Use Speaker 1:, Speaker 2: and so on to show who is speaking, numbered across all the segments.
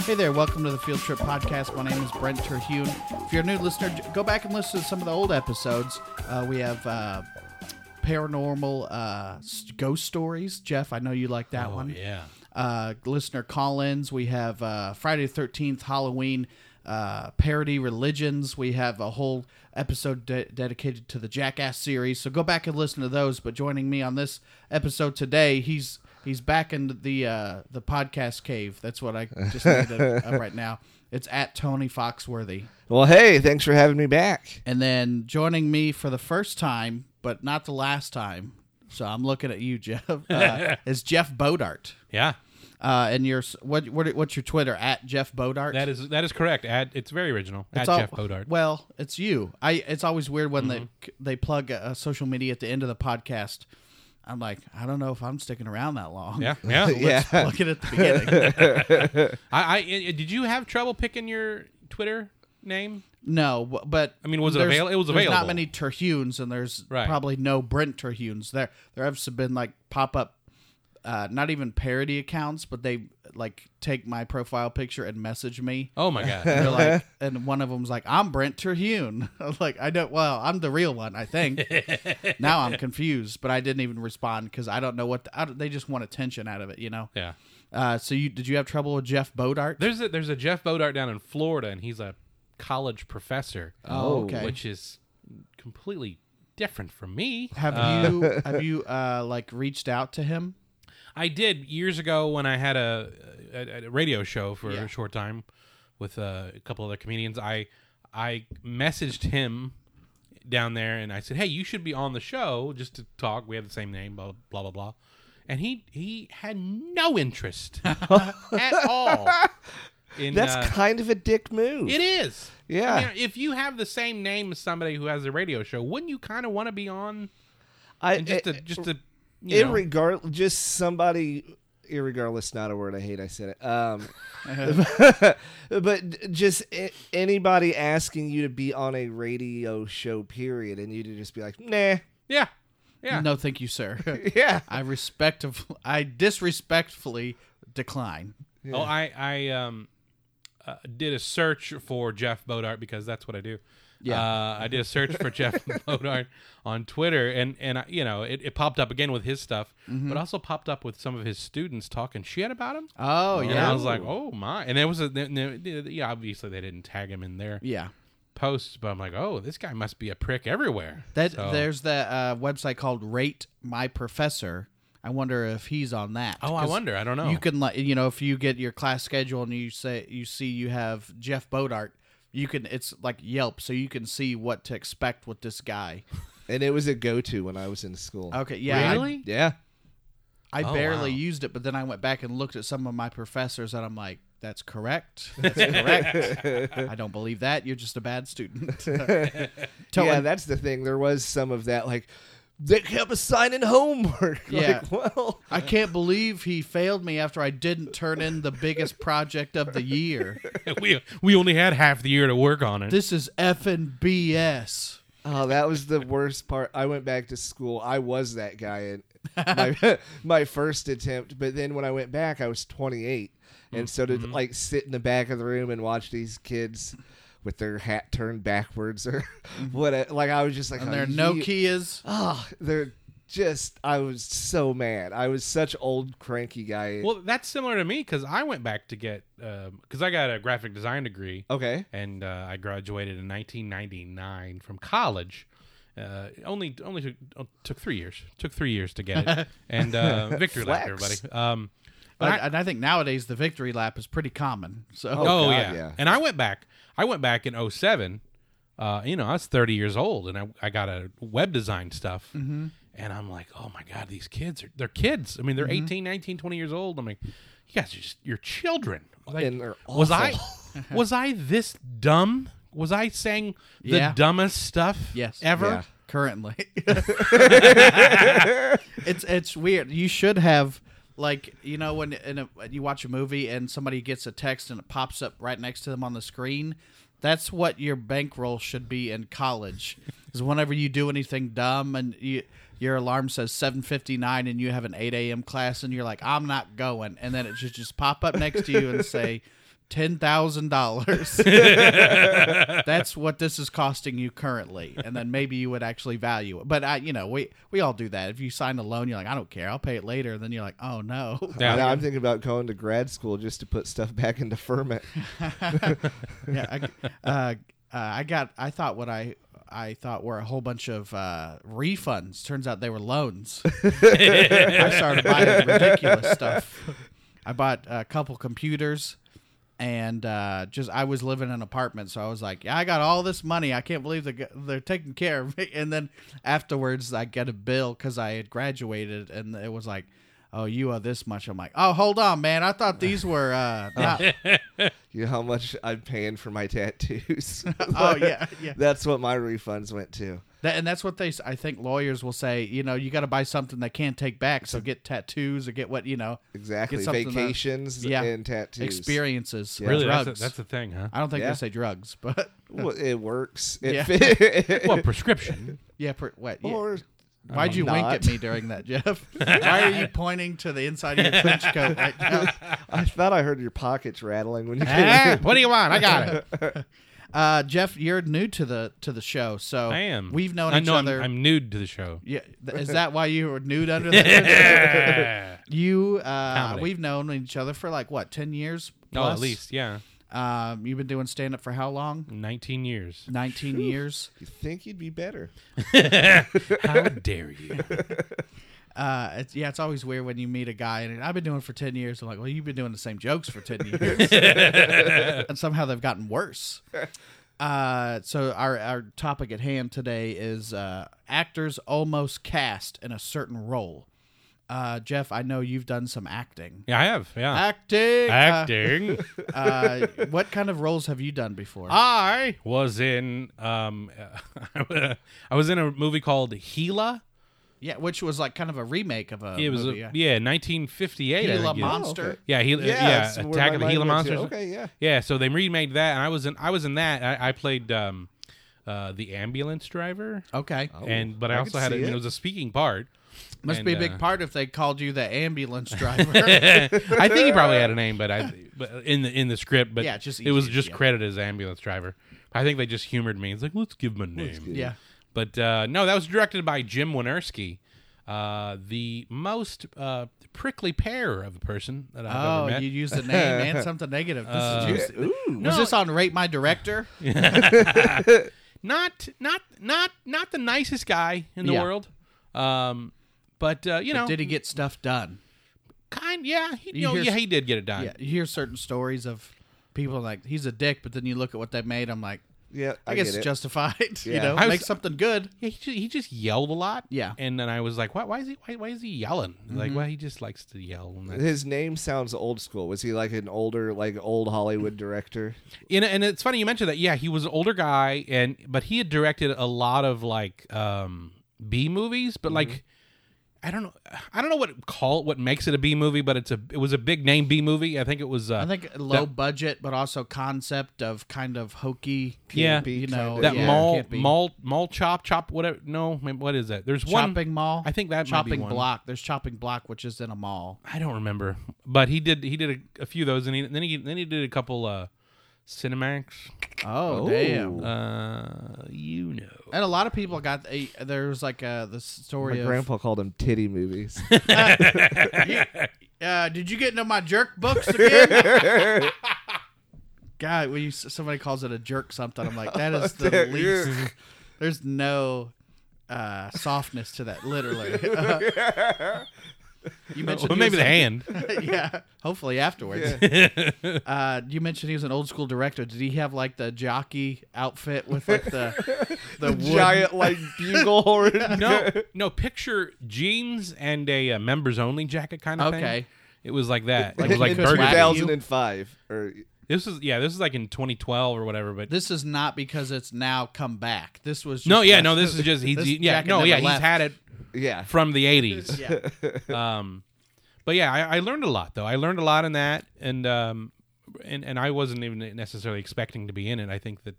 Speaker 1: Hey there, welcome to the Field Trip Podcast. My name is Brent Terhune. If you're a new listener, j- go back and listen to some of the old episodes. Uh, we have uh, paranormal uh, s- ghost stories. Jeff, I know you like that one.
Speaker 2: Yeah.
Speaker 1: uh, listener Collins. We have uh, Friday the Thirteenth, Halloween uh, parody religions. We have a whole episode de- dedicated to the Jackass series. So go back and listen to those. But joining me on this episode today, he's he's back in the uh, the podcast cave. That's what I just need to, uh, right now. It's at Tony Foxworthy.
Speaker 3: Well, hey, thanks for having me back.
Speaker 1: And then joining me for the first time, but not the last time. So I'm looking at you, Jeff. Uh, is Jeff Bodart.
Speaker 2: Yeah.
Speaker 1: Uh, and your what, what what's your Twitter at Jeff Bodart?
Speaker 2: That is that is correct. At it's very original.
Speaker 1: It's
Speaker 2: At
Speaker 1: all-
Speaker 2: Jeff Bodart. Mm-hmm.
Speaker 1: Well, it's you. I. It's always weird when they they plug uh, social media at the end of the podcast. I'm like, I don't know if I'm sticking around that long.
Speaker 2: Yeah. Yeah.
Speaker 3: Yeah.
Speaker 1: Let's plug it at the beginning.
Speaker 2: I, I, I did you have trouble picking your Twitter name?
Speaker 1: no, w- but
Speaker 2: I mean, was it
Speaker 1: there's-
Speaker 2: avail- it was
Speaker 1: There's not
Speaker 2: available.
Speaker 1: many Terhunes, and there's
Speaker 2: Right.
Speaker 1: probably no Brent Terhunes. There, there have been like pop up. Uh, not even parody accounts, but they like take my profile picture and message me.
Speaker 2: Oh my god.
Speaker 1: They're like, and one of them's like, "I'm Brent Terhune." I was like, "I don't. Well, I'm the real one, I think." now I'm confused, but I didn't even respond because I don't know what the, I don't- they just want attention out of it, you know.
Speaker 2: yeah.
Speaker 1: Uh, so you did you have trouble with Jeff Bodart?
Speaker 2: There's a there's a Jeff Bodart down in Florida, and he's a college professor.
Speaker 1: Oh, okay.
Speaker 2: Which is completely different from me.
Speaker 1: have
Speaker 2: Uh,
Speaker 1: you have you uh, like reached out to him?
Speaker 2: I did years ago when I had a a, a radio show for
Speaker 1: Yeah.
Speaker 2: a short time with uh, a couple other comedians. I I messaged him down there and I said, "Hey, you should be on the show just to talk. We have the same name, blah blah blah." blah. And he he had no interest at all. In,
Speaker 3: That's
Speaker 2: uh,
Speaker 3: kind of a dick move.
Speaker 2: it is.
Speaker 3: Yeah.
Speaker 2: I mean, if you have the same name as somebody who has a radio show, wouldn't you kind of want to be on
Speaker 3: I,
Speaker 2: and just to
Speaker 3: it,
Speaker 2: just to you know,
Speaker 3: irregard, just somebody, irregardless, not a word. I hate I said it. Um, but just a- anybody asking you to be on a radio show, period, and you to just be like, nah,
Speaker 2: yeah yeah
Speaker 1: No, thank you, sir.
Speaker 3: yeah,
Speaker 1: I respect I disrespectfully decline.
Speaker 2: Oh, I I um uh, did a search for Jeff Bodart because that's what I do.
Speaker 1: Yeah.
Speaker 2: uh, I did a search for Jeff Bodart on Twitter, and and I, you know it, it popped up again with his stuff,
Speaker 1: Mm-hmm.
Speaker 2: but also popped up with some of his students talking shit about him.
Speaker 1: Oh
Speaker 2: And I
Speaker 1: yeah,
Speaker 2: was like, oh my! And there was a there- there- yeah, obviously they didn't tag him in their
Speaker 1: yeah.
Speaker 2: posts, but I'm like, oh, this guy must be a prick everywhere.
Speaker 1: That
Speaker 2: So-
Speaker 1: there's that uh, website called Rate My Professor. I wonder if he's on that.
Speaker 2: Oh, I
Speaker 1: 'cause
Speaker 2: wonder. I don't know.
Speaker 1: You can like you know if you get your class schedule and you say you see you have Jeff Bodart, you can it's like Yelp, so you can see what to expect with this guy.
Speaker 3: and it was a go-to when I was in school.
Speaker 1: Okay, yeah, I-
Speaker 2: really?
Speaker 3: Yeah,
Speaker 1: I,
Speaker 2: Oh,
Speaker 1: barely
Speaker 2: wow.
Speaker 1: used it, but then I went back and looked at some of my professors, and I'm like, that's correct. That's correct. I don't believe that. You're just a bad student. Tell-
Speaker 3: yeah, that's the thing. There was some of that, like they kept assigning homework.
Speaker 1: Yeah.
Speaker 3: like, well.
Speaker 1: I can't believe he failed me after I didn't turn in the biggest project of the year.
Speaker 2: we we only had half the year to work on it.
Speaker 1: This is effing BS.
Speaker 3: Oh, that was the worst part. I went back to school. I was that guy in my my first attempt, but then when I went back, I was 28, and so
Speaker 1: Mm-hmm.
Speaker 3: to like sit in the back of the room and watch these kids with their hat turned backwards or what, like I was just like,
Speaker 1: Mm-hmm. And
Speaker 3: oh,
Speaker 1: there are no
Speaker 3: ye-
Speaker 1: kias.
Speaker 3: Oh, they're just. I was so mad. I was such old cranky guy.
Speaker 2: Well, that's similar to me because I went back to get because I got a graphic design degree
Speaker 3: okay.
Speaker 2: and uh, I graduated in 1999 from college. Uh, only only took, oh, took three years. Took three years to get it, and uh, victory lap, everybody.
Speaker 3: Flex.
Speaker 2: Um,
Speaker 1: But
Speaker 2: I-
Speaker 1: and I think nowadays the victory lap is pretty common. So
Speaker 2: oh
Speaker 3: God,
Speaker 2: yeah.
Speaker 3: yeah.
Speaker 2: and I went back. I went back in 07. Uh, you know, I was 30 years old, and I, I got a web design stuff,
Speaker 1: Mm-hmm.
Speaker 2: and I'm like, oh my god, these kids are they're kids. I mean, they're
Speaker 1: Mm-hmm.
Speaker 2: 18, 19, 20 years old. I'm like, you guys are just you're children. Like,
Speaker 3: And they're
Speaker 2: was I was I this dumb? Was I saying the
Speaker 1: Yeah.
Speaker 2: dumbest stuff
Speaker 1: yes,
Speaker 2: ever?
Speaker 3: Yeah.
Speaker 1: currently, it's it's weird. You should have like you know when in a, you watch a movie and somebody gets a text and it pops up right next to them on the screen. That's what your bankroll should be in college. Is whenever you do anything dumb and you. Your alarm says 7:59, and you have an 8 a.m. class, and you're like, "I'm not going," and then it should just pop up next to you and say, ten thousand dollars. That's what this is costing you currently, and then maybe you would actually value it. But I, you know, we we all do that. If you sign a loan, you're like, I don't care, I'll pay it later. And then you're like, oh no,
Speaker 3: I know,
Speaker 2: Yeah.
Speaker 3: I'm thinking about going to grad school just to put stuff back into ferment.
Speaker 1: yeah. I, uh, uh, I got. I thought what I I thought were a whole bunch of uh, refunds. Turns out they were loans. I started buying ridiculous stuff. I bought a couple computers, and uh, just I was living in an apartment, so I was like, "Yeah, I got all this money. I can't believe they're, they're taking care of me." And then afterwards, I get a bill because I had graduated, and it was like. Oh, you owe this much. I'm like, oh, hold on, man. I thought these were uh, not.
Speaker 3: You know how much I'm paying for my tattoos?
Speaker 1: oh yeah, yeah.
Speaker 3: That's what my refunds went to.
Speaker 1: That, and that's what they, s- I think lawyers will say, you know, you got to buy something they can't take back. So get tattoos or get what, you know,
Speaker 3: Exactly.
Speaker 1: Get something that-
Speaker 3: Vacations
Speaker 1: Yeah.
Speaker 3: and tattoos.
Speaker 1: experiences.
Speaker 3: Yeah.
Speaker 2: Really,
Speaker 1: drugs.
Speaker 2: that's a, that's a thing, huh?
Speaker 1: I don't think
Speaker 3: Yeah.
Speaker 1: they say drugs, but
Speaker 3: Well, it works. It
Speaker 1: Yeah.
Speaker 3: fit.
Speaker 2: Well, prescription.
Speaker 1: yeah, per, what? yeah.
Speaker 3: or
Speaker 1: Why'd you wink
Speaker 3: not.
Speaker 1: at me during that, Jeff? Why are you pointing to the inside of your trench coat right now?
Speaker 3: I thought I heard your pockets rattling when you
Speaker 2: Ah, what do you want? I got it.
Speaker 1: Uh, Jeff, you're new to the to the show, so
Speaker 2: I am.
Speaker 1: We've known
Speaker 2: I
Speaker 1: each
Speaker 2: know I'm-
Speaker 1: other.
Speaker 2: I'm, nude to the show.
Speaker 1: yeah, th- is that why you were nude under that?
Speaker 2: Yeah.
Speaker 1: you, uh,
Speaker 2: Comedy.
Speaker 1: we've known each other for like what, ten years?
Speaker 2: Oh, at
Speaker 1: plus?
Speaker 2: least yeah,
Speaker 1: Um, you've been doing stand up for how long?
Speaker 2: nineteen years.
Speaker 1: 19 years.
Speaker 3: You think you'd be better?
Speaker 2: How dare you?
Speaker 1: Uh, it's, yeah, it's always weird when you meet a guy and I've been doing it for 10 years. I'm like, well, you've been doing the same jokes for 10 years. and somehow they've gotten worse. Uh, so our, our topic at hand today is uh, actors almost cast in a certain role. Uh, Jeff, I know you've done some acting.
Speaker 2: Yeah, I have. Yeah,
Speaker 1: Acting.
Speaker 2: acting.
Speaker 1: Uh, uh, what kind of roles have you done before?
Speaker 2: Uh, I was in um, I was in a movie called Gila.
Speaker 1: yeah, which was like kind of a remake of a
Speaker 2: It was
Speaker 1: movie.
Speaker 2: a,
Speaker 1: yeah.
Speaker 2: yeah, nineteen fifty eight.
Speaker 1: Gila
Speaker 2: Yeah,
Speaker 1: Monster.
Speaker 3: okay.
Speaker 2: yeah, Gila, yeah,
Speaker 3: that's Uh, where
Speaker 2: Attack
Speaker 3: my
Speaker 2: of the
Speaker 3: mind
Speaker 2: Gila
Speaker 3: went to.
Speaker 2: Monsters.
Speaker 3: Okay, yeah.
Speaker 2: Yeah, so they remade that, and I was in I was in that. I, I played um, uh, the ambulance driver,
Speaker 1: Okay.
Speaker 2: and but I,
Speaker 3: I
Speaker 2: also
Speaker 3: could
Speaker 2: had a,
Speaker 3: see
Speaker 2: it.
Speaker 3: it.
Speaker 2: was a speaking part.
Speaker 1: Must
Speaker 2: And,
Speaker 1: be a
Speaker 2: uh,
Speaker 1: big part if they called you the ambulance driver.
Speaker 2: I think he probably had a name, but I but in the in the script, but
Speaker 1: Yeah, it's just
Speaker 2: it was
Speaker 1: easy,
Speaker 2: just
Speaker 1: yeah.
Speaker 2: credited as ambulance driver. I think they just humored me. It's like let's give him a name.
Speaker 1: yeah.
Speaker 2: But uh, no, that was directed by Jim Winerski, uh, the most uh, prickly pear of a person that I've
Speaker 1: Oh,
Speaker 2: ever met.
Speaker 1: you used the name and something negative. This
Speaker 2: Uh,
Speaker 1: is juicy. Was
Speaker 2: No,
Speaker 1: this on Rate My Director?
Speaker 2: not not not not the nicest guy in the
Speaker 1: Yeah.
Speaker 2: world. Um, but uh, you know,
Speaker 1: Did he get stuff done?
Speaker 2: kind yeah, he, you know,
Speaker 1: hear
Speaker 2: yeah,
Speaker 1: s-
Speaker 2: he did get it done.
Speaker 1: Yeah. You hear certain stories of people like he's a dick, but then you look at what they made. I'm like,
Speaker 3: Yeah,
Speaker 1: I,
Speaker 3: I,
Speaker 1: guess
Speaker 3: get
Speaker 1: it's
Speaker 3: it.
Speaker 1: justified. You
Speaker 3: Yeah.
Speaker 1: know,
Speaker 2: I was-
Speaker 1: make something good.
Speaker 2: Yeah, he just, he just yelled a lot.
Speaker 1: Yeah. Mm-hmm.
Speaker 2: and then I was like, why, why is he why, why is he yelling? Like, well, he just likes to yell. And that-
Speaker 3: His name sounds old school. Was he like an older, like old Hollywood director?
Speaker 2: and, and it's funny you mentioned that. Yeah, he was an older guy, and but he had directed a lot of like um, B movies, but
Speaker 1: Mm-hmm.
Speaker 2: like. I don't know. I don't know what call what makes it a B movie, but it's a it was a big name B movie. I think it was. Uh,
Speaker 1: I think low budget, but also concept of kind of hokey.
Speaker 2: Yeah.
Speaker 1: You
Speaker 3: Campy
Speaker 1: know,
Speaker 3: kinda,
Speaker 2: that
Speaker 1: oh, yeah,
Speaker 2: mall
Speaker 1: campy.
Speaker 2: mall mall chop chop whatever no man, what is that there's one
Speaker 1: Chopping mall.
Speaker 2: I think that might be
Speaker 1: chopping
Speaker 2: one.
Speaker 1: block. There's chopping block, which is in a mall.
Speaker 2: i don't remember but he did he did a, a few of those and he, then he then he did a couple uh cinemax
Speaker 1: Oh, damn!
Speaker 2: uh you know
Speaker 1: And a lot of people got a, there was like uh the story
Speaker 3: My
Speaker 1: of
Speaker 3: grandpa called him titty movies.
Speaker 1: uh, did you get into my jerk books again? God, when you, somebody calls it a jerk something, I'm like, that is the least. There's no uh, softness to that, literally. Uh, you mentioned
Speaker 2: well,
Speaker 1: he
Speaker 2: maybe
Speaker 1: was a-
Speaker 2: the hand
Speaker 1: yeah, hopefully afterwards. Uh, you mentioned he was an old school director. Did he have like the jockey outfit with like the the, wood?
Speaker 3: Giant like bugle horn.
Speaker 2: no no picture jeans and a uh, members only jacket kind of thing
Speaker 1: Okay. it
Speaker 2: it was like that
Speaker 1: Like
Speaker 2: it was like
Speaker 1: Christmas
Speaker 2: burgundy.
Speaker 1: Wow.
Speaker 3: 2005 or
Speaker 2: this is yeah this is like in 2012 or whatever but
Speaker 1: This is not because it's now come back. This was just
Speaker 2: no yeah no this is just he's
Speaker 1: This
Speaker 2: yeah
Speaker 1: jacket
Speaker 2: no
Speaker 1: never
Speaker 2: yeah he's
Speaker 1: left.
Speaker 2: had it
Speaker 3: yeah.
Speaker 2: from the 80s
Speaker 1: yeah.
Speaker 2: um, but yeah, I, I learned a lot though. I learned a lot in that, and um, and and I wasn't even necessarily expecting to be in it. I think that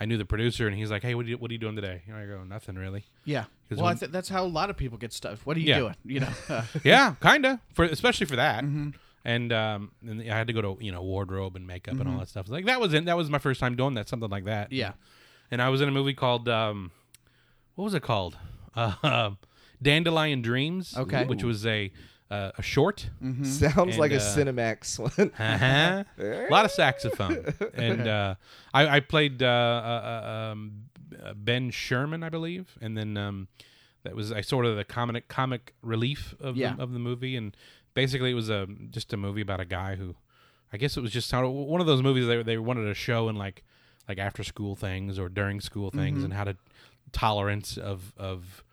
Speaker 2: I knew the producer, and he's like, "Hey, what are you, what are you doing today?" And I go, "Nothing really."
Speaker 1: Yeah.
Speaker 2: 'Cause
Speaker 1: Well, I
Speaker 2: when-
Speaker 1: th- that's how a lot of people get stuff. What are you
Speaker 2: Yeah.
Speaker 1: doing? You know, uh, Mm-hmm.
Speaker 2: yeah, kinda for especially for that. and um, and I had to go to you know wardrobe and makeup and all that stuff. Like that was it. That was my first time doing that, something like that.
Speaker 1: Mm-hmm. Yeah.
Speaker 2: And I was in a movie called um, what was it called? Uh, Dandelion Dreams.
Speaker 1: Okay. Mm-hmm.
Speaker 2: which was a uh, a short.
Speaker 3: Sounds like a
Speaker 2: And, uh,
Speaker 3: Cinemax one.
Speaker 2: Uh-huh. a
Speaker 3: Eh?
Speaker 2: lot of saxophone, and uh, I, I played uh, uh, uh, um, uh, Ben Sherman, I believe, and then um, that was I sort of the comic comic relief of
Speaker 1: Yeah.
Speaker 2: the, of the movie, and basically it was a just a movie about a guy who, I guess it was just how, one of those movies they they wanted to show in like like after school things or during school things
Speaker 3: Mm-hmm.
Speaker 2: and how to tolerance of of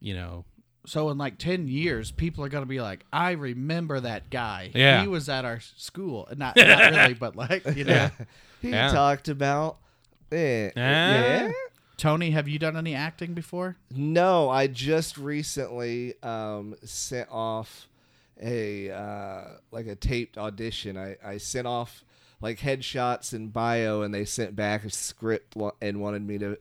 Speaker 2: you know
Speaker 1: So in like ten years, people are gonna be like, "I remember that guy.
Speaker 2: Yeah.
Speaker 1: he was at our school. Uh, Not, not really, but like you know."
Speaker 3: he
Speaker 2: Yeah.
Speaker 3: talked about it. Yeah.
Speaker 1: Tony, have you done any acting before?
Speaker 3: No, I just recently um, sent off a uh, like a taped audition. I, I sent off like headshots and bio, and they sent back a script wa- and wanted me to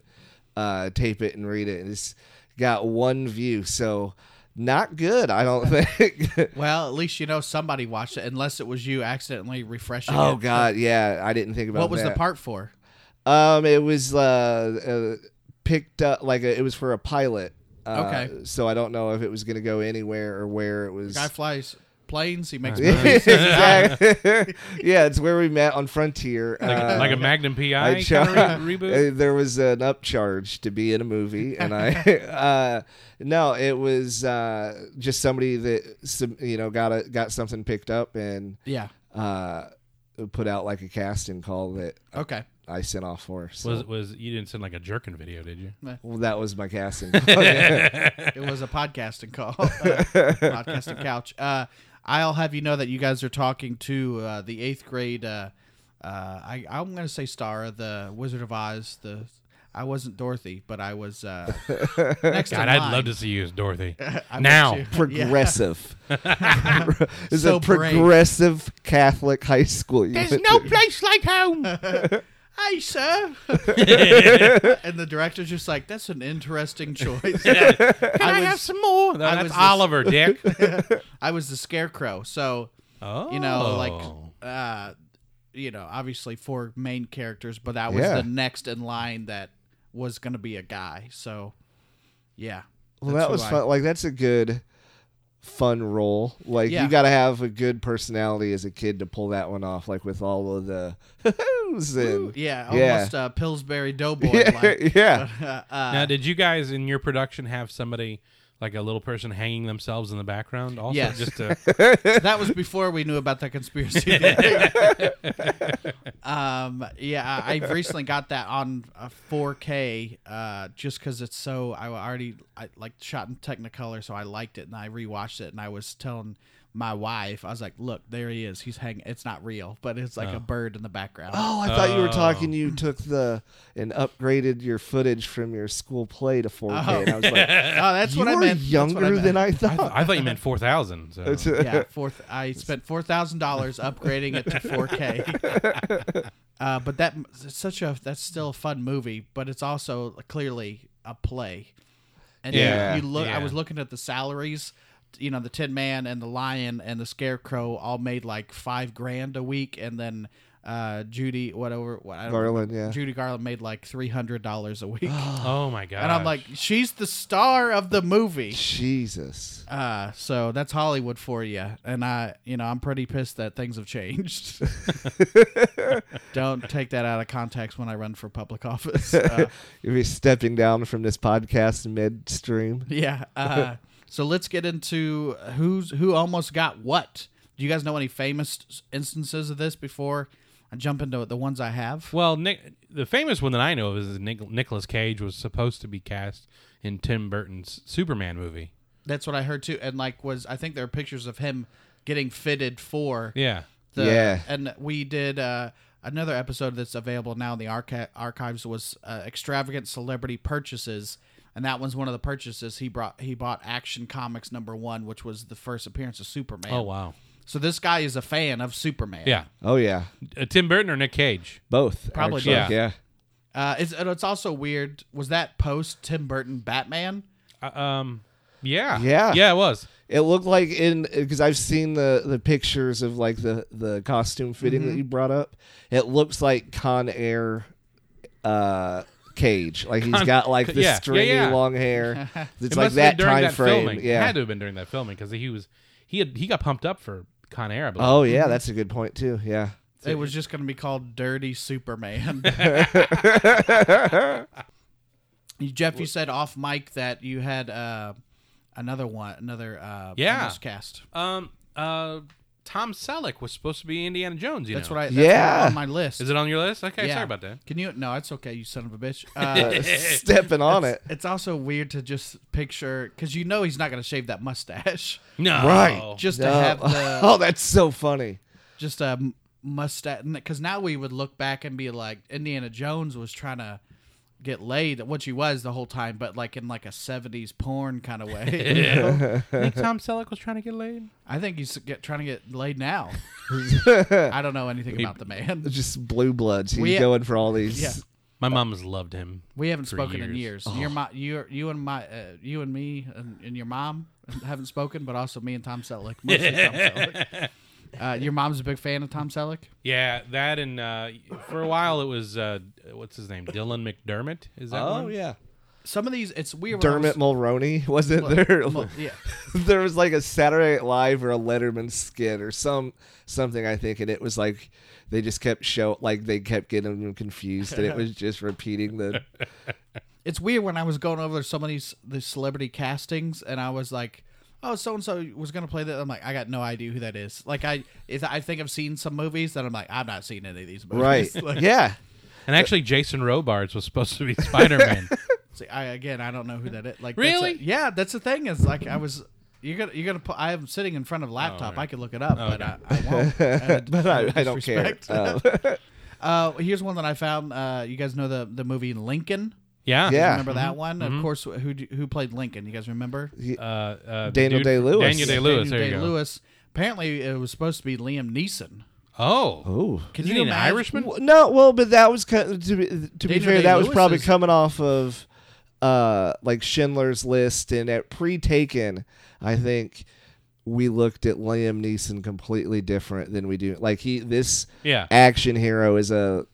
Speaker 3: uh, tape it and read it. And it's got one view, so not good. I don't think.
Speaker 1: Well, at least you know somebody watched it, unless it was you accidentally refreshing.
Speaker 3: oh
Speaker 1: it.
Speaker 3: God, yeah, I didn't think about
Speaker 1: What was the
Speaker 3: that.
Speaker 1: part for?
Speaker 3: Um, it was uh, uh picked up like a, it was for a pilot. Uh,
Speaker 1: Okay.
Speaker 3: So I don't know if it was going to go anywhere or where it was.
Speaker 1: Guy flies planes. He makes movies.
Speaker 3: exactly. yeah, it's where we met on Frontier.
Speaker 2: like, a-
Speaker 3: Uh,
Speaker 2: like a Magnum PI
Speaker 3: I
Speaker 2: kinda
Speaker 3: cha-
Speaker 2: re- reboot.
Speaker 3: uh, there was an upcharge to be in a movie, and I uh, no, it was uh, just somebody that some, you know got a, got something picked up and
Speaker 1: Yeah.
Speaker 3: uh, put out like a casting call that
Speaker 1: Okay.
Speaker 3: I sent off for. So
Speaker 2: Was was you didn't send like a jerking video, did you?
Speaker 3: well, that was my casting. call, yeah.
Speaker 1: It was a podcasting call. Uh, podcasting couch. Uh, I'll have you know that you guys are talking to uh, the eighth grade. Uh, uh, I I'm going to say Star, the Wizard of Oz. The I wasn't Dorothy, but I was uh, next
Speaker 2: God,
Speaker 1: in
Speaker 2: I'd
Speaker 1: line.
Speaker 2: love to see you as Dorothy.
Speaker 1: I bet
Speaker 2: now,
Speaker 1: you.
Speaker 3: Progressive. it's
Speaker 1: So
Speaker 3: a
Speaker 1: brave.
Speaker 3: progressive Catholic high school. you went to.
Speaker 2: place like home.
Speaker 1: hey, sir. and the director's just like, that's an interesting choice.
Speaker 2: Can I,
Speaker 1: was-
Speaker 2: have some more? No,
Speaker 1: I
Speaker 2: that's
Speaker 1: was this-
Speaker 2: Oliver, Dick.
Speaker 1: I was the scarecrow, so
Speaker 2: oh,
Speaker 1: you know,
Speaker 3: Oh.
Speaker 1: like, uh, you know, obviously four main characters, but I was
Speaker 3: Yeah.
Speaker 1: the next in line that was going to be a guy. So, yeah.
Speaker 3: Well,
Speaker 1: That's
Speaker 3: that
Speaker 1: who
Speaker 3: was
Speaker 1: I-
Speaker 3: fun. Like that's a good, fun role. Like
Speaker 1: Yeah.
Speaker 3: you got to have a good personality as a kid to pull that one off. Like with all of the hoos and
Speaker 1: Yeah,
Speaker 3: Yeah.
Speaker 1: almost Uh, Pillsbury Doughboy.
Speaker 3: yeah,
Speaker 1: like,
Speaker 3: yeah.
Speaker 1: uh, uh,
Speaker 2: now, did you guys in your production have somebody like a little person hanging themselves in the background? Also,
Speaker 1: Yes.
Speaker 2: just to,
Speaker 1: that was before we knew about the conspiracy theory. um, yeah, I, I recently got that on a 4K uh, just because it's so. I already I like shot in Technicolor, so I liked it, and I rewatched it, and I was telling my wife, I was like, "Look, there he is. He's hanging. It's not real, but it's like a bird in the background."
Speaker 3: Oh, I thought you were talking. You took the and upgraded your footage from your school play to 4K, and I was like,
Speaker 1: Oh, that's
Speaker 3: you
Speaker 1: what I
Speaker 3: were
Speaker 1: meant. That's what I
Speaker 3: younger
Speaker 1: meant.
Speaker 3: than I
Speaker 2: I,
Speaker 3: thought.
Speaker 2: th- I thought you meant four thousand. So.
Speaker 3: It's a-
Speaker 1: yeah, four. th- I spent four thousand dollars upgrading it to four K. uh, but that it's such a that's still a fun movie, but it's also clearly a play. And you-
Speaker 2: Yeah,
Speaker 1: you, look.
Speaker 2: yeah.
Speaker 1: I was looking at the salaries. You know, the Tin Man and the Lion and the Scarecrow all made like five grand a week, and then uh, Judy whatever what I don't
Speaker 3: Garland,
Speaker 1: remember,
Speaker 3: yeah.
Speaker 1: Judy Garland made like three hundred dollars a week.
Speaker 2: oh my god!
Speaker 1: And I'm like, she's the star of the movie.
Speaker 3: Jesus.
Speaker 1: Uh, so that's Hollywood for you, and I, you know, I'm pretty pissed that things have changed. Don't take that out of context when I run for public office. Uh,
Speaker 3: You'll be stepping down from this podcast midstream.
Speaker 1: yeah. Uh, so let's get into who's who almost got what. Do you guys know any famous instances of this before I jump into the ones I have?
Speaker 2: well, Nick, the famous one that I know of is Nic- Nicholas Cage was supposed to be cast in Tim Burton's Superman movie.
Speaker 1: That's what I heard too, and like was I think there are pictures of him getting fitted for
Speaker 2: Yeah,
Speaker 1: the
Speaker 3: Yeah.
Speaker 1: and we did uh another episode that's available now in the archi- archives was uh, extravagant celebrity purchases and that one's one of the purchases he brought he bought action comics number one which was the first appearance of superman
Speaker 2: Oh wow.
Speaker 1: so this guy is a fan of superman
Speaker 2: Yeah,
Speaker 3: Oh yeah,
Speaker 2: uh, Tim Burton or Nick Cage?
Speaker 3: both
Speaker 1: Probably
Speaker 3: actually.
Speaker 2: both.
Speaker 3: yeah.
Speaker 1: uh it's, and it's also weird was that post tim burton batman
Speaker 2: Uh, um, yeah,
Speaker 3: Yeah.
Speaker 2: yeah, it was.
Speaker 3: It looked like in because I've seen the the pictures of like the the costume fitting that you brought up. It looks like Con Air uh Cage. Like he's
Speaker 2: Con-
Speaker 3: got like the
Speaker 2: yeah, yeah,
Speaker 3: stringy
Speaker 2: yeah.
Speaker 3: long hair.
Speaker 2: It
Speaker 3: It's like
Speaker 2: must have
Speaker 3: that
Speaker 2: been during
Speaker 3: time
Speaker 2: that
Speaker 3: frame.
Speaker 2: Filming. It
Speaker 3: Yeah.
Speaker 2: had to have been during that filming because he was he had he got pumped up for Con Air. I believe.
Speaker 3: Oh yeah, that's a good point too. Yeah.
Speaker 1: It was just going to be called Dirty Superman. Jeff, you said off mic that you had uh, another one, another uh,
Speaker 2: Yeah.
Speaker 1: bonus cast.
Speaker 3: Oh.
Speaker 2: Um. Uh. Tom Selleck was supposed to be Indiana Jones. You
Speaker 1: That's
Speaker 2: know.
Speaker 1: what I. That's
Speaker 3: Yeah.
Speaker 1: what on my list.
Speaker 2: Is it on your list? Okay.
Speaker 1: Yeah.
Speaker 2: Sorry about that.
Speaker 1: Can you? No, it's okay. You son of a bitch. Uh,
Speaker 3: Uh, stepping on it.
Speaker 1: it's also weird to just picture because you know he's not going to shave that mustache.
Speaker 2: Oh. No.
Speaker 3: Right.
Speaker 1: Just to
Speaker 3: No.
Speaker 1: have the
Speaker 3: oh, that's so funny.
Speaker 1: just a m- mustache because now we would look back and be like indiana jones was trying to get laid what she was the whole time but like in like a 70s porn kind of way
Speaker 2: I think Tom Selleck was trying to get laid.
Speaker 1: i think he's get, trying to get laid now i don't know anything about the man
Speaker 3: Just blue bloods. He's
Speaker 1: We-
Speaker 3: going for all these.
Speaker 1: Yeah.
Speaker 2: My mom's loved him.
Speaker 1: we haven't
Speaker 2: For
Speaker 1: spoken in
Speaker 2: years.
Speaker 1: years your mo- you you and my uh, you and me and, and your mom haven't spoken but also me and tom selleck, mostly tom selleck. Uh, your mom's a big fan of tom selleck
Speaker 2: Yeah, that and uh, for a while it was uh, what's his name, Dylan McDermott. Is that one?
Speaker 3: Oh yeah.
Speaker 1: some of these it's weird when I
Speaker 3: Dermot Mulroney wasn't there.
Speaker 1: was- yeah
Speaker 3: there was like a Saturday Night Live or a Letterman skit or some something I think, and it was like they just kept show like they kept getting them confused, and it was just repeating the
Speaker 1: it's weird when I was going over some of these the celebrity castings, and I was like, "Oh, so and so was gonna play that." I'm like, I got no idea who that is. Like, I is I think I've seen some movies that I'm like, I've not seen any of these
Speaker 3: right.
Speaker 1: movies. Like,
Speaker 3: yeah,
Speaker 2: And actually, Jason Robards was supposed to be Spider Man.
Speaker 1: see, I again, I don't know who that is. Like, that's a-
Speaker 2: Really?
Speaker 1: yeah, that's the thing. Is like I was. You're gonna, you're gonna. Put, I am sitting in front of a laptop. I could look it up, but I, I won't. And-
Speaker 3: but I, I don't care.
Speaker 1: Disrespect.
Speaker 3: Uh,
Speaker 1: uh, here's one that I found. Uh, you guys know the the movie Lincoln.
Speaker 2: yeah.
Speaker 3: Yeah.
Speaker 1: Remember that one? Of course. Who do- who played Lincoln? You guys remember?
Speaker 2: Uh, uh,
Speaker 3: Daniel
Speaker 2: dude-
Speaker 3: Day-Lewis.
Speaker 2: Daniel Day Lewis. There
Speaker 1: Daniel
Speaker 2: you go.
Speaker 1: Day-Lewis. Apparently, it was supposed to be Liam Neeson.
Speaker 2: Oh.
Speaker 3: oh
Speaker 2: Can
Speaker 1: you
Speaker 2: you, mean an
Speaker 1: imagine-
Speaker 2: Irishman?
Speaker 3: W- no, well, but that was kind to be, to be
Speaker 1: Daniel
Speaker 3: fair, that was
Speaker 1: Day-Lewis
Speaker 3: probably
Speaker 1: is-
Speaker 3: coming off of uh like Schindler's List, and at pre-Taken, I think. We looked at Liam Neeson completely different than we do. Like he, this
Speaker 2: Yeah.
Speaker 3: action hero is a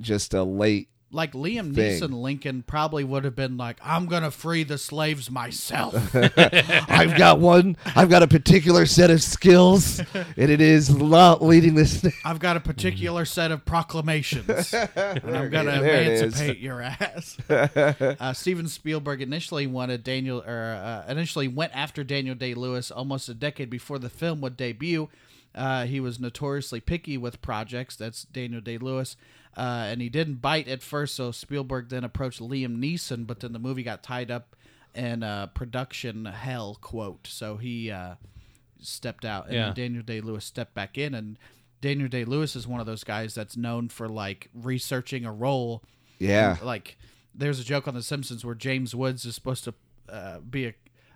Speaker 3: just a late
Speaker 1: Like Liam
Speaker 3: Thing.
Speaker 1: Neeson, Lincoln probably would have been like, "I'm gonna free the slaves myself."
Speaker 3: I've got one I've got a particular set of skills and it is not leading this
Speaker 1: I've got a particular set of proclamations, and I'm gonna
Speaker 3: There it is.
Speaker 1: emancipate your ass. uh, Steven Spielberg initially wanted Daniel, or uh, initially went after Daniel Day Lewis almost a decade before the film would debut. Uh, he was notoriously picky with projects. That's Daniel Day Lewis. Uh, and he didn't bite at first, so Spielberg then approached Liam Neeson, but then the movie got tied up in uh, production hell, quote. So he uh, stepped out, and
Speaker 2: Yeah.
Speaker 1: Daniel Day Lewis stepped back in. And Daniel Day Lewis is one of those guys that's known for like researching a role
Speaker 3: Yeah.
Speaker 1: like there's a joke on The Simpsons where James Woods is supposed to uh, be a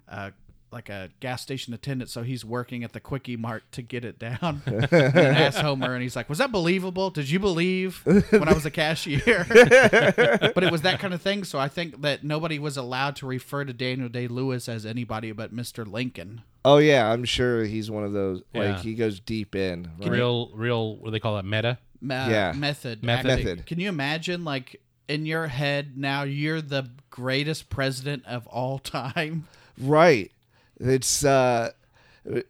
Speaker 1: uh, like a gas station attendant, so he's working at the quickie mart to get it down. and then asks Homer, and he's like, "Was that believable? Did you believe when I was a cashier?" but it was that kind of thing. So I think that nobody was allowed to refer to Daniel Day Lewis as anybody but Mister Lincoln.
Speaker 3: Oh yeah, I'm sure he's one of those like
Speaker 2: Yeah.
Speaker 3: he goes deep in. right?
Speaker 2: Real, real. What do they call that? Meta.
Speaker 1: Me-
Speaker 3: Yeah.
Speaker 1: method.
Speaker 2: Method.
Speaker 1: acting.
Speaker 3: Method.
Speaker 1: Can you imagine like? In your head now, you're the greatest president of all time.
Speaker 3: Right. It's uh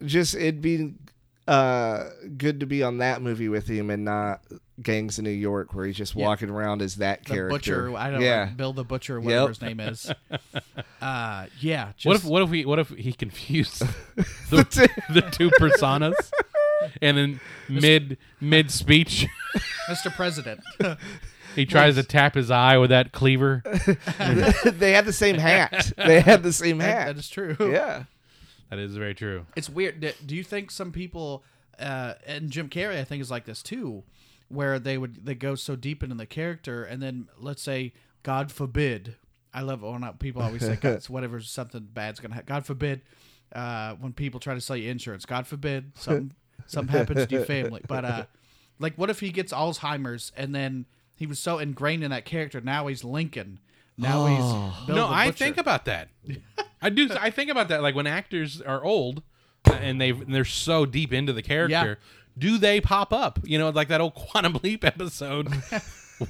Speaker 3: just it'd be uh good to be on that movie with him and not Gangs of New York where he's just walking around as that
Speaker 1: the
Speaker 3: character.
Speaker 1: butcher. I don't
Speaker 3: yeah.
Speaker 1: know, Bill the butcher, whatever
Speaker 3: Yep.
Speaker 1: his name is. Uh, yeah. Just,
Speaker 2: What if? What if we? What if he confused the, the two personas, and then mid mid speech
Speaker 1: Mr. President?
Speaker 2: he tries to tap his eye with that cleaver?
Speaker 3: they had the same hat. They had the same
Speaker 1: that
Speaker 3: hat.
Speaker 1: is true.
Speaker 3: Yeah.
Speaker 2: That is very true.
Speaker 1: It's weird. Do- Do you think some people uh, and Jim Carrey, I think, is like this too, where they would they go so deep into the character, and then let's say, God forbid, I love or not. People always say, God, whatever something bad's gonna happen. God forbid, uh, when people try to sell you insurance, God forbid something something happens to your family. But uh, like, what if he gets Alzheimer's and then he was so ingrained in that character, now he's Lincoln. Now he's Bill
Speaker 2: no,
Speaker 1: the
Speaker 2: I
Speaker 1: Butcher.
Speaker 2: think about that. I do. I think about that. Like when actors are old and they they're so deep into the character, do they pop up? You know, like that old Quantum Leap episode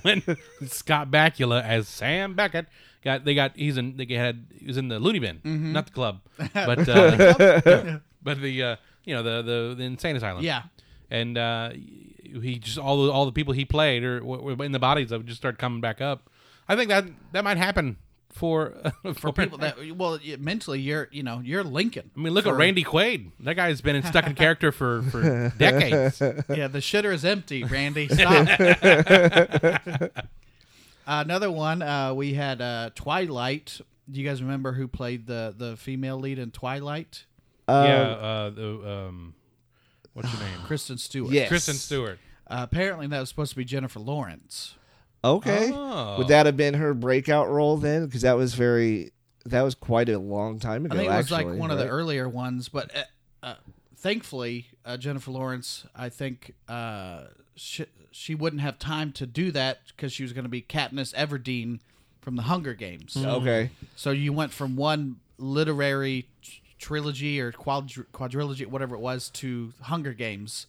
Speaker 2: when Scott Bakula as Sam Beckett got they got he's in they had he was in the loony bin,
Speaker 1: Mm-hmm.
Speaker 2: not the club, but uh, but the uh, you know the, the the insane asylum.
Speaker 1: Yeah.
Speaker 2: and uh, he just all the, all the people he played or w- w- in the bodies of just start coming back up. I think that that might happen for for
Speaker 1: People that well, you- mentally, you're you know you're Lincoln.
Speaker 2: I mean, look at Randy Quaid. That guy's been in stuck in character for, for decades.
Speaker 3: Uh,
Speaker 1: yeah, the shitter is empty, Randy. Stop. Another one. Uh, we had uh, Twilight. Do you guys remember who played the the female lead in Twilight?
Speaker 2: yeah, uh, the, um, what's your name?
Speaker 1: Kristen Stewart.
Speaker 3: Yes.
Speaker 2: Kristen Stewart.
Speaker 1: Uh, apparently, that was supposed to be Jennifer Lawrence.
Speaker 3: Okay.
Speaker 2: Oh.
Speaker 3: Would that have been her breakout role then? Because that was very, that was quite a long time ago.
Speaker 1: I think it was
Speaker 3: actually,
Speaker 1: like one of the
Speaker 3: right?
Speaker 1: earlier ones, but uh, uh, thankfully, uh, Jennifer Lawrence, I think uh, she, she wouldn't have time to do that because she was going to be Katniss Everdeen from the Hunger Games.
Speaker 3: Okay.
Speaker 1: So you went from one literary tr- trilogy or quadri- quadrilogy, whatever it was, to Hunger Games.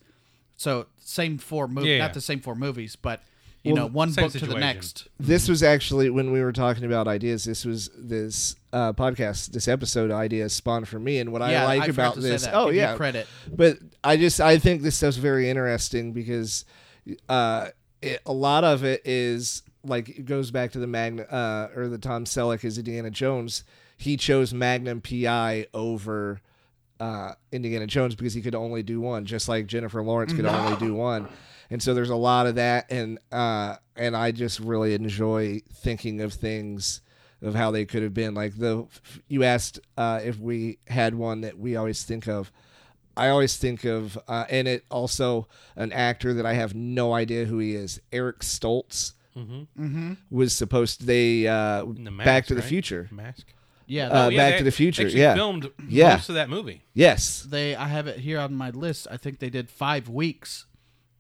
Speaker 1: So same four movies,
Speaker 2: Yeah.
Speaker 1: not the same four movies, but you know, one
Speaker 2: same
Speaker 1: book to the
Speaker 2: situation.
Speaker 1: next.
Speaker 3: This was actually when we were talking about ideas. This was this uh, podcast, this episode idea spawned for me, and what
Speaker 1: yeah,
Speaker 3: I like
Speaker 1: forgot
Speaker 3: about
Speaker 1: to say
Speaker 3: this.
Speaker 1: that.
Speaker 3: Oh
Speaker 1: Give you
Speaker 3: yeah,
Speaker 1: credit.
Speaker 3: but I just I think this stuff's very interesting because uh, it, a lot of it is like it goes back to the Magna uh, or the Tom Selleck is Indiana Jones. He chose Magnum PI over uh, Indiana Jones because he could only do one, just like Jennifer Lawrence could only do one. And so there's a lot of that, and uh, and I just really enjoy thinking of things of how they could have been. Like the you asked uh, if we had one that we always think of. I always think of, uh, and it also an actor that I have no idea who he is. Eric Stoltz was supposed they uh,
Speaker 2: Mm-hmm. The Mask,
Speaker 3: Back to the
Speaker 2: right?
Speaker 3: Future.
Speaker 2: Mask.
Speaker 1: Yeah,
Speaker 3: Uh,
Speaker 2: yeah,
Speaker 3: Back
Speaker 2: they
Speaker 3: to the Future,
Speaker 2: actually
Speaker 3: yeah.
Speaker 2: filmed
Speaker 3: Yeah.
Speaker 2: most of that movie.
Speaker 3: Yes,
Speaker 1: they I have it here on my list. I think they did five weeks,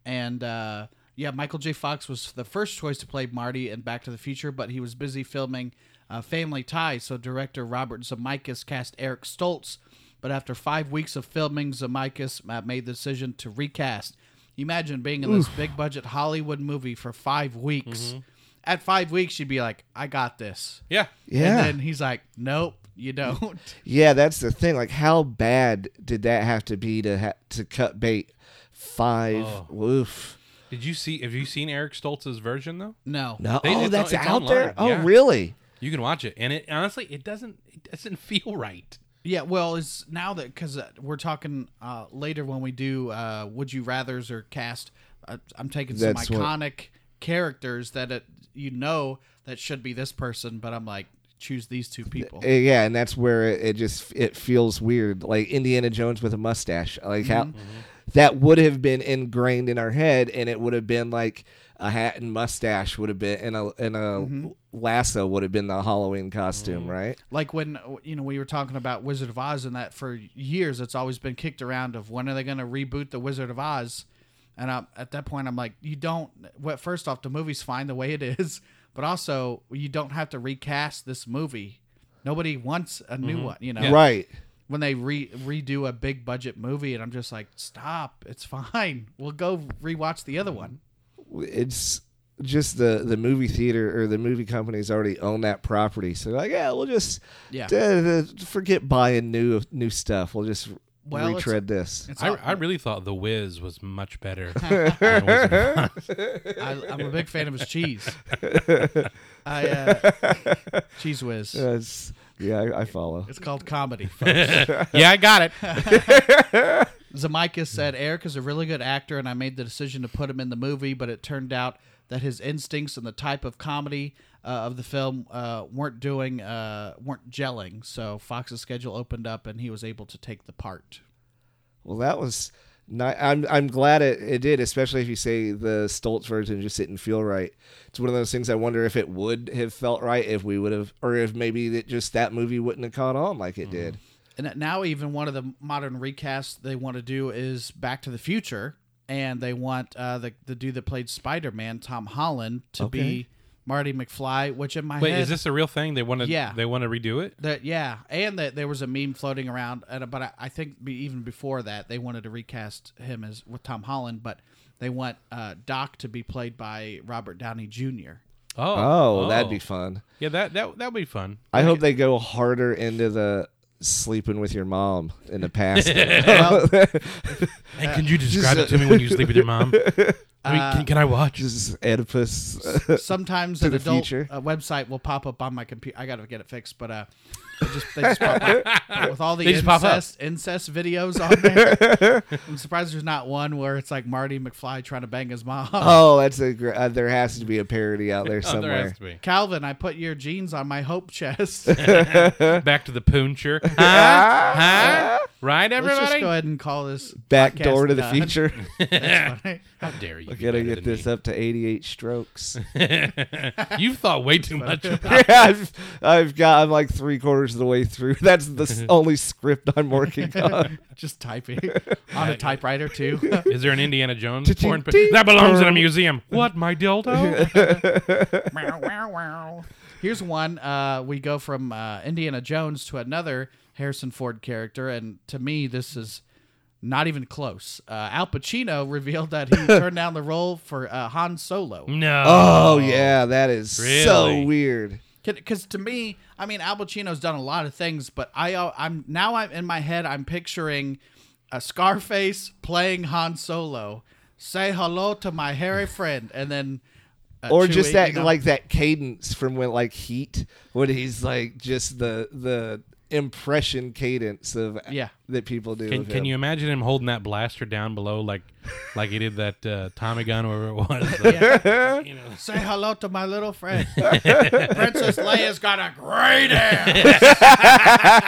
Speaker 1: and uh, yeah, Michael J. Fox was the first choice to play Marty in Back to the Future, but he was busy filming uh, Family Ties, so director Robert Zemeckis cast Eric Stoltz. But after five weeks of filming, Zemeckis uh, made the decision to recast. Imagine being in this big budget Hollywood movie for five weeks.
Speaker 3: Mm-hmm.
Speaker 1: At five weeks, you'd be like, "I got this,"
Speaker 2: Yeah.
Speaker 3: yeah,
Speaker 1: and then he's like, "Nope, you don't."
Speaker 3: yeah. That's the thing. Like, how bad did that have to be to ha- to cut bait? Five.
Speaker 2: Oh.
Speaker 3: Woof.
Speaker 2: Did you see? Have you seen Eric Stoltz's version though?
Speaker 1: No,
Speaker 3: No.
Speaker 2: They-
Speaker 3: oh,
Speaker 2: it's
Speaker 3: that's
Speaker 2: on- it's
Speaker 3: out there.
Speaker 2: online,
Speaker 3: Oh,
Speaker 2: yeah.
Speaker 3: really?
Speaker 2: You can watch it, and it honestly, it doesn't. It doesn't feel right.
Speaker 1: Yeah, well, it's now that because we're talking uh, later when we do uh, would you rather's or cast. Uh, I'm taking some
Speaker 3: That's what-
Speaker 1: iconic characters that it, you know that should be this person, but I'm like choose these two people.
Speaker 3: Uh, Yeah, and that's where it, it just it feels weird, like Indiana Jones with a mustache. Like how
Speaker 1: Mm-hmm.
Speaker 3: that would have been ingrained in our head, and it would have been like a hat and mustache would have been, and a and a
Speaker 1: Mm-hmm.
Speaker 3: lasso would have been the Halloween costume, right?
Speaker 1: like when uh, you know we were talking about Wizard of Oz and that for years it's always been kicked around of when are they going to reboot the Wizard of Oz, and I, at that point I'm like you don't. Well, first off, the movie's fine the way it is, but also you don't have to recast this movie. Nobody wants a new one, you know.
Speaker 3: Right.
Speaker 1: When they re- redo a big budget movie, and I'm just like, stop, it's fine. We'll go rewatch the other one.
Speaker 3: It's just the the movie theater or the movie companies already own that property, so like yeah, we'll just
Speaker 1: Yeah.
Speaker 3: duh, duh, forget buying new new stuff. We'll just
Speaker 1: Well, it's-
Speaker 3: retread this.
Speaker 1: It's
Speaker 2: I,
Speaker 1: all-
Speaker 2: I really thought The Wiz was much better. than Wizard of Oz.
Speaker 1: I, I'm a big fan of his cheese. I, uh, cheese whiz.
Speaker 3: That's- yeah, I, I follow.
Speaker 1: It's called comedy. folks.
Speaker 2: yeah, I got it.
Speaker 1: Zemeckis said Eric is a really good actor, and I made the decision to put him in the movie, but it turned out that his instincts and the type of comedy uh, of the film uh, weren't doing uh, weren't gelling. So Fox's schedule opened up, and he was able to take the part.
Speaker 3: Well, that was not. I'm I'm glad it, it did, especially if you say the Stoltz version just didn't feel right. It's one of those things. I wonder if it would have felt right if we would have, or if maybe that just that movie wouldn't have caught on like it
Speaker 2: Mm-hmm.
Speaker 3: did.
Speaker 1: And now, even one of the modern recasts they want to do is Back to the Future, and they want uh, the the dude that played Spider Man, Tom Holland, to be Marty McFly, which in my
Speaker 2: Wait,
Speaker 1: head
Speaker 2: is this a real thing? They want to
Speaker 1: Yeah.
Speaker 2: they want to redo it?
Speaker 1: that yeah, and that there was a meme floating around, and but I, I think be, even before that they wanted to recast him as with Tom Holland, but they want uh, Doc to be played by Robert Downey Jr.
Speaker 2: Oh,
Speaker 3: Oh, that'd
Speaker 2: oh.
Speaker 3: be fun.
Speaker 2: Yeah, that that that'd be fun.
Speaker 3: I hope they go harder into the sleeping with your mom in the past.
Speaker 1: Uh,
Speaker 2: And can you describe it to me when you sleep with your mom? I mean, can, can I watch?
Speaker 3: Just Oedipus.
Speaker 1: Sometimes
Speaker 3: To
Speaker 1: an
Speaker 3: the
Speaker 1: adult
Speaker 3: future.
Speaker 1: uh, website will pop up on my computer. I got to get it fixed, but uh, they just, they just pop up But with all the
Speaker 2: They just pop up.
Speaker 1: incest incest videos on there. I'm surprised there's not one where it's like Marty McFly trying to bang his mom.
Speaker 3: oh, that's a. Gr- uh, there has to be a parody out there
Speaker 2: Oh, there
Speaker 3: somewhere.
Speaker 2: has to be.
Speaker 1: Calvin, I put your jeans on my hope chest.
Speaker 2: Back to the pooncher. Huh? huh? Right,
Speaker 1: Let's
Speaker 2: everybody.
Speaker 1: just go ahead and call this
Speaker 3: Back
Speaker 1: podcast
Speaker 3: door to the
Speaker 1: done.
Speaker 3: future.
Speaker 1: That's funny.
Speaker 2: How dare you? be
Speaker 3: Gotta
Speaker 2: better
Speaker 3: get
Speaker 2: than
Speaker 3: this up to 88 strokes.
Speaker 2: me. You've thought way too much. about
Speaker 3: yeah, I've, I've got. I'm like three quarters of the way through. That's the s- only script I'm working on.
Speaker 1: just typing on a typewriter too.
Speaker 2: Is there an Indiana Jones
Speaker 3: Cha-ching,
Speaker 2: porn? pic-
Speaker 3: ting.
Speaker 2: that belongs in a museum. What, my dildo?
Speaker 1: Wow, wow, wow. Here's one. Uh, we go from uh, Indiana Jones to another Harrison Ford character, and to me, this is not even close. Uh, Al Pacino revealed that he turned down the role for uh, Han Solo.
Speaker 2: no.
Speaker 3: Oh, yeah, that is so
Speaker 2: Really?
Speaker 3: weird.
Speaker 1: because to me, I mean, Al Pacino's done a lot of things, but I, uh, I'm now I'm in my head, I'm picturing a Scarface playing Han Solo. Say hello to my hairy friend, and then uh,
Speaker 3: or
Speaker 1: Chewie,
Speaker 3: just that
Speaker 1: you know,
Speaker 3: like that cadence from when like Heat, when he's like just the the impression cadence of
Speaker 1: Yeah.
Speaker 3: that people do.
Speaker 2: Can,
Speaker 3: of
Speaker 2: can
Speaker 3: him.
Speaker 2: you imagine him holding that blaster down below like like he did that uh, Tommy gun or whatever it was?
Speaker 1: yeah. Say hello to my little friend. Princess Leia's got a great ass.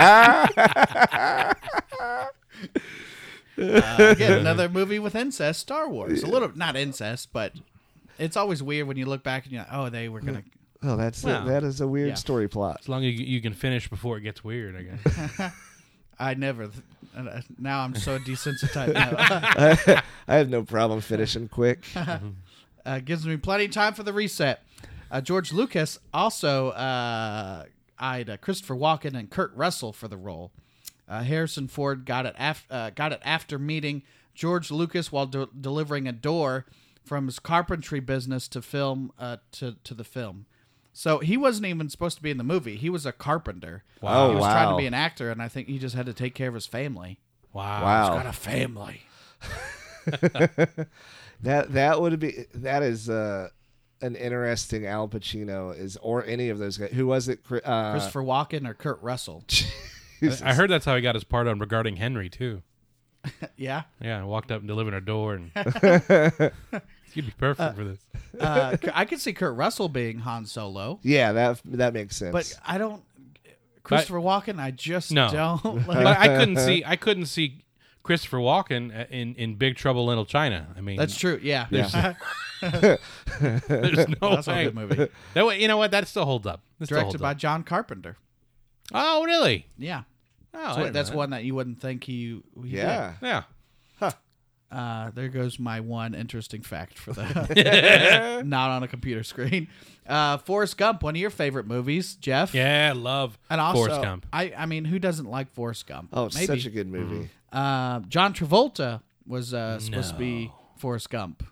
Speaker 1: Uh, again, another movie with incest, Star Wars. A little, not incest, but it's always weird when you look back and you're like, oh, they were gonna.
Speaker 3: Oh, that's
Speaker 2: Well,
Speaker 3: a, that is a weird
Speaker 1: yeah.
Speaker 3: story plot.
Speaker 2: As long as you, you can finish before it gets weird, I guess.
Speaker 1: I never. th- uh, Now I'm so desensitized. Now.
Speaker 3: I have no problem finishing quick.
Speaker 1: uh, gives me plenty of time for the reset. Uh, George Lucas also uh, eyed uh, Christopher Walken and Kurt Russell for the role. Uh, Harrison Ford got it, af- uh, got it after meeting George Lucas while de- delivering a door from his carpentry business to film uh, to to the film. So he wasn't even supposed to be in the movie. He was a carpenter.
Speaker 3: Wow.
Speaker 1: He was
Speaker 3: Oh,
Speaker 1: trying to
Speaker 3: wow.
Speaker 1: be an actor, and I think he just had to take care of his family.
Speaker 2: Wow.
Speaker 1: Got
Speaker 3: Wow,
Speaker 1: a family.
Speaker 3: that that would be that is uh, an interesting Al Pacino is or any of those guys. Who was it? Chri- Uh,
Speaker 1: Christopher Walken or Kurt Russell?
Speaker 2: I I heard that's how he got his part on regarding Henry too.
Speaker 1: yeah.
Speaker 2: Yeah, I walked up and delivered a door, and you'd be perfect for this.
Speaker 1: uh, I could see Kurt Russell being Han Solo,
Speaker 3: yeah, that that makes sense.
Speaker 1: but I don't. Christopher Walken, I just
Speaker 2: No.
Speaker 1: don't.
Speaker 2: But
Speaker 1: Like,
Speaker 2: I couldn't see. I couldn't see Christopher Walken uh, in in Big Trouble in Little China. I mean,
Speaker 1: that's true. Yeah,
Speaker 3: Yeah.
Speaker 2: there's no
Speaker 1: that's
Speaker 2: way.
Speaker 1: a good movie.
Speaker 2: That way, you know what? That still holds up. That still
Speaker 1: Directed
Speaker 2: holds
Speaker 1: by
Speaker 2: up.
Speaker 1: John Carpenter.
Speaker 2: Oh, really?
Speaker 1: Yeah,
Speaker 2: Oh,
Speaker 1: So
Speaker 2: wait a
Speaker 1: that's
Speaker 2: minute.
Speaker 1: one that you wouldn't think he. he did.
Speaker 3: yeah,
Speaker 2: Yeah.
Speaker 1: Uh, there goes my one interesting fact for the not on a computer screen. Uh, Forrest Gump, one of your favorite movies, Jeff.
Speaker 2: Yeah, love.
Speaker 1: And also,
Speaker 2: Forrest Gump.
Speaker 1: I I mean, who doesn't like Forrest Gump?
Speaker 3: oh, it's such a good movie.
Speaker 1: uh, John Travolta was uh, supposed to be Forrest Gump.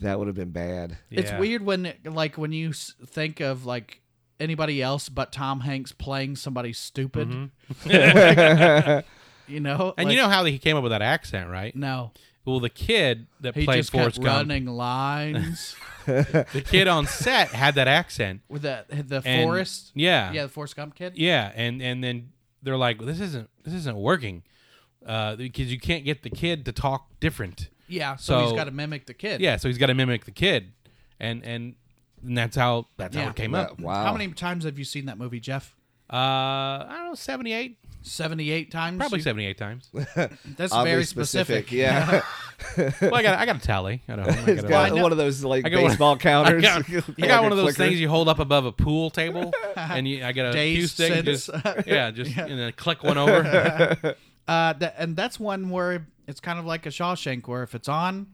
Speaker 3: That would have been bad.
Speaker 1: It's
Speaker 2: Yeah.
Speaker 1: weird when like when you s- think of like anybody else but Tom Hanks playing somebody stupid. you know,
Speaker 2: Mm-hmm. And
Speaker 1: Like,
Speaker 2: you know how he came up with that accent, right?
Speaker 1: no,
Speaker 2: Well, the kid that
Speaker 1: he
Speaker 2: played
Speaker 1: just
Speaker 2: Forrest
Speaker 1: kept
Speaker 2: Gump,
Speaker 1: running lines
Speaker 2: the kid on set had that accent.
Speaker 1: with the the
Speaker 2: And-
Speaker 1: forest.
Speaker 2: Yeah.
Speaker 1: yeah, the Forrest Gump kid.
Speaker 2: Yeah, and and then they're like, "This isn't this isn't working," uh, because you can't get the kid to talk different.
Speaker 1: Yeah, so, he's
Speaker 2: So-
Speaker 1: got to mimic the kid.
Speaker 2: Yeah, so he's got to mimic the kid, and and, and that's how that's
Speaker 1: Yeah.
Speaker 2: how it came
Speaker 3: Wow.
Speaker 2: up.
Speaker 3: wow.
Speaker 1: How many times have you seen that movie, Jeff?
Speaker 2: Uh, I don't know, seventy eight,
Speaker 1: Seventy eight times.
Speaker 2: probably
Speaker 1: You-
Speaker 2: seventy eight times.
Speaker 1: That's
Speaker 3: Oddly
Speaker 1: very specific.
Speaker 3: Yeah.
Speaker 2: well, I got I got a tally. I don't. know. I got,
Speaker 3: It's
Speaker 2: a-
Speaker 3: got
Speaker 1: I know-
Speaker 3: one of those like
Speaker 2: I got one-
Speaker 3: baseball
Speaker 2: I
Speaker 3: counters.
Speaker 2: got, I
Speaker 3: Like
Speaker 2: got
Speaker 3: a
Speaker 2: one of those
Speaker 3: clicker.
Speaker 2: things you hold up above a pool table, and you, I got a
Speaker 1: Days
Speaker 2: few
Speaker 1: since.
Speaker 2: stick, just, yeah, just and then click one over.
Speaker 1: Uh, that, and that's one where it's kind of like a Shawshank, where if it's on,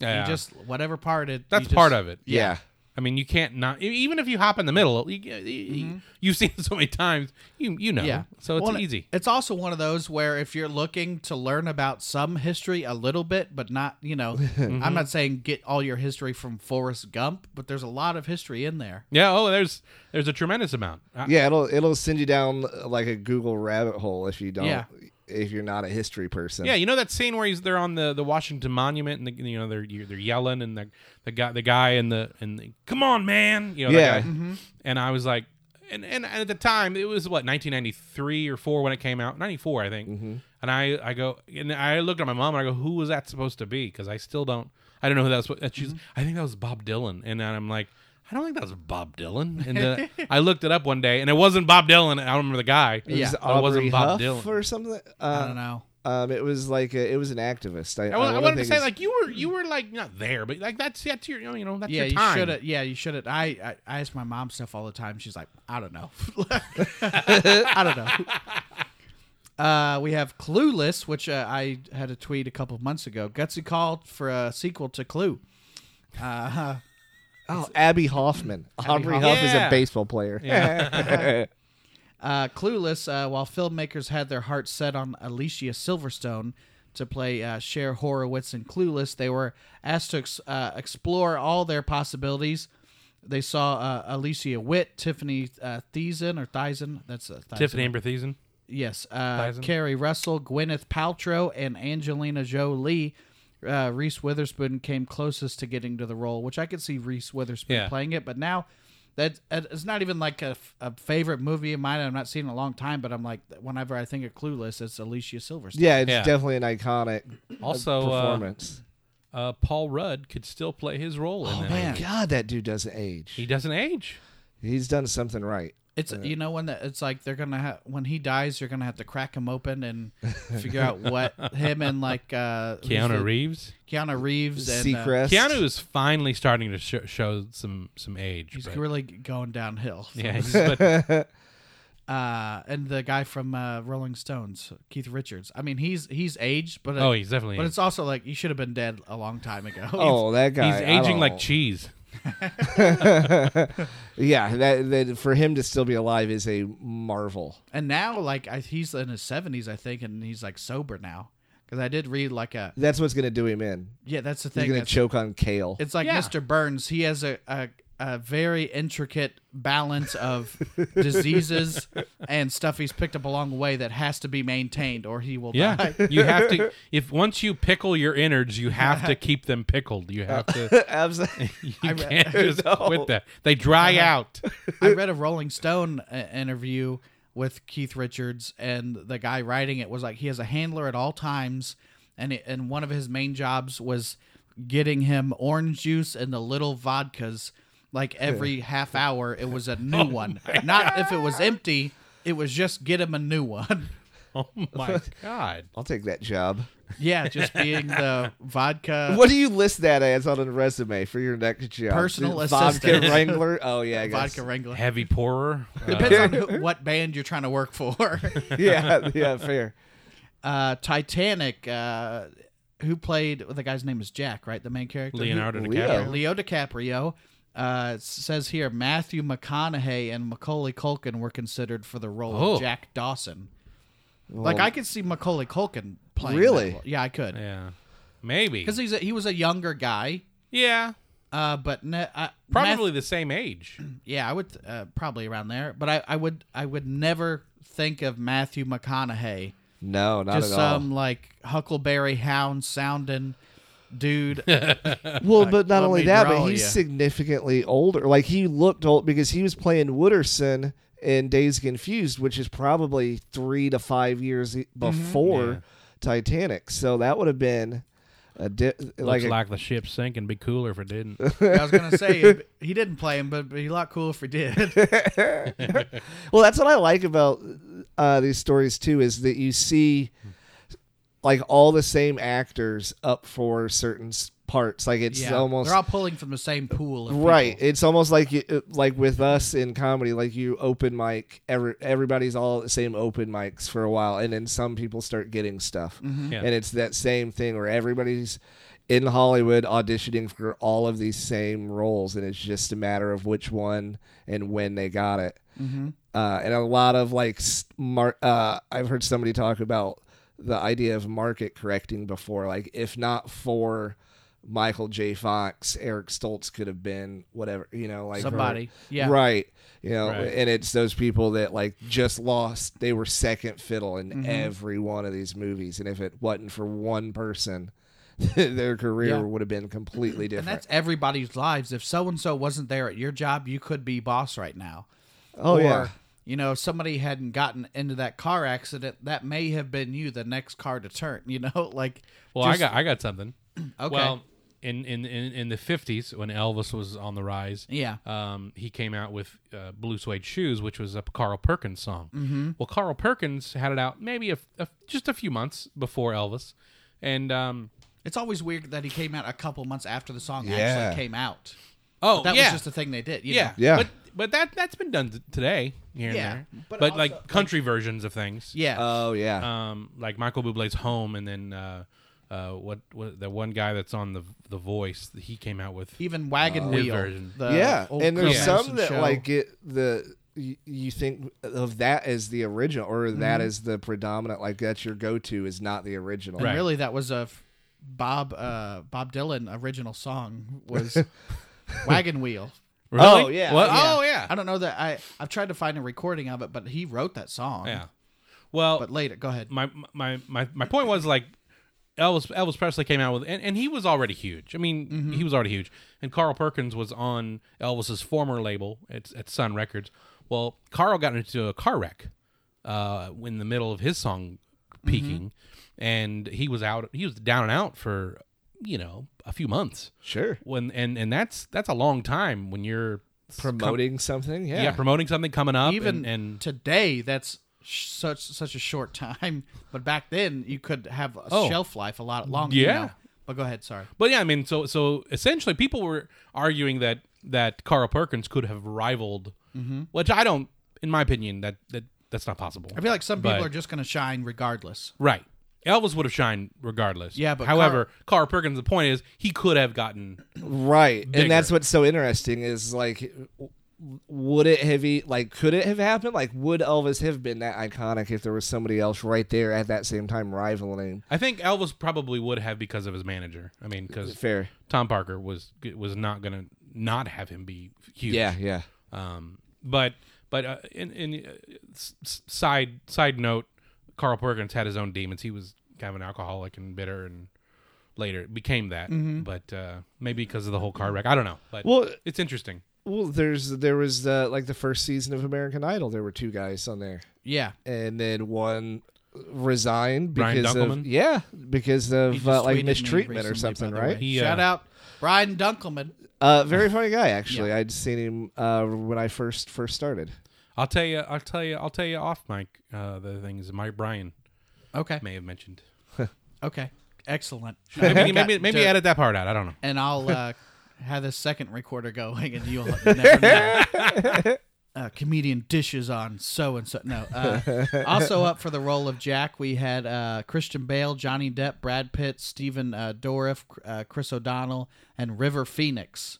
Speaker 2: Yeah,
Speaker 1: you just whatever part it.
Speaker 2: that's
Speaker 1: you just-
Speaker 2: part of it.
Speaker 3: Yeah.
Speaker 2: I I mean, you can't not e- even if you hop in the middle. You, you, You've seen it so many times, you you know.
Speaker 1: Mm-hmm. Yeah.
Speaker 2: So it's
Speaker 1: Well, and
Speaker 2: easy.
Speaker 1: It's also one of those where if you're looking to learn about some history a little bit, but not, you know, I'm
Speaker 2: Mm-hmm.
Speaker 1: not saying get all your history from Forrest Gump, but there's a lot of history in there.
Speaker 2: Yeah. Oh, there's there's a tremendous amount. I-
Speaker 3: Yeah, it'll it'll send you down uh, like a Google rabbit hole if you don't
Speaker 1: Yeah.
Speaker 3: if you're not a history person.
Speaker 2: Yeah, you know that scene where he's they're on the, the Washington Monument and the, you know they're you're- they're yelling and the the guy the guy and the and the, come on man, you know. that
Speaker 3: Yeah. Mm-hmm.
Speaker 2: guy. And I was like, and, and and at the time it was what 1993 or four when it came out, 94 I think.
Speaker 3: Mm-hmm.
Speaker 2: And I I go and I looked at my mom and I go, who was that supposed to be? Because I still don't I don't know who that was. supposed- And she's
Speaker 3: Mm-hmm.
Speaker 2: I think that was Bob Dylan. And then I'm like. I don't think that was Bob Dylan. And then I looked it up one day, and it wasn't Bob Dylan. I don't remember the guy.
Speaker 3: It
Speaker 1: Yeah.
Speaker 3: was
Speaker 1: It
Speaker 2: But it wasn't
Speaker 3: Aubrey
Speaker 2: Bob
Speaker 3: Huff
Speaker 2: Dylan.
Speaker 3: or something.
Speaker 1: I
Speaker 3: Uh,
Speaker 1: don't know.
Speaker 3: um, it was like a, it was an activist. I,
Speaker 2: I, wa- I
Speaker 3: wanna
Speaker 2: wanted to
Speaker 3: think
Speaker 2: say
Speaker 3: it's-
Speaker 2: like you were you were like not there, but like that's that's your you know that's
Speaker 1: Yeah,
Speaker 2: your
Speaker 1: you
Speaker 2: time.
Speaker 1: should have. Yeah, you should have. I, I I ask my mom stuff all the time. She's like, I don't know. I don't know. Uh, we have Clueless, which uh, I had a tweet a couple of months ago. Gutsy called for a sequel to Clue.
Speaker 3: oh Abby Hoffman. Aubrey
Speaker 1: Hoffman.
Speaker 3: Huff is a
Speaker 2: Yeah.
Speaker 3: baseball player.
Speaker 1: Uh, Clueless, uh, while filmmakers had their hearts set on Alicia Silverstone to play uh, Cher Horowitz in Clueless, they were asked to ex- uh, explore all their possibilities. They saw uh, Alicia Witt, Tiffany uh, Thiessen, or Thiessen. That's uh, Thiessen.
Speaker 2: Tiffany Amber Thiessen.
Speaker 1: Yes, uh,
Speaker 2: Thiessen?
Speaker 1: Carrie Russell, Gwyneth Paltrow, and Angelina Jolie. Uh, Reese Witherspoon came closest to getting to the role, which I could see Reese Witherspoon
Speaker 2: Yeah.
Speaker 1: playing it. But now that that- it's not even like a, f- a favorite movie of mine. i am not seen in a long time, but I'm like whenever I think of Clueless, it's Alicia Silverstone.
Speaker 3: yeah, it's
Speaker 2: Yeah.
Speaker 3: definitely an iconic
Speaker 2: Also, uh,
Speaker 3: performance.
Speaker 2: uh, Paul Rudd could still play his role in
Speaker 1: Oh,
Speaker 2: that.
Speaker 1: man.
Speaker 3: God, that dude doesn't age.
Speaker 2: He doesn't age.
Speaker 3: He's done something right.
Speaker 1: It's you know when the, it's like they're gonna ha- when he dies, you're gonna have to crack him open and figure out what him and like uh, who's
Speaker 2: Keanu
Speaker 1: the-
Speaker 2: Reeves.
Speaker 1: Keanu Reeves and uh,
Speaker 3: Seacrest.
Speaker 2: Keanu is finally starting to sh- show some some age.
Speaker 1: he's
Speaker 2: but-
Speaker 1: really going downhill.
Speaker 2: yeah, he's- but
Speaker 1: uh, and the guy from uh, Rolling Stones, Keith Richards. I mean, he's he's aged, but uh,
Speaker 2: oh, he's definitely
Speaker 1: but it's also like you should have been dead a long time ago.
Speaker 3: Oh, that guy.
Speaker 2: he's
Speaker 3: I
Speaker 2: aging
Speaker 3: don't-
Speaker 2: like cheese.
Speaker 3: yeah, that, that for him to still be alive is a marvel.
Speaker 1: and now like I, he's in his seventies, I think, and he's like sober now. Because I did read like a
Speaker 3: That's what's going to do him in.
Speaker 1: yeah, that's the
Speaker 3: He's
Speaker 1: thing.
Speaker 3: going to
Speaker 1: That's,
Speaker 3: choke on kale.
Speaker 1: it's like
Speaker 2: Yeah.
Speaker 1: Mr. Burns. He has a, a a very intricate balance of diseases and stuff he's picked up along the way that has to be maintained, or he will
Speaker 2: Yeah,
Speaker 1: die.
Speaker 2: you have to. If once you pickle your innards, you have to keep them pickled. You have to.
Speaker 3: Absolutely.
Speaker 2: You
Speaker 1: re-
Speaker 2: can't just quit that. They dry out.
Speaker 1: I read a Rolling Stone uh, interview with Keith Richards, and the guy writing it was like he has a handler at all times, and it, and one of his main jobs was getting him orange juice and the little vodkas. Like every half hour, it was a new one. Not if it was empty. It was just get him a new one.
Speaker 2: Oh my god.
Speaker 3: I'll take that job.
Speaker 1: yeah, just being the vodka.
Speaker 3: What do you list that as on a resume for your next job?
Speaker 1: Personal
Speaker 3: Vodka
Speaker 1: assistant.
Speaker 3: Wrangler. Oh yeah, I guess.
Speaker 1: Vodka Wrangler.
Speaker 2: heavy pourer. uh,
Speaker 1: Depends on who, what band you're trying to work for.
Speaker 3: yeah, yeah, fair.
Speaker 1: uh, Titanic, uh, who played the guy's name is Jack, right? The main character, Who-
Speaker 2: Leonardo
Speaker 3: Leo.
Speaker 1: Yeah,
Speaker 2: DiCaprio.
Speaker 1: Leo DiCaprio. Uh, it says here Matthew McConaughey and Macaulay Culkin were considered for the role
Speaker 2: Oh.
Speaker 1: of Jack Dawson. like I could see Macaulay Culkin playing. that
Speaker 3: Really?
Speaker 1: role. Yeah, I could.
Speaker 2: Yeah, maybe.
Speaker 1: Because he's a, he was a younger guy,
Speaker 2: Yeah,
Speaker 1: uh, but ne- uh,
Speaker 2: probably the same age.
Speaker 1: yeah, I would uh, probably around there. But I, I would I would never think of Matthew McConaughey
Speaker 3: No, not
Speaker 1: just
Speaker 3: at all.
Speaker 1: some like Huckleberry Hound sounding dude.
Speaker 3: well, but not
Speaker 1: let
Speaker 3: only
Speaker 1: me
Speaker 3: that,
Speaker 1: draw
Speaker 3: but he's
Speaker 1: ya.
Speaker 3: significantly older. Like he looked old because he was playing Wooderson in Days Confused, which is probably three to five years e- before Titanic. So that would have been a di- like
Speaker 2: Looks
Speaker 3: a,
Speaker 2: like the ship's sinking. Be cooler if it didn't.
Speaker 1: I was gonna say he didn't play him, but it'd be a lot cool if he did.
Speaker 3: Well, that's what I like about uh, these stories too is that you see like all the same actors up for certain s- parts. Like it's
Speaker 1: Yeah,
Speaker 3: almost
Speaker 1: they're all pulling from the same pool. Of people.
Speaker 3: right. It's almost like you, uh, like with us in comedy, like you open mic, every, everybody's all at the same open mics
Speaker 1: Mm-hmm.
Speaker 3: for a while, and then some people start getting stuff,
Speaker 2: Yeah.
Speaker 3: and it's that same thing where everybody's. in Hollywood auditioning for all of these same roles, and it's just a matter of which one and when they got it.
Speaker 1: Mm-hmm.
Speaker 3: Uh, and a lot of like smart. Uh, I've heard somebody talk about the idea of market correcting before. Like, if not for Michael J. Fox, Eric Stoltz could have been whatever. You know, like
Speaker 1: Somebody. Yeah.
Speaker 3: Right. You know,
Speaker 2: Right.
Speaker 3: and it's those people that like just lost. They were second fiddle in
Speaker 1: Mm-hmm.
Speaker 3: every one of these movies, and if it wasn't for one person, their career
Speaker 1: Yeah.
Speaker 3: would have been completely
Speaker 1: And
Speaker 3: different.
Speaker 1: that's everybody's lives. If so and so wasn't there at your job, you could be boss right now.
Speaker 3: Oh, yeah.
Speaker 1: You know, if somebody hadn't gotten into that car accident, that may have been you the next car to turn. You know, like
Speaker 2: Well,
Speaker 1: just-
Speaker 2: I got I got something.
Speaker 1: Okay.
Speaker 2: Well, in in in, in the fifties when Elvis was on the rise,
Speaker 1: Yeah.
Speaker 2: um, he came out with uh, "Blue Suede Shoes," which was a Carl Perkins song. Mm-hmm. Well, Carl Perkins had it out maybe a, a- just a few months before Elvis, and um,
Speaker 1: It's always weird that he came out a couple months after the song
Speaker 3: Yeah.
Speaker 1: actually came out.
Speaker 2: oh
Speaker 1: That
Speaker 2: yeah,
Speaker 1: was just a thing they did. You
Speaker 2: yeah,
Speaker 1: know?
Speaker 3: Yeah.
Speaker 2: But but that that's been done t- today here
Speaker 1: Yeah,
Speaker 2: and there.
Speaker 1: but
Speaker 2: But,
Speaker 1: also-
Speaker 2: like country versions of things,
Speaker 1: yeah.
Speaker 3: Oh yeah.
Speaker 2: um, like Michael Bublé's "Home," and then uh, uh, what, what the one guy that's on the the Voice, he came out with.
Speaker 1: Even wagon
Speaker 2: His
Speaker 1: wheel.
Speaker 2: Uh, version.
Speaker 1: the
Speaker 3: yeah,
Speaker 1: Uh, old
Speaker 3: and there's
Speaker 1: Chris
Speaker 2: Carl
Speaker 3: some
Speaker 1: Madison
Speaker 3: that
Speaker 1: show.
Speaker 3: like get the you, you think of that as the original or
Speaker 1: Mm-hmm.
Speaker 3: that as the predominant like that's your go-to is not the original.
Speaker 1: And
Speaker 2: Right.
Speaker 1: really, that was a f- Bob uh, Bob Dylan original song was wagon wheel.
Speaker 2: Really?
Speaker 3: Oh, yeah.
Speaker 2: What?
Speaker 1: Yeah.
Speaker 2: Oh yeah.
Speaker 1: I don't know that I I've tried to find a recording of it, but he wrote that song.
Speaker 2: Yeah. Well,
Speaker 1: But later, go ahead.
Speaker 2: my my my my point was like Elvis Elvis Presley came out with and, and he was already huge. I mean, he was already huge. And Carl Perkins was on Elvis's former label at, at Sun Records. Well, Carl got into a car wreck uh, in the middle of his song peaking, and he was out. He was down and out for you know a few months.
Speaker 3: Sure.
Speaker 2: When and and that's that's a long time when you're
Speaker 3: Promoting something, yeah.
Speaker 2: yeah, promoting something coming up
Speaker 1: Even
Speaker 2: and, and
Speaker 1: today, that's sh- such such a short time. But back then, you could have a
Speaker 2: Oh.
Speaker 1: shelf life a lot longer.
Speaker 2: Yeah.
Speaker 1: now. But go ahead. Sorry.
Speaker 2: But yeah, I mean, so so essentially, people were arguing that that Carl Perkins could have rivaled, which I don't, in my opinion, that that that's not possible.
Speaker 1: Mm-hmm. I feel like some people
Speaker 2: But-
Speaker 1: are just going to shine regardless.
Speaker 2: right. Elvis would have shined regardless.
Speaker 1: Yeah, but
Speaker 2: however, Carl Perkins. The point is, he could have gotten
Speaker 3: Right.
Speaker 2: Bigger.
Speaker 3: And that's what's so interesting is like w- would it have e- like could it have happened? Like would Elvis have been that iconic if there was somebody else right there at that same time rivaling?
Speaker 2: I think Elvis probably would have because of his manager. I mean, because
Speaker 3: Fair.
Speaker 2: Tom Parker was was not gonna not have him be huge.
Speaker 3: Yeah, yeah.
Speaker 2: Um, but but uh, in in uh, s- s- side side note, Carl Perkins had his own demons. He was kind of an alcoholic and bitter, and later became that. But uh, maybe because of the whole car wreck, I don't know. But
Speaker 3: Mm-hmm. Well-
Speaker 2: it's interesting.
Speaker 3: Well, there's there was the like the first season of American Idol. There were two guys on there.
Speaker 1: Yeah.
Speaker 3: and then one resigned
Speaker 2: Brian
Speaker 3: because
Speaker 2: Dunkelman?
Speaker 3: of yeah because
Speaker 1: He
Speaker 3: of
Speaker 1: just
Speaker 3: uh, like
Speaker 1: tweeted me
Speaker 3: mistreatment or
Speaker 1: recently,
Speaker 3: something
Speaker 1: by the way.
Speaker 3: right
Speaker 2: He,
Speaker 1: Shout
Speaker 2: uh,
Speaker 1: out Brian Dunkelman.
Speaker 3: uh very funny guy actually i'd seen him uh when i first first started
Speaker 2: I'll tell you. I'll tell you. I'll tell you off mic. Uh, the things Mike Bryan
Speaker 1: Okay.
Speaker 2: may have mentioned.
Speaker 1: Okay. Excellent.
Speaker 2: Maybe maybe, maybe edit that part out. I don't know.
Speaker 1: and I'll uh, have the second recorder going, and you'll never know. Uh, comedian dishes on so and so. No. Uh, also up for the role of Jack, we had uh, Christian Bale, Johnny Depp, Brad Pitt, Stephen uh, Dorff, uh, Chris O'Donnell, and River Phoenix.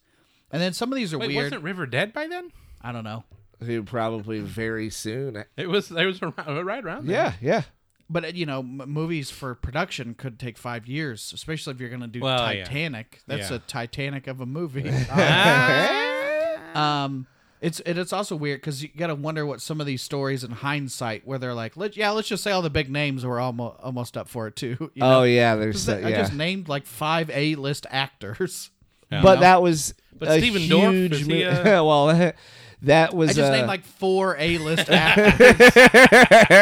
Speaker 1: And then some of these are
Speaker 2: Wait,
Speaker 1: weird.
Speaker 2: wasn't River dead by then?
Speaker 1: I don't know,
Speaker 3: who probably very soon
Speaker 2: It was. It was around, right around. then.
Speaker 3: yeah yeah
Speaker 1: but uh, you know, m- movies for production could take five years, especially if you're going to do
Speaker 2: Well, yeah.
Speaker 1: Titanic. That's
Speaker 2: Yeah.
Speaker 1: a Titanic of a movie.
Speaker 2: Ah.
Speaker 1: Um, it's and it's also weird because you gotta wonder what some of these stories in hindsight, where they're like, let, yeah, let's just say all the big names were almost almost up for it too. you know?
Speaker 3: oh yeah there's
Speaker 1: 'Cause
Speaker 3: that,
Speaker 1: I
Speaker 3: yeah
Speaker 1: just named like five A list actors.
Speaker 2: Yeah.
Speaker 3: but that was
Speaker 2: But
Speaker 3: a
Speaker 2: Stephen Dorff,
Speaker 3: huge
Speaker 2: is he,
Speaker 3: mo- well that was
Speaker 1: I just
Speaker 3: uh,
Speaker 1: named like four A list actors.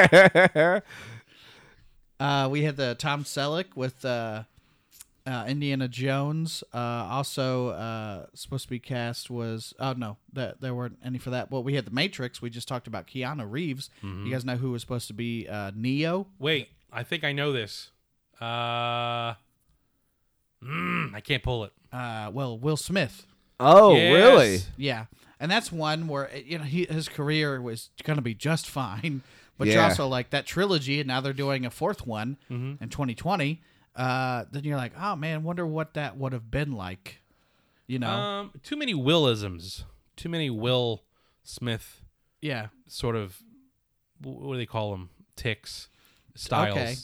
Speaker 1: uh, we had the Tom Selleck with uh, uh, Indiana Jones. Uh, also uh, supposed to be cast was oh no, that there weren't any for that. Well, we had the Matrix. We just talked about Keanu Reeves. You guys know who was supposed to be uh, Neo.
Speaker 2: Wait, I think I know this. Uh, mm, I can't pull it.
Speaker 1: uh, well, Will Smith.
Speaker 3: oh
Speaker 2: Yes.
Speaker 3: really
Speaker 1: Yeah, and that's one where eh, you know he, his career was going to be just fine, but you're
Speaker 3: Yeah.
Speaker 1: also like that trilogy, and now they're doing a fourth one in 2020. uh, then you're like, oh man, wonder what that would have been like. You know?
Speaker 2: Um, too many Willisms. Too many Will Smith
Speaker 1: yeah.
Speaker 2: sort of wh- what do they call them? Ticks, styles.
Speaker 1: Okay.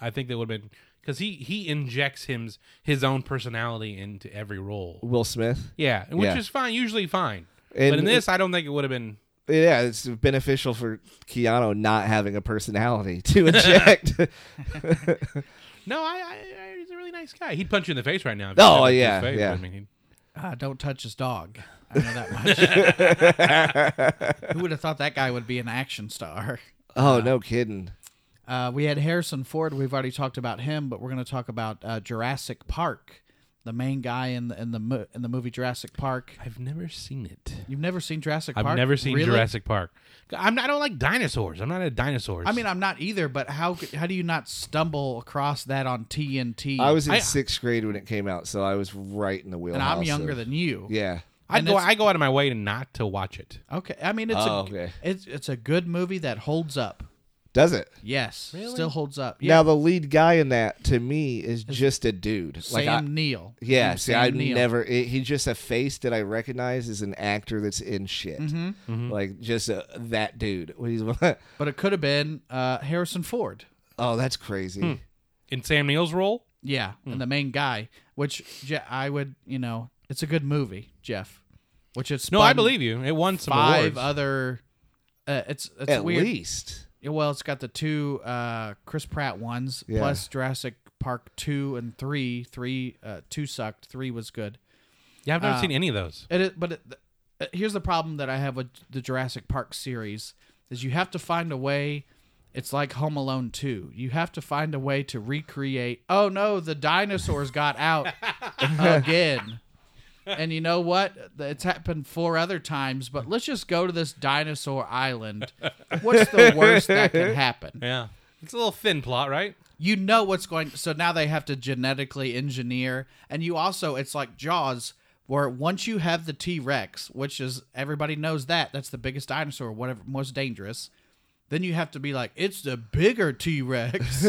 Speaker 2: I think that would have been because he he injects his his own personality into every role.
Speaker 3: Will Smith.
Speaker 2: Yeah, which
Speaker 3: Yeah.
Speaker 2: is fine. Usually fine.
Speaker 3: And
Speaker 2: but in this, I don't think it would have been.
Speaker 3: yeah, it's beneficial for Keanu not having a personality to inject.
Speaker 2: No, I, I, I he's a really nice guy. He'd punch you in the face right now. if you
Speaker 3: Oh,
Speaker 2: stepped in
Speaker 3: yeah,
Speaker 2: his face.
Speaker 3: yeah.
Speaker 2: I mean, he'd-
Speaker 1: Ah, don't touch his dog. I know that much. Who would have thought that guy would be an action star?
Speaker 3: oh, no kidding.
Speaker 1: Uh, we had Harrison Ford. We've already talked about him, but we're going to talk about uh, Jurassic Park, the main guy in the in the mo- in the movie Jurassic Park.
Speaker 2: I've never seen it.
Speaker 1: You've never seen Jurassic
Speaker 2: I've
Speaker 1: Park?
Speaker 2: never seen
Speaker 1: Really?
Speaker 2: Jurassic Park. I'm not, I don't like dinosaurs. I'm not a dinosaurs.
Speaker 1: I mean, I'm not either. But how could- how do you not stumble across that on TNT?
Speaker 3: I was in
Speaker 2: I-
Speaker 3: sixth grade when it came out, so I was right in the wheelhouse.
Speaker 1: and I'm younger
Speaker 3: of-
Speaker 1: than you.
Speaker 3: Yeah.
Speaker 2: I
Speaker 1: and
Speaker 2: go
Speaker 1: it's-
Speaker 2: I go out of my way to not to watch it.
Speaker 1: Okay. I mean, it's a
Speaker 3: Oh, okay.
Speaker 1: it's it's a good movie that holds up.
Speaker 3: Does it?
Speaker 1: Yes,
Speaker 2: Really?
Speaker 1: still holds up.
Speaker 3: Now
Speaker 1: Yeah.
Speaker 3: the lead guy in that to me is just a dude.
Speaker 1: Sam
Speaker 3: Like I,
Speaker 1: Neill.
Speaker 3: yeah,
Speaker 1: Sam
Speaker 3: see, I
Speaker 1: Neill.
Speaker 3: never. It, he's just a face that I recognize as an actor that's in shit.
Speaker 1: Mm-hmm.
Speaker 3: Like just a, that dude. He's-
Speaker 1: But it could have been uh, Harrison Ford.
Speaker 3: oh, that's crazy.
Speaker 1: Hmm.
Speaker 2: In Sam Neill's role,
Speaker 1: Yeah,
Speaker 3: Hmm.
Speaker 1: and the main guy, which Je- I would, you know, it's a good movie, Jeff. Which it's
Speaker 2: no, I believe you. It won some
Speaker 1: five
Speaker 2: awards.
Speaker 1: other. Uh, it's it's
Speaker 3: At
Speaker 1: weird.
Speaker 3: least.
Speaker 1: Yeah, Well, it's got the two uh, Chris Pratt ones
Speaker 3: Yeah.
Speaker 1: plus Jurassic Park two and three. Three uh, two sucked. Three was good.
Speaker 2: yeah, I've
Speaker 1: uh,
Speaker 2: never seen any of those.
Speaker 1: It, is- but it, th- uh, here's the problem that I have with the Jurassic Park series is you have to find a way. It's like Home Alone 2. You have to find a way to recreate. Oh no, the dinosaurs got out again. And you know what? It's happened four other times, but let's just go to this dinosaur island. What's the worst that can happen?
Speaker 2: Yeah, it's a little thin plot, right?
Speaker 1: you know what's going so now they have to genetically engineer and you also it's like jaws where once you have the t-rex which is everybody knows that that's the biggest dinosaur whatever most dangerous then you have to be like it's the bigger t-rex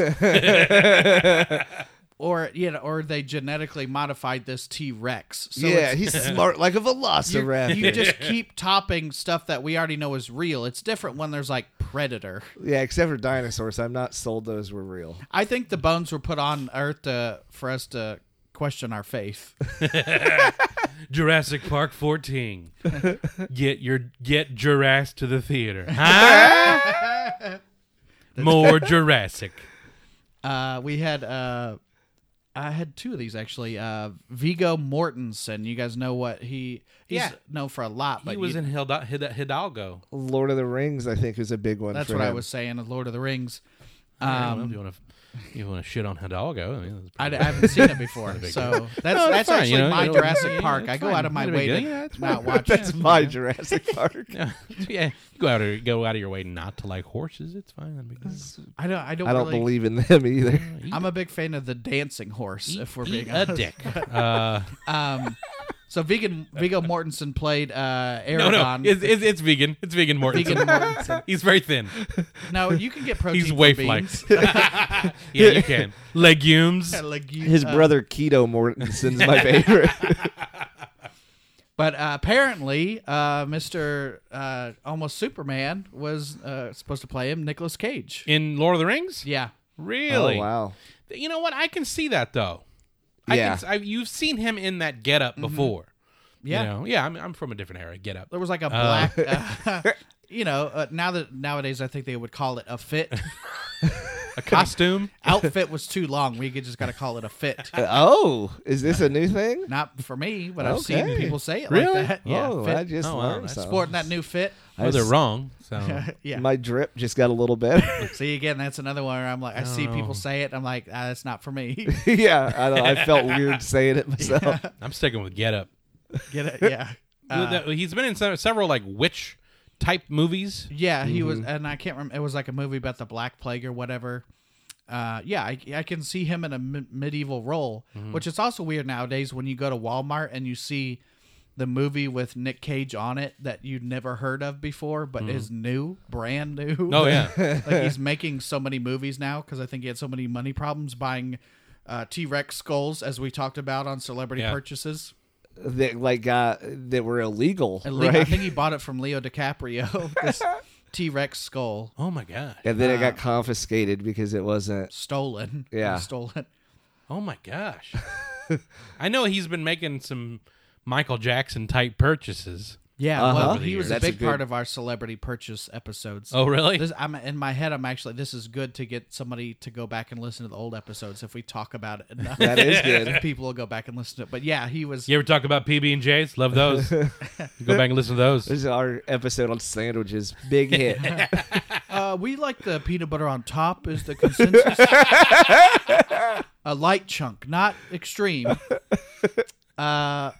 Speaker 1: or you know or they genetically modified this t-rex so
Speaker 3: yeah,
Speaker 1: it's-
Speaker 3: he's smart like a
Speaker 1: you,
Speaker 3: velociraptor.
Speaker 1: you just keep topping stuff that we already know is real it's different when there's like predator
Speaker 3: yeah, except for dinosaurs, I'm not sold. Those were real.
Speaker 1: I think the bones were put on Earth to, for us to question our faith.
Speaker 2: Jurassic Park 14. get your get Jurassic to the theater. Huh? More Jurassic.
Speaker 1: Uh, we had uh, I had two of these actually. Uh, Vigo Mortensen, you guys know what he he's
Speaker 2: Yeah.
Speaker 1: known for a lot, but
Speaker 2: He was
Speaker 1: you-
Speaker 2: in Hidal- Hid- Hidalgo.
Speaker 3: Lord of the Rings, I think, is a big one.
Speaker 1: that's
Speaker 3: for
Speaker 1: what I
Speaker 3: him.
Speaker 1: was saying. in Lord of the Rings.
Speaker 2: Yeah, well,
Speaker 1: Um,
Speaker 2: if you want to, you want to shit on Hidalgo. I mean, that's
Speaker 1: I, I
Speaker 2: pretty-
Speaker 1: haven't seen it before,
Speaker 2: big
Speaker 1: so that's
Speaker 2: No, it's
Speaker 1: that's
Speaker 2: fine,
Speaker 1: actually
Speaker 2: you know,
Speaker 1: my
Speaker 2: it'll-
Speaker 1: Jurassic
Speaker 2: yeah,
Speaker 1: Park. I
Speaker 2: it's
Speaker 1: go
Speaker 2: fine.
Speaker 1: out of my
Speaker 2: Not a
Speaker 1: way
Speaker 2: big
Speaker 1: to
Speaker 2: deal. Yeah, it's
Speaker 1: not
Speaker 2: fine.
Speaker 1: watch
Speaker 3: That's
Speaker 1: it.
Speaker 3: my Jurassic Park.
Speaker 2: yeah, yeah, go out of go out of your way not to like horses. It's fine. That'd be good.
Speaker 1: I don't. I don't.
Speaker 3: I don't
Speaker 1: really-
Speaker 3: believe in them either.
Speaker 1: I'm a big fan of the dancing horse. if we're
Speaker 2: Eat
Speaker 1: being
Speaker 2: a
Speaker 1: honest.
Speaker 2: dick. Uh,
Speaker 1: Um, so vegan Vigo Mortensen played uh,
Speaker 2: no,
Speaker 1: Aragon.
Speaker 2: no, it's, it's, it's vegan. It's vegan Morton.
Speaker 1: vegan Mortensen.
Speaker 2: He's very thin.
Speaker 1: No, you can get protein.
Speaker 2: He's
Speaker 1: from
Speaker 2: waif like.
Speaker 1: beans.
Speaker 2: yeah, you can. Legumes.
Speaker 1: Like you-
Speaker 3: His
Speaker 1: uh,
Speaker 3: brother Keto Mortensen's my favorite.
Speaker 1: But uh, apparently, uh, Mister uh, almost Superman was uh, supposed to play him, Nicolas Cage.
Speaker 2: In Lord of the Rings?
Speaker 1: Yeah,
Speaker 2: Really?
Speaker 3: Oh wow.
Speaker 2: You know what? I can see that though.
Speaker 3: Yeah.
Speaker 2: I can, s- I, you've seen him in that getup before.
Speaker 1: Mm-hmm. yeah.
Speaker 2: You know? Yeah, I'm, I'm from a different era. Get up.
Speaker 1: There was like a black. Uh, you know, uh, now that nowadays I think they would call it a fit.
Speaker 2: A costume?
Speaker 1: Outfit was too long. We could just got to call it a fit.
Speaker 3: Uh, Oh, is this a new thing?
Speaker 1: Not for me, but I've seen
Speaker 3: Okay.
Speaker 1: people say it
Speaker 2: Really?
Speaker 1: like that. Yeah,
Speaker 3: oh,
Speaker 1: fit.
Speaker 3: I just
Speaker 2: Oh, wow,
Speaker 3: learned
Speaker 2: that's
Speaker 3: something.
Speaker 1: sporting that new fit.
Speaker 2: Well, they're
Speaker 3: s-
Speaker 2: wrong. So
Speaker 1: yeah.
Speaker 3: My drip just got a little better.
Speaker 1: See again, that's another one where I'm like, I see people say it, I'm like, ah, that's not for me.
Speaker 3: yeah, I, don't, I felt weird saying it myself.
Speaker 2: I'm sticking with Get Up.
Speaker 1: Get it? Yeah. Uh,
Speaker 2: He's been in se- several like witch type movies.
Speaker 1: Yeah, he
Speaker 2: Mm-hmm.
Speaker 1: was, and I can't remember. It was like a movie about the Black Plague or whatever. Uh, yeah, I, I can see him in a m- medieval role,
Speaker 2: Mm-hmm.
Speaker 1: which is also weird nowadays when you go to Walmart and you see the movie with Nick Cage on it that you'd never heard of before, but is new, brand new.
Speaker 2: Mm-hmm. Oh yeah.
Speaker 1: like he's making so many movies now because I think he had so many money problems buying uh, T Rex skulls, as we talked about on celebrity
Speaker 2: Yeah.
Speaker 1: purchases.
Speaker 3: that like got that were illegal,
Speaker 1: And Leo- I
Speaker 3: right?
Speaker 1: think he bought it from Leo DiCaprio. this T Rex skull
Speaker 2: Oh my gosh.
Speaker 3: and then it
Speaker 1: Ah.
Speaker 3: got confiscated because it wasn't.
Speaker 1: stolen. It was
Speaker 3: Yeah.
Speaker 1: stolen.
Speaker 2: Oh my gosh. I know he's been making some Michael Jackson type purchases.
Speaker 1: Yeah,
Speaker 3: Uh-huh.
Speaker 1: well,
Speaker 3: Over the
Speaker 1: he was
Speaker 2: years.
Speaker 1: a
Speaker 3: That's a
Speaker 1: big
Speaker 3: good-
Speaker 1: part of our celebrity purchase episodes.
Speaker 2: Oh really?
Speaker 1: This, I'm in my head. I'm actually. This is good to get somebody to go back and listen to the old episodes if we talk about it enough.
Speaker 3: That is good.
Speaker 1: People will go back and listen to it. But yeah, he was.
Speaker 2: you ever talk about PB and J's? Love those. Go back and listen to those.
Speaker 3: This is our episode on sandwiches. Big hit.
Speaker 1: Uh, we like the peanut butter on top. Is the consensus a light chunk, not extreme? Uh,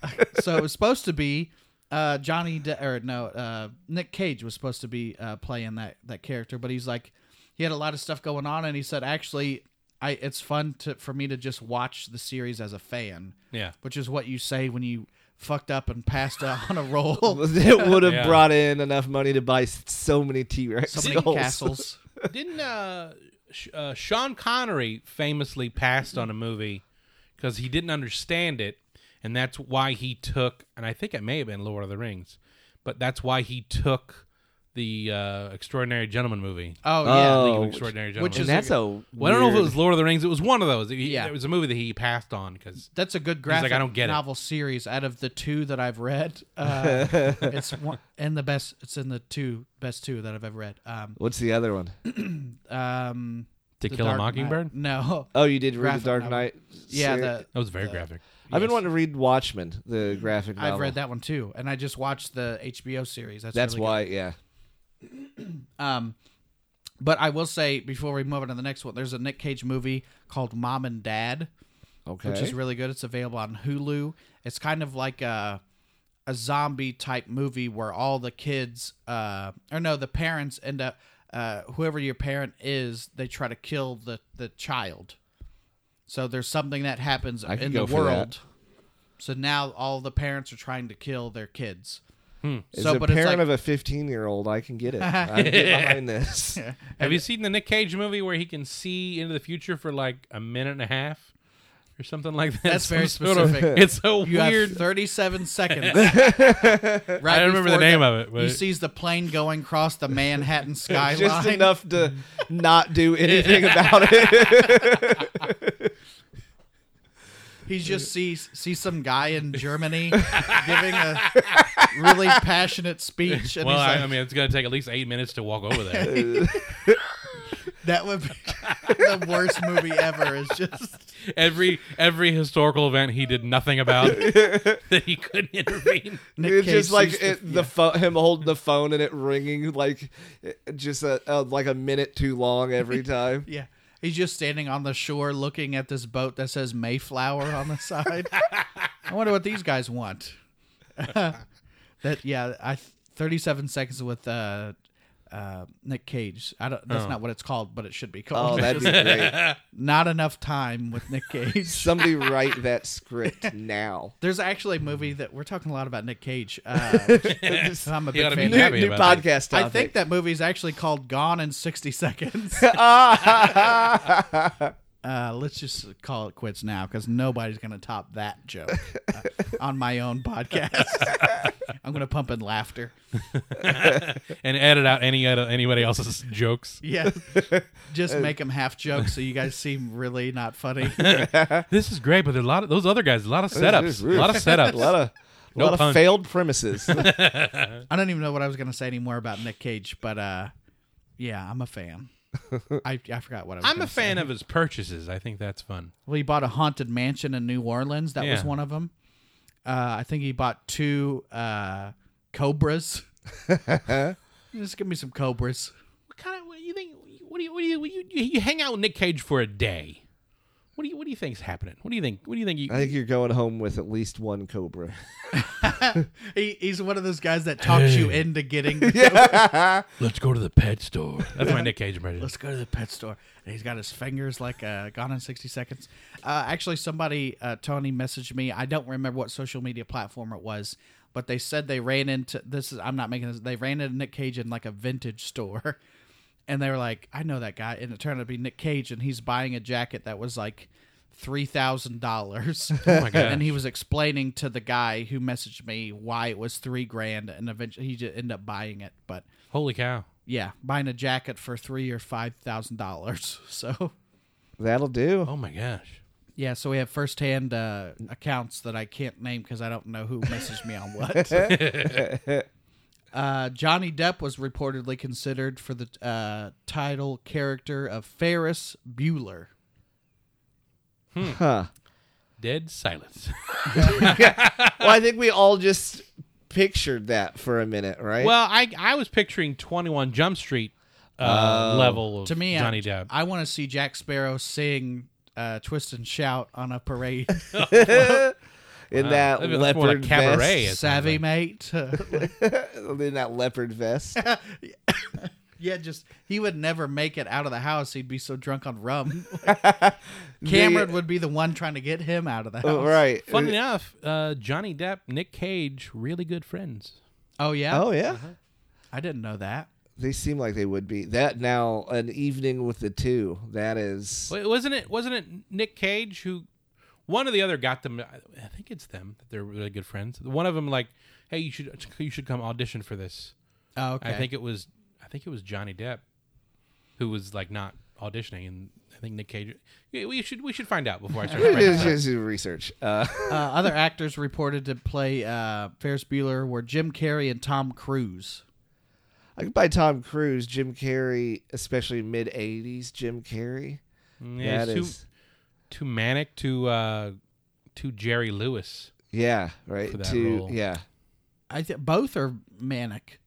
Speaker 1: so it was supposed to be uh, Johnny De- or no uh, Nick Cage was supposed to be uh, playing that that character, but he's like he had a lot of stuff going on, and he said actually. I, it's fun to, for me to just watch the series as a fan.
Speaker 2: Yeah.
Speaker 1: which is what you say when you fucked up and passed out on a roll.
Speaker 3: it would have
Speaker 2: Yeah.
Speaker 3: brought in enough money to buy s- so many T Rex
Speaker 1: So many castles.
Speaker 2: Didn't uh, Sh- uh, Sean Connery famously passed on a movie because he didn't understand it, and that's why he took. And I think it may have been Lord of the Rings, but that's why he took the uh, Extraordinary Gentleman movie.
Speaker 1: Oh yeah,
Speaker 2: I think it was
Speaker 3: Oh, which-
Speaker 2: Extraordinary Gentleman.
Speaker 1: which
Speaker 3: And that's a. Weird,
Speaker 2: Well, I don't know if it was Lord of the Rings. It was one of those. He-
Speaker 1: Yeah.
Speaker 2: It was a movie that he passed on because
Speaker 1: that's a good
Speaker 2: like, "I
Speaker 1: graphic
Speaker 2: don't get it."
Speaker 1: novel series out of the two that I've read. Uh, it's one and the best. It's in the two best two that I've ever read. Um,
Speaker 3: What's the other one?
Speaker 1: um,
Speaker 2: To
Speaker 1: The
Speaker 2: Kill
Speaker 1: Dark
Speaker 2: a Mockingbird.
Speaker 1: Knight- No,
Speaker 3: Oh, you did
Speaker 1: Graphic
Speaker 3: read the Dark
Speaker 1: novel.
Speaker 3: Knight.
Speaker 1: yeah,
Speaker 3: ser-
Speaker 1: the,
Speaker 2: That was very graphic.
Speaker 3: I've been wanting to read Watchmen, the graphic novel.
Speaker 1: I've read that one too, and I just watched the HBO series. That's
Speaker 3: That's
Speaker 1: really good.
Speaker 3: why, yeah.
Speaker 1: Um, but I will say before we move on to the next one, there's a Nick Cage movie called Mom and Dad.
Speaker 3: Okay.
Speaker 1: which is really good. It's available on Hulu. It's kind of like a a zombie type movie where all the kids, uh, or no, the parents end up, uh, whoever your parent is, they try to kill the the child. So there's something that happens
Speaker 3: I could
Speaker 1: in
Speaker 3: go
Speaker 1: the
Speaker 3: for that.
Speaker 1: world. So now all the parents are trying to kill their kids.
Speaker 2: Hmm.
Speaker 3: As
Speaker 1: So,
Speaker 3: a
Speaker 1: but it's
Speaker 3: parent
Speaker 1: like-
Speaker 3: of a 15 year old, I can get it. I can get behind this.
Speaker 2: Have you seen the Nick Cage movie where he can see into the future for like a minute and a half or something like that?
Speaker 1: That's very
Speaker 2: Some sort of-
Speaker 1: specific.
Speaker 2: it's so
Speaker 1: You
Speaker 2: weird.
Speaker 1: have 37 seconds. right
Speaker 2: I don't remember the
Speaker 1: before
Speaker 2: name of it.
Speaker 1: He
Speaker 2: But
Speaker 1: sees the plane going across the Manhattan skyline.
Speaker 3: Just enough to not do anything about it.
Speaker 1: He just sees sees some guy in Germany giving a really passionate speech, and
Speaker 2: well,
Speaker 1: he's
Speaker 2: I,
Speaker 1: like,
Speaker 2: I mean, it's going to take at least eight minutes to walk over there.
Speaker 1: "That would be the worst movie ever." Is just
Speaker 2: every every historical event he did nothing about that he couldn't intervene.
Speaker 1: Nick
Speaker 3: it's
Speaker 1: Cage
Speaker 3: just like
Speaker 1: sees
Speaker 3: it, the phone, him holding the phone and it ringing like just a, a like a minute too long every time.
Speaker 1: yeah. He's just standing on the shore looking at this boat that says Mayflower on the side. I wonder what these guys want. that yeah, I thirty seven seconds with uh, uh, Nick Cage. I don't. That's not what it's called, but it should be
Speaker 3: Oh,
Speaker 1: called.
Speaker 3: that'd be great.
Speaker 1: not enough time with Nick Cage.
Speaker 3: Somebody write that script now.
Speaker 1: There's actually a movie that we're talking a lot about Nick Cage. Uh, which- I'm a
Speaker 2: You
Speaker 1: big
Speaker 2: gotta be
Speaker 1: fan.
Speaker 2: happy
Speaker 1: of.
Speaker 3: New, new
Speaker 2: about
Speaker 3: podcast
Speaker 1: I
Speaker 3: topic.
Speaker 1: think that movie is actually called Gone in 60 Seconds. uh, let's just call it quits now because nobody's going to top that joke uh, on my own podcast. I'm going to pump in laughter.
Speaker 2: and edit out any other anybody else's jokes.
Speaker 1: Yeah.
Speaker 2: Uh,
Speaker 1: Just make them half jokes so you guys seem really not funny.
Speaker 2: This is great, but there's a lot of those other guys, a lot of
Speaker 3: is
Speaker 2: setups, a
Speaker 3: rude.
Speaker 2: lot of
Speaker 3: a
Speaker 2: setups.
Speaker 3: lot of, a lot
Speaker 2: pun.
Speaker 3: of failed premises.
Speaker 1: I don't even know what I was going to say anymore about Nick Cage, but uh, yeah, I'm a fan. I, I forgot what I was
Speaker 2: I'm a
Speaker 1: gonna say.
Speaker 2: fan of his purchases. I think that's fun.
Speaker 1: Well, he bought a haunted mansion in New Orleans. That was
Speaker 2: Yeah.
Speaker 1: one of them. Uh, I think he bought two uh, cobras. Just give me some cobras.
Speaker 2: What kind of what do you think? What do you what do you, what do you you you hang out with Nick Cage for a day? What do you what do you think's happening? What do you think? What do you think? You,
Speaker 3: I think you're going home with at least one cobra.
Speaker 1: He, he's one of those guys that talks you into getting.
Speaker 2: Let's go to the pet store. That's my Nick Cage impression.
Speaker 1: Let's go to the pet store. And he's got his fingers like uh, gone in 60 seconds. Uh, actually, somebody, uh, Tony, messaged me. I don't remember what social media platform it was, but they said they ran into this. Is, I'm not making this. They ran into Nick Cage in like a vintage store. And they were like, I know that guy. And it turned out to be Nick Cage, and he's buying a jacket that was like three thousand dollars.
Speaker 2: Oh my gosh.
Speaker 1: And he was explaining to the guy who messaged me why it was three grand, and eventually he just ended up buying it. But
Speaker 2: Holy cow.
Speaker 1: yeah, buying a jacket for three or five thousand dollars. So
Speaker 3: That'll do.
Speaker 2: Oh my gosh.
Speaker 1: yeah, so we have firsthand uh, accounts that I can't name because I don't know who messaged me on what. uh, Johnny Depp was reportedly considered for the uh, title character of Ferris Bueller.
Speaker 2: Oh.
Speaker 3: Huh.
Speaker 2: Dead silence.
Speaker 3: Well, I think we all just pictured that for a minute, right?
Speaker 2: well, I I was picturing 21 Jump Street uh,
Speaker 3: Oh.
Speaker 2: level of
Speaker 1: To me,
Speaker 2: Johnny
Speaker 1: I,
Speaker 2: Depp.
Speaker 1: I want to see Jack Sparrow sing uh, "Twist and Shout" on a parade.
Speaker 3: in
Speaker 2: Wow.
Speaker 3: that
Speaker 2: That'd be much uh, more like
Speaker 3: leopard
Speaker 2: cabaret.
Speaker 3: vest.
Speaker 2: It sounds
Speaker 1: Savvy
Speaker 2: like.
Speaker 1: mate.
Speaker 3: In that leopard vest.
Speaker 1: yeah, just he would never make it out of the house. He'd be so drunk on rum. Cameron would be the one trying to get him out of the house.
Speaker 3: Oh, right.
Speaker 2: Fun enough, uh, Johnny Depp, Nick Cage, really good friends.
Speaker 1: Oh yeah.
Speaker 3: Oh yeah.
Speaker 2: Uh-huh.
Speaker 1: I didn't know that.
Speaker 3: They seem like they would be. That now an evening with the two. That is
Speaker 2: Wait, wasn't it? Wasn't it Nick Cage who? One or the other got them. I think it's them that they're really good friends. One of them like, hey, you should you should come audition for this.
Speaker 1: Oh, okay.
Speaker 2: I think it was I think it was Johnny Depp who was like not auditioning, and I think Nick Cage. Yeah, we should we should find out before I start.
Speaker 3: It
Speaker 2: writing
Speaker 3: is
Speaker 2: this up.
Speaker 3: just research. Uh,
Speaker 1: uh, other actors reported to play uh, Ferris Bueller were Jim Carrey and Tom Cruise.
Speaker 3: I could buy Tom Cruise, Jim Carrey, especially mid '80s Jim Carrey.
Speaker 2: Yeah,
Speaker 3: that
Speaker 2: it's too
Speaker 3: is,
Speaker 2: too manic, too uh, too Jerry Lewis.
Speaker 3: yeah, right.
Speaker 2: for that
Speaker 3: To
Speaker 2: role.
Speaker 3: yeah,
Speaker 1: I th- both are manic.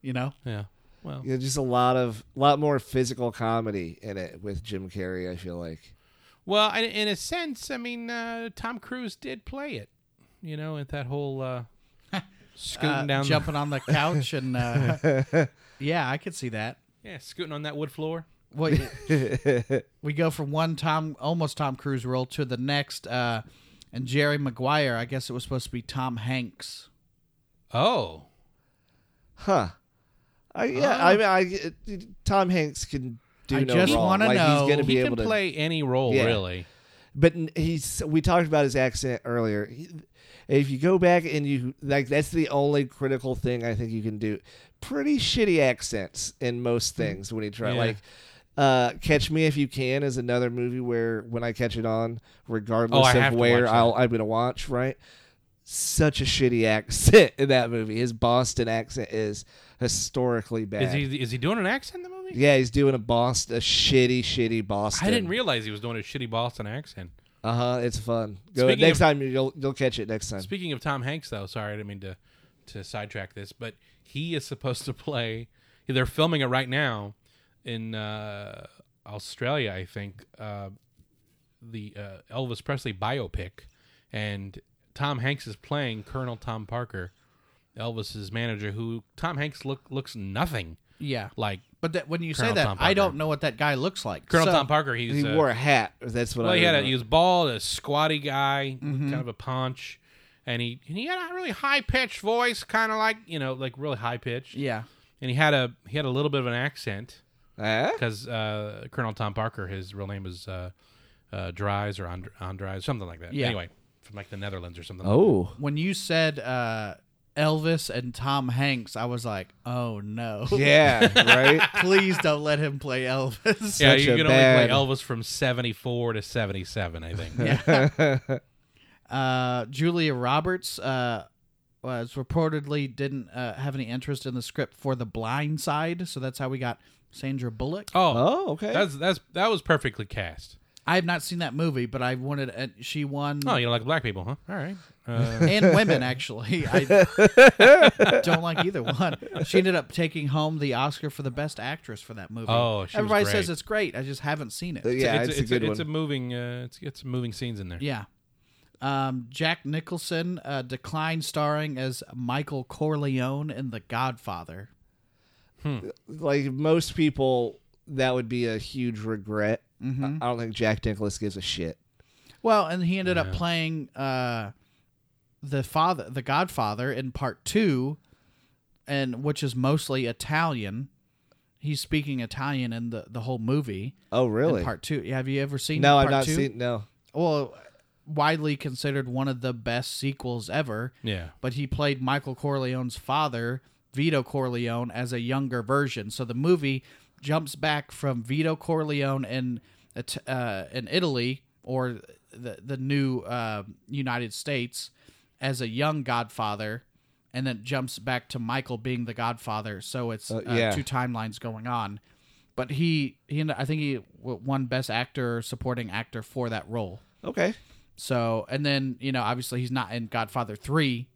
Speaker 1: You know.
Speaker 2: Yeah, well,
Speaker 3: yeah, just a lot of lot more physical comedy in it with Jim Carrey. I feel like
Speaker 2: well, I, in a sense, I mean, uh, Tom Cruise did play it. You know, at that whole uh, scooting
Speaker 1: Uh,
Speaker 2: down,
Speaker 1: jumping on the couch and uh, yeah, I could see that.
Speaker 2: the, yeah, scooting on that wood floor.
Speaker 1: Well, you- we go from one Tom, almost Tom Cruise role to the next, uh, and Jerry Maguire. I guess it was supposed to be Tom Hanks.
Speaker 2: Oh,
Speaker 3: Huh. I, yeah, I mean, I, it- Tom Hanks can do
Speaker 1: Uh. I
Speaker 3: no
Speaker 1: just
Speaker 3: wrong.
Speaker 1: wanna
Speaker 3: like,
Speaker 1: know-
Speaker 3: he's going to be
Speaker 2: he
Speaker 3: able
Speaker 2: can
Speaker 3: to
Speaker 2: play any role
Speaker 3: Yeah.
Speaker 2: really.
Speaker 3: But n- he's. We talked about his accent earlier. He, if you go back and you like, that's the only critical thing I think you can do. Pretty shitty accents in most things when you try.
Speaker 2: Hmm. Yeah.
Speaker 3: Like, uh, Catch Me If You Can is another movie where when I catch it on, regardless
Speaker 2: Oh, I have
Speaker 3: of
Speaker 2: to
Speaker 3: where
Speaker 2: watch that.
Speaker 3: I'll, I'm going to watch, right? Such a shitty accent in that movie. His Boston accent is historically bad.
Speaker 2: Is he is he doing an accent in the movie?
Speaker 3: Yeah, he's doing a Boston, a shitty, shitty Boston.
Speaker 2: I didn't realize he was doing a shitty Boston accent.
Speaker 3: Uh huh. It's fun. Go
Speaker 2: Speaking
Speaker 3: next
Speaker 2: of-
Speaker 3: time you'll you'll catch it next time.
Speaker 2: Speaking of Tom Hanks, though, sorry, I didn't mean to to sidetrack this, but he is supposed to play. They're filming it right now in uh, Australia, I think. Uh, the uh, Elvis Presley biopic, and Tom Hanks is playing Colonel Tom Parker, Elvis's manager, who Tom Hanks look looks nothing
Speaker 1: Yeah,
Speaker 2: like
Speaker 1: but that, when you
Speaker 2: Colonel
Speaker 1: say that,
Speaker 2: Tom
Speaker 1: I don't
Speaker 2: Parker.
Speaker 1: know what that guy looks like.
Speaker 2: Colonel
Speaker 1: So-
Speaker 2: Tom Parker. He's
Speaker 3: he
Speaker 2: uh,
Speaker 3: wore a hat. That's what
Speaker 2: Well,
Speaker 3: I
Speaker 2: he had a,
Speaker 3: remember.
Speaker 2: he was bald, a squatty guy, with
Speaker 3: Mm-hmm.
Speaker 2: kind of a paunch, and he and he had a really high pitched voice, kind of like you know, like really high pitched.
Speaker 1: Yeah,
Speaker 2: And he had a he had a little bit of an accent
Speaker 3: Huh?
Speaker 2: because uh, Colonel Tom Parker, his real name was uh, uh, Dries or And- Andries, something like that.
Speaker 1: Yeah.
Speaker 2: Anyway, from like the Netherlands or something. like
Speaker 3: Oh,
Speaker 1: when you said uh, Elvis and Tom Hanks, I was like, oh no,
Speaker 3: yeah, right.
Speaker 1: please don't let him play Elvis.
Speaker 2: that. Yeah,
Speaker 3: such
Speaker 2: you
Speaker 3: a
Speaker 2: can
Speaker 3: bad-
Speaker 2: only play Elvis from seventy four to seventy seven, I think.
Speaker 1: uh, Julia Roberts uh, was reportedly didn't uh, have any interest in the script for The Blind Side, so that's how we got Sandra Bullock.
Speaker 2: Oh,
Speaker 3: Oh, okay.
Speaker 2: that's that's that was perfectly cast.
Speaker 1: I have not seen that movie, but I wanted. Uh, she won
Speaker 2: Oh, you don't like black people, huh? All right. Uh,
Speaker 1: and women actually. I don't like either one. She ended up taking home the Oscar for the best actress for that movie.
Speaker 2: oh, she was
Speaker 1: everybody
Speaker 2: great.
Speaker 1: says it's great. I just haven't seen it.
Speaker 3: Uh, yeah, it's, a good
Speaker 2: It's a
Speaker 3: one.
Speaker 2: moving. Uh, it's it's moving scenes in there.
Speaker 1: Yeah. Um, Jack Nicholson uh, declined starring as Michael Corleone in The Godfather.
Speaker 3: like most people, that would be a huge regret.
Speaker 1: Mm-hmm.
Speaker 3: I I don't think Jack Nicklaus gives a shit.
Speaker 1: Well, and he ended up playing uh, the father, the Godfather, in part two, and which is mostly Italian. He's speaking Italian in the, the whole movie.
Speaker 3: Oh,
Speaker 1: in
Speaker 3: really?
Speaker 1: part two. Have you ever seen?
Speaker 3: no,
Speaker 1: part
Speaker 3: I've not
Speaker 1: two?
Speaker 3: seen. No,
Speaker 1: well, widely considered one of the best sequels ever.
Speaker 2: Yeah.
Speaker 1: But he played Michael Corleone's father, Vito Corleone, as a younger version. So the movie jumps back from Vito Corleone in It- uh, in Italy or the the new uh, United States as a young Godfather, and then jumps back to Michael being the Godfather. So it's uh,
Speaker 3: yeah.
Speaker 1: two timelines going on. But he, he, and I think he w- won Best Actor, Supporting Actor for that role.
Speaker 3: Okay.
Speaker 1: So, and then you know, obviously he's not in Godfather three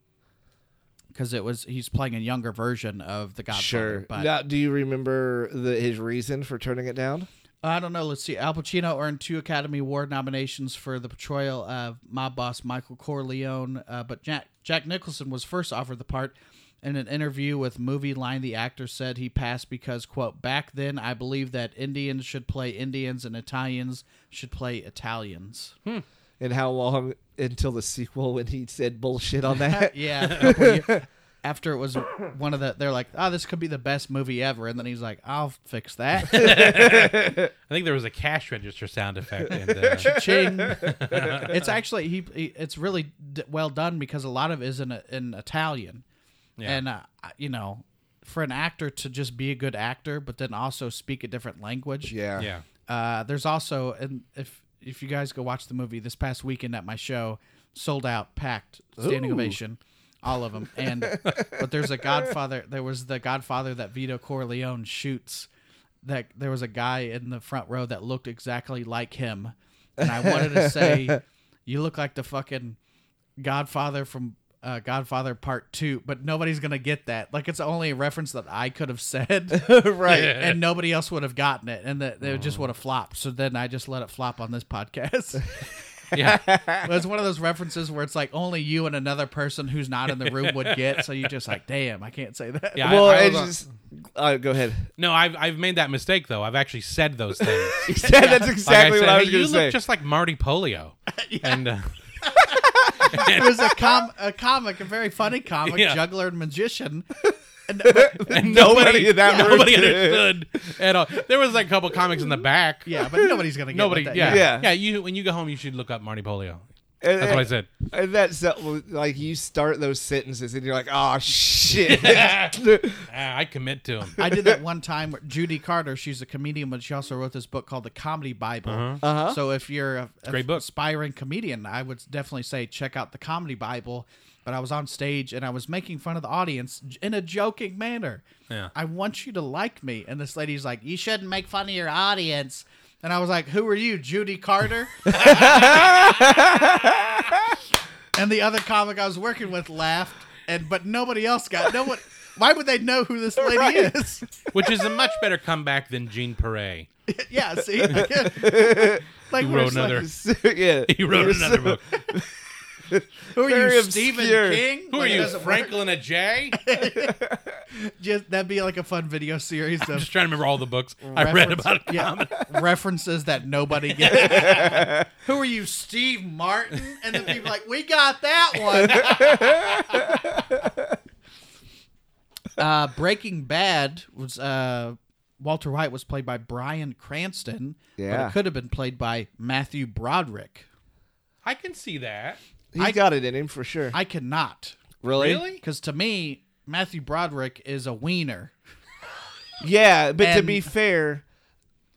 Speaker 1: because it was he's playing a younger version of the Godfather.
Speaker 3: Sure.
Speaker 1: but
Speaker 3: now, do you remember the, his reason for turning it down?
Speaker 1: I don't know. Let's see. Al Pacino earned two Academy Award nominations for the portrayal of mob boss Michael Corleone, uh, but Jack Jack Nicholson was first offered the part. In an interview with Movie Line, the actor said he passed because, quote, back then I believed that Indians should play Indians and Italians should play Italians.
Speaker 3: And how long until the sequel when he said bullshit on that?
Speaker 1: Yeah. when- After it was one of the, they're like, oh, this could be the best movie ever. And then he's like, I'll fix that.
Speaker 2: I think there was a cash register sound effect. And, uh,
Speaker 1: Ching. It's actually, he, he- it's really d- well done because a lot of it is in, in Italian.
Speaker 2: Yeah.
Speaker 1: And, uh, you know, for an actor to just be a good actor, but then also speak a different language.
Speaker 3: yeah.
Speaker 2: yeah.
Speaker 1: Uh, there's also, and if, if you guys go watch the movie this past weekend at my show, sold out, packed, standing
Speaker 3: Ooh.
Speaker 1: ovation, all of them. And but there's a Godfather. There was the Godfather that Vito Corleone shoots. That there was a guy in the front row that looked exactly like him, and I wanted to say, "You look like the fucking Godfather from." Uh, Godfather Part Two, but nobody's gonna get that. Like it's only a reference that I could have said, right? And nobody else would have gotten it, and that it
Speaker 2: Mm.
Speaker 1: just would have flopped. So then I just let it flop on this podcast.
Speaker 2: Yeah.
Speaker 1: Well, it's one of those references where it's like only you and another person who's not in the room would get. So you just like, damn, I can't say that.
Speaker 2: Yeah. I-
Speaker 3: Well,
Speaker 2: I
Speaker 3: it's
Speaker 2: was on-
Speaker 3: just. Uh, go ahead.
Speaker 2: no, I've, I've made that mistake, though. I've actually said those things.
Speaker 3: yeah, that's
Speaker 2: Like
Speaker 3: exactly what I
Speaker 2: "Hey,
Speaker 3: was
Speaker 2: You
Speaker 3: going to
Speaker 2: look
Speaker 3: say.
Speaker 2: just like Marty Polio. And uh,
Speaker 1: It was a com a comic, a very funny comic,
Speaker 2: Yeah.
Speaker 1: juggler and magician. And,
Speaker 2: and
Speaker 3: Nobody
Speaker 2: nobody,
Speaker 3: in that room
Speaker 2: nobody
Speaker 3: did.
Speaker 2: understood at all. There was like a couple comics in the back.
Speaker 1: yeah, but nobody's gonna get
Speaker 2: Nobody.
Speaker 1: That.
Speaker 2: yeah.
Speaker 3: Yeah.
Speaker 2: yeah. You when you go home, you should look up Marty Polio.
Speaker 3: And-
Speaker 2: That's what I said.
Speaker 3: And that's uh, like you start those sentences and you're like, oh shit.
Speaker 2: Ah, I commit to him.
Speaker 1: I did that one time. where Judy Carter, she's a comedian, but she also wrote this book called The Comedy Bible.
Speaker 3: Uh-huh.
Speaker 1: So if you're a, a
Speaker 2: great book.
Speaker 1: aspiring comedian, I would definitely say check out The Comedy Bible. But I was on stage and I was making fun of the audience j- in a joking manner.
Speaker 2: Yeah.
Speaker 1: I want you to like me. And this lady's like, you shouldn't make fun of your audience. And I was like, who are you, Judy Carter? and the other comic I was working with laughed, and but nobody else got no one. Why would they know who this lady is?
Speaker 2: Which is a much better comeback than Jean Perret.
Speaker 1: yeah, see, like
Speaker 2: He
Speaker 1: we're
Speaker 2: wrote
Speaker 1: just like,
Speaker 2: another.
Speaker 3: yeah.
Speaker 2: He wrote
Speaker 3: It's-
Speaker 2: another book.
Speaker 1: Who are
Speaker 3: Very
Speaker 1: you, Stephen
Speaker 3: obscure.
Speaker 1: King?
Speaker 2: Who are
Speaker 1: Like, it
Speaker 2: you,
Speaker 1: doesn't work.
Speaker 2: Franklin a J?
Speaker 1: Just, that'd be like a fun video series
Speaker 2: I'm
Speaker 1: of
Speaker 2: just trying to remember all the books I read
Speaker 1: reference-
Speaker 2: about.
Speaker 1: yeah,
Speaker 2: comedy.
Speaker 1: references that nobody gets. Who are you, Steve Martin? And then people are like, we got that one. uh, Breaking Bad was uh, Walter White was played by Brian Cranston, but
Speaker 3: Yeah.
Speaker 1: it could have been played by Matthew Broderick.
Speaker 2: I can see that.
Speaker 3: He's got it in him for sure.
Speaker 1: I cannot,
Speaker 3: really?
Speaker 2: Really?
Speaker 1: because to me, Matthew Broderick is a wiener.
Speaker 3: Yeah, but to
Speaker 1: And-
Speaker 3: be fair,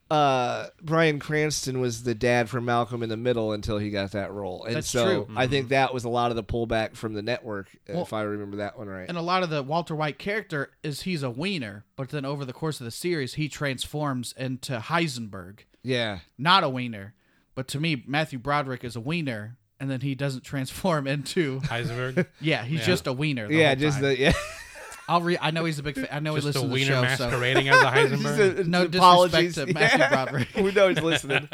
Speaker 3: uh, Brian Cranston was the dad for Malcolm in the Middle until he got that role, and
Speaker 1: That's
Speaker 3: so
Speaker 1: true.
Speaker 3: I think that was a lot of the pullback from the network, uh, if I remember that one right.
Speaker 1: and a lot of the Walter White character is he's a wiener, but then over the course of the series, he transforms into Heisenberg,
Speaker 3: yeah,
Speaker 1: not a wiener. But to me, Matthew Broderick is a wiener, and then he doesn't transform into
Speaker 2: Heisenberg.
Speaker 1: yeah, he's
Speaker 2: Yeah.
Speaker 1: just a wiener. The
Speaker 3: yeah,
Speaker 1: whole
Speaker 3: just
Speaker 1: time.
Speaker 3: the yeah,
Speaker 1: I'll re- I know he's a big. Fan. I know he
Speaker 2: Just a
Speaker 1: listens to the
Speaker 2: wiener
Speaker 1: show. So
Speaker 2: masquerading as a Heisenberg.
Speaker 3: Just a-
Speaker 1: No disrespect
Speaker 3: apologies.
Speaker 1: to Matthew
Speaker 3: Yeah.
Speaker 1: Broderick.
Speaker 3: we know he's listening.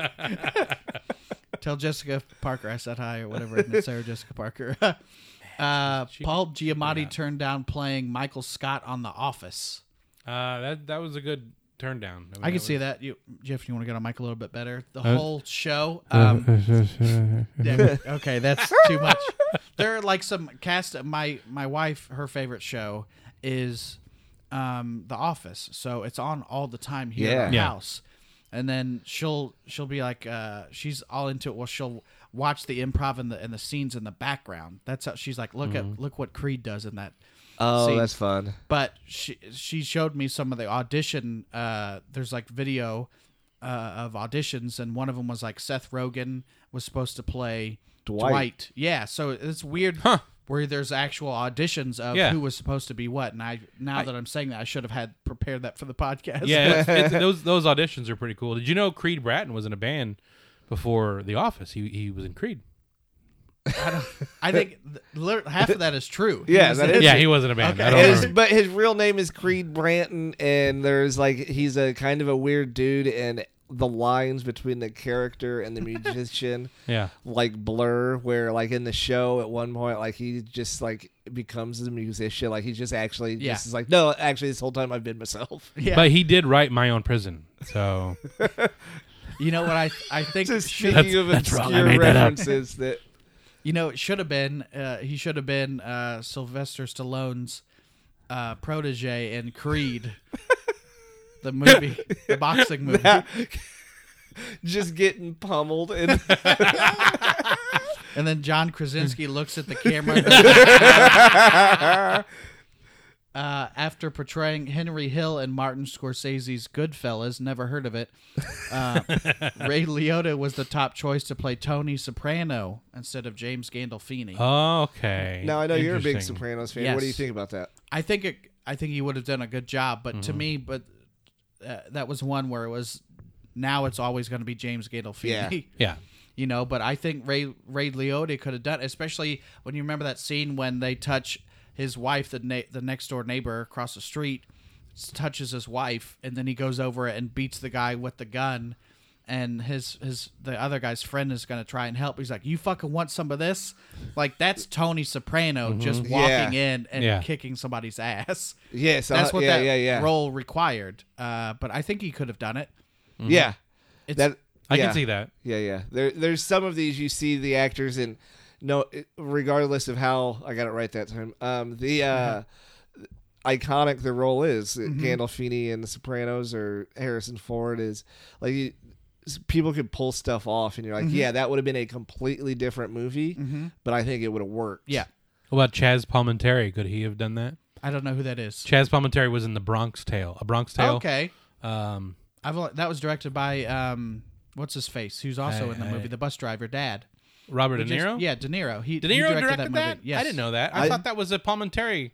Speaker 1: tell Jessica Parker I said hi or whatever. and Sarah Jessica Parker. uh, Paul Giamatti turned down playing Michael Scott on The Office.
Speaker 2: uh, that that was a good turn down. mean,
Speaker 1: I can
Speaker 2: was-
Speaker 1: see that. You, Jeff, you want to get on Mike a little bit better? The whole show. Um, yeah, okay, that's too much. There are like some cast. My my wife, her favorite show is um, The Office, so it's on all the time here in
Speaker 3: Yeah.
Speaker 1: our
Speaker 2: Yeah.
Speaker 1: house. and then she'll she'll be like uh she's all into it well she'll watch the improv and the and the scenes in the background that's how she's like look at look what creed does in that
Speaker 3: Oh,
Speaker 1: scene."
Speaker 3: that's fun.
Speaker 1: but she she showed me some of the audition uh there's like video uh, of auditions and one of them was like Seth Rogen was supposed to play
Speaker 3: Dwight.
Speaker 1: Yeah, so it's weird where there's actual auditions of
Speaker 2: Yeah.
Speaker 1: who was supposed to be what and I now that I'm saying that I should have had prepared that for the podcast.
Speaker 2: Yeah, it's, it's, those those auditions are pretty cool. Did you know Creed Bratton was in a band before The Office? He he was in Creed.
Speaker 1: I think th- lit- half of that is true.
Speaker 3: Yeah,
Speaker 1: He's
Speaker 3: that
Speaker 1: in-
Speaker 3: is-
Speaker 2: Yeah, he was in a band.
Speaker 1: Okay.
Speaker 2: I don't
Speaker 1: It
Speaker 3: His,
Speaker 2: remember.
Speaker 3: but his real name is Creed Branton, and there's like he's a kind of a weird dude, and the lines between the character and the musician
Speaker 2: Yeah.
Speaker 3: like blur. Where like in the show at one point, like he just like becomes a musician. Like he's just actually
Speaker 1: Yeah.
Speaker 3: just is like no, actually this whole time I've been myself.
Speaker 1: Yeah.
Speaker 2: But he did write My Own Prison. So
Speaker 1: you know what I I think
Speaker 3: Just
Speaker 1: should-
Speaker 3: speaking of
Speaker 2: that's wrong, I
Speaker 3: obscure
Speaker 2: made that up.
Speaker 3: references that.
Speaker 1: You know, it should have been. Uh, he should have been uh, Sylvester Stallone's uh, protege in Creed, the movie, the boxing movie.
Speaker 3: just getting pummeled and
Speaker 1: And then John Krasinski looks at the camera. and goes, "Ah." Uh, after portraying Henry Hill in Martin Scorsese's Goodfellas, never heard of it, uh, Ray Liotta was the top choice to play Tony Soprano instead of James Gandolfini.
Speaker 2: okay.
Speaker 3: now I know you're a big
Speaker 2: Interesting.
Speaker 3: Sopranos fan.
Speaker 1: Yes.
Speaker 3: What do you think about that?
Speaker 1: I think it, I think he would have done a good job, but to me, but uh, that was one where it was. Now it's always going to be James Gandolfini,
Speaker 2: Yeah.
Speaker 1: you know. But I think Ray Ray Liotta could have done, especially when you remember that scene when they touch his wife, the na- the next door neighbor across the street, s- touches his wife, and then he goes over and beats the guy with the gun, and his his the other guy's friend is going to try and help. He's like, "You fucking want some of this?" Like that's Tony Soprano
Speaker 3: Mm-hmm.
Speaker 1: just walking in and
Speaker 2: Yeah.
Speaker 1: kicking somebody's ass.
Speaker 3: Yes,
Speaker 1: That's
Speaker 3: uh,
Speaker 1: what
Speaker 3: yeah,
Speaker 1: that
Speaker 3: yeah, yeah,
Speaker 1: role required. Uh, but I think he could have done it.
Speaker 3: yeah.
Speaker 1: It's,
Speaker 3: That
Speaker 2: I
Speaker 3: yeah.
Speaker 2: can see that.
Speaker 3: Yeah, yeah. There, there's some of these you see the actors in. No, it- regardless of how I got it right that time. Um, the uh,
Speaker 1: Mm-hmm.
Speaker 3: iconic the role is Gandolfini and The Sopranos or Harrison Ford is like you, s- people could pull stuff off, and you're
Speaker 1: Mm-hmm.
Speaker 3: like, yeah, that would have been a completely different movie, but I think it would have worked.
Speaker 1: yeah.
Speaker 2: What about Chaz Palminteri? Could he have done that?
Speaker 1: I don't know who that is.
Speaker 2: Chaz Palminteri was in The Bronx Tale. A Bronx Tale.
Speaker 1: Okay.
Speaker 2: Um,
Speaker 1: I've only- that was directed by um, what's his face, who's also
Speaker 2: I-
Speaker 1: in the
Speaker 2: I-
Speaker 1: movie, the bus driver dad.
Speaker 2: Robert
Speaker 1: He
Speaker 2: De
Speaker 1: just-
Speaker 2: Niro.
Speaker 1: yeah, De Niro. He
Speaker 2: De
Speaker 1: he
Speaker 2: Niro directed, that.
Speaker 1: movie. Yes,
Speaker 2: I didn't know that. I,
Speaker 3: I-
Speaker 2: thought that was a Palminteri.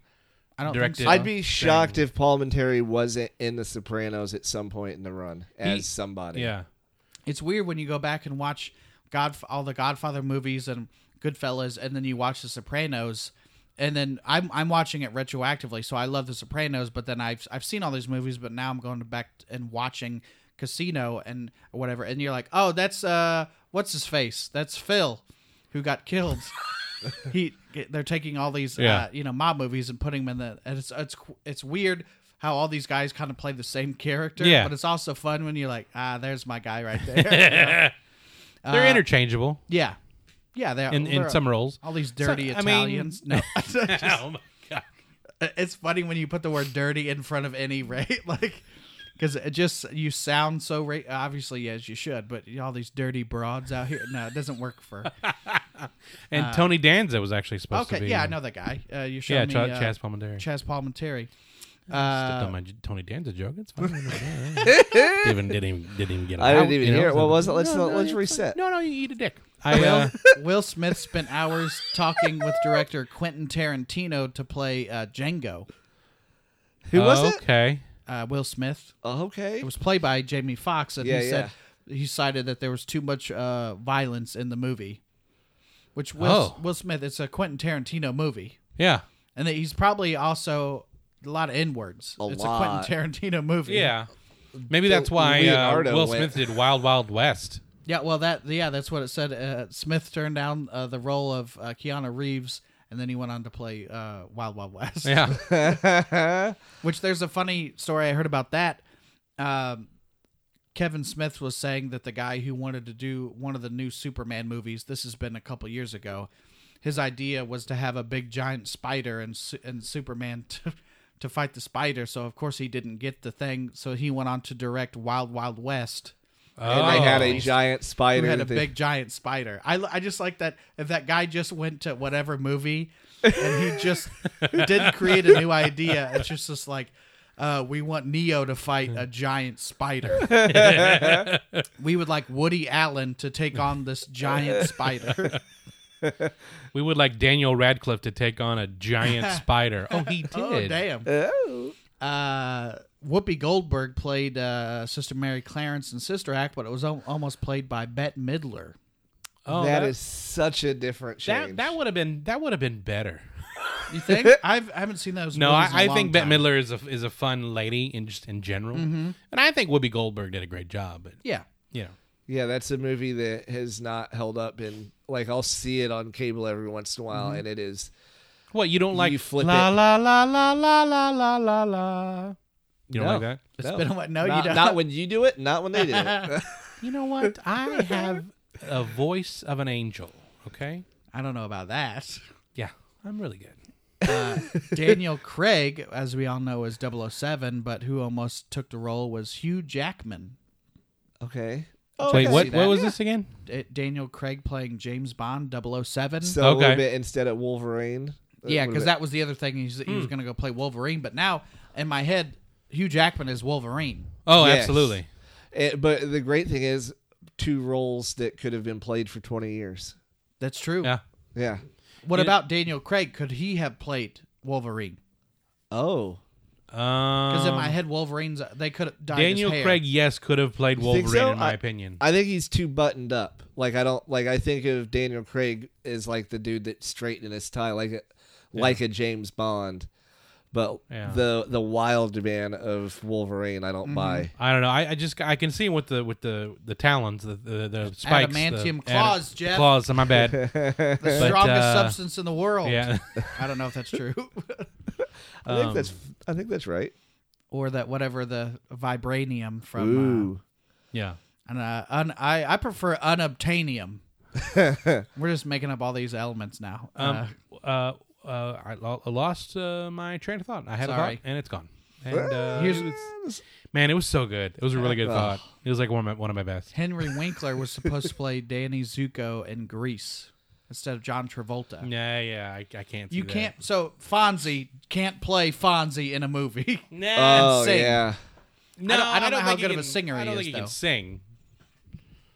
Speaker 1: I don't
Speaker 2: directed.
Speaker 1: think so.
Speaker 3: I'd be shocked if Paul Manteri wasn't in The Sopranos at some point in the run as
Speaker 2: He-
Speaker 3: somebody.
Speaker 2: Yeah.
Speaker 1: it's weird when you go back and watch God all the Godfather movies and Goodfellas, and then you watch The Sopranos, and then I'm I'm watching it retroactively. So I love The Sopranos, but then I've I've seen all these movies, but now I'm going back and watching Casino and whatever, and you're like, oh, that's uh, what's his face? That's Phil, who got killed. he they're taking all these
Speaker 2: Yeah.
Speaker 1: uh, you know mob movies and putting them in the and it's it's it's weird how all these guys kind of play the same character
Speaker 2: Yeah.
Speaker 1: but it's also fun when you're like ah there's my guy right there Uh,
Speaker 2: They're interchangeable
Speaker 1: yeah yeah they are
Speaker 2: in,
Speaker 1: they're
Speaker 2: in some roles.
Speaker 1: all these dirty
Speaker 2: So, I mean-
Speaker 1: Italians no
Speaker 2: oh my god.
Speaker 1: it's funny when you put the word dirty in front of any right like because it just you sound so ra- obviously as you should but all these dirty broads out here no it doesn't work for
Speaker 2: And Tony Danza was actually supposed to
Speaker 1: Uh, okay
Speaker 2: be.
Speaker 1: yeah I know that guy uh, you showed
Speaker 2: Yeah,
Speaker 1: me
Speaker 2: Ch-
Speaker 1: uh,
Speaker 2: Chaz Palminteri.
Speaker 1: Chaz Palminteri
Speaker 2: Stepped
Speaker 1: uh,
Speaker 2: on my J- Tony Danza joke. It's fine. Yeah, yeah. didn't, didn't even didn't even get. it
Speaker 3: I
Speaker 2: out,
Speaker 3: didn't even
Speaker 2: you know?
Speaker 3: hear it. What was it? Let's
Speaker 2: No, no,
Speaker 3: let's
Speaker 2: it's
Speaker 3: reset.
Speaker 2: No, no, you eat a dick. I
Speaker 1: Will,
Speaker 2: uh,
Speaker 1: Will Smith spent hours talking with director Quentin Tarantino to play uh, Django.
Speaker 3: Who was it?
Speaker 2: okay.
Speaker 1: Uh, Will Smith.
Speaker 3: Okay.
Speaker 1: It was played by Jamie Foxx, and
Speaker 3: Yeah,
Speaker 1: he said he cited that there was too much uh, violence in the movie. Which Will
Speaker 2: Oh.
Speaker 1: Will Smith? It's a Quentin Tarantino movie,
Speaker 2: Yeah,
Speaker 1: and that he's probably also a lot of n words.
Speaker 3: A
Speaker 1: It's
Speaker 3: lot.
Speaker 1: a Quentin Tarantino movie.
Speaker 2: yeah. Maybe that's why uh,
Speaker 3: Leonardo
Speaker 2: Will
Speaker 3: went-
Speaker 2: Smith did Wild Wild West.
Speaker 1: Yeah, well, that yeah, that's what it said. Uh, Smith turned down uh, the role of uh, Keanu Reeves, and then he went on to play uh, Wild Wild West.
Speaker 2: Yeah,
Speaker 1: Which there's a funny story I heard about that. Um, Kevin Smith was saying that the guy who wanted to do one of the new Superman movies, this has been a couple years ago, his idea was to have a big giant spider and Su- and Superman to, to fight the spider. So of course he didn't get the thing. So he went on to direct Wild Wild West,
Speaker 3: and they had a
Speaker 2: Oh.
Speaker 3: giant spider.
Speaker 1: who had a
Speaker 3: that-
Speaker 1: big giant spider. I, I just like that if that guy just went to whatever movie and he just didn't create a new idea. It's just just like uh, we want Neo to fight a giant spider. we would like Woody Allen to take on this giant spider.
Speaker 2: We would like Daniel Radcliffe to take on a giant spider. Oh, he did.
Speaker 1: Oh damn!
Speaker 3: Oh.
Speaker 1: Uh, Whoopi Goldberg played uh, Sister Mary Clarence in Sister Act, but it was al- almost played by Bette Midler.
Speaker 2: Oh,
Speaker 3: that is such a different change.
Speaker 2: that. That would have been that would have been better.
Speaker 1: You think? I've, I haven't seen those.
Speaker 2: No, I,
Speaker 1: movies in a
Speaker 2: I
Speaker 1: long
Speaker 2: think
Speaker 1: time.
Speaker 2: Bette Midler is a is a fun lady in just in general, and I think Whoopi Goldberg did a great job. But
Speaker 1: Yeah.
Speaker 2: you know,
Speaker 3: yeah, that's a movie that has not held up in like I'll see it on cable every once in a while, and it is
Speaker 2: what you don't like?
Speaker 3: You flip
Speaker 2: la
Speaker 3: it.
Speaker 2: la la la la la la la la. You don't
Speaker 3: No.
Speaker 2: like that?
Speaker 1: It's
Speaker 3: No.
Speaker 1: been a while. No,
Speaker 3: not,
Speaker 1: you don't.
Speaker 3: not when you do it, not when they do it.
Speaker 2: You know what? I have a voice of an angel. Okay.
Speaker 1: I don't know about that.
Speaker 2: Yeah, I'm really good.
Speaker 1: Daniel Craig, as we all know, is 007, but who almost took the role was Hugh Jackman.
Speaker 3: okay.
Speaker 2: Wait,
Speaker 3: okay.
Speaker 2: what?
Speaker 3: Oh,
Speaker 2: What
Speaker 3: See that.
Speaker 2: was this again?
Speaker 1: D- Daniel Craig playing James Bond 007.
Speaker 3: So uh, a
Speaker 2: Okay.
Speaker 3: little bit instead of Wolverine.
Speaker 1: yeah,
Speaker 3: would've
Speaker 1: because
Speaker 3: been-
Speaker 1: that was the other thing. He's, He was
Speaker 2: Hmm.
Speaker 1: going to go play Wolverine, but now in my head, Hugh Jackman is Wolverine.
Speaker 2: Oh,
Speaker 3: Yes.
Speaker 2: absolutely.
Speaker 3: Eh, but the great thing is, two roles that could have been played for twenty years.
Speaker 1: That's true.
Speaker 2: Yeah.
Speaker 3: Yeah.
Speaker 1: What
Speaker 2: You-
Speaker 1: about Daniel Craig? Could he have played Wolverine?
Speaker 3: Oh.
Speaker 1: Because
Speaker 2: Because
Speaker 1: in my head, Wolverine's uh, they could have dyed
Speaker 2: Um, Daniel
Speaker 1: his hair.
Speaker 2: Craig, yes, could have played
Speaker 3: think
Speaker 2: Wolverine
Speaker 3: so?
Speaker 2: in my
Speaker 3: I-
Speaker 2: opinion.
Speaker 3: I think he's too buttoned up. Like I don't like. I think of Daniel Craig as like the dude that straightened his tie, like a like a James Bond, but
Speaker 2: Yeah.
Speaker 3: the the wild man of Wolverine, I don't buy.
Speaker 2: I don't know. I, I just I can see with the with the the talons, the the, the spikes, the
Speaker 1: Adamantium
Speaker 2: ada-
Speaker 1: claws, Jeff.
Speaker 2: Claws. My bad.
Speaker 1: the
Speaker 2: but,
Speaker 1: strongest
Speaker 2: uh,
Speaker 1: substance in the world.
Speaker 2: yeah.
Speaker 1: I don't know if that's true,
Speaker 3: I
Speaker 2: Um,
Speaker 3: think that's I think that's right.
Speaker 1: or that whatever the vibranium from. uh,
Speaker 3: Ooh,
Speaker 2: Yeah.
Speaker 1: And uh, un, I, I prefer unobtainium. We're just making up all these elements now. Uh,
Speaker 2: Um. Uh. Uh. I lo- I lost uh, my train of thought. I had a
Speaker 1: Sorry.
Speaker 2: thought and it's gone. And uh,
Speaker 1: Here's-
Speaker 2: it was- man, it was so good. It was a really good thought. It was like one of my one of my best.
Speaker 1: Henry Winkler was supposed to play Danny Zuko in Grease instead of John Travolta.
Speaker 2: Yeah. Yeah. I, I can't. See
Speaker 1: You
Speaker 2: that.
Speaker 1: can't. So Fonzie can't play Fonzie in a movie.
Speaker 2: Nah.
Speaker 3: oh
Speaker 1: sing.
Speaker 3: yeah.
Speaker 2: no.
Speaker 1: I Uh, don't- I don't know how
Speaker 2: think he
Speaker 1: good of a
Speaker 2: can-
Speaker 1: singer
Speaker 2: I
Speaker 1: he
Speaker 2: don't
Speaker 1: is,
Speaker 2: think he
Speaker 1: though.
Speaker 2: can sing.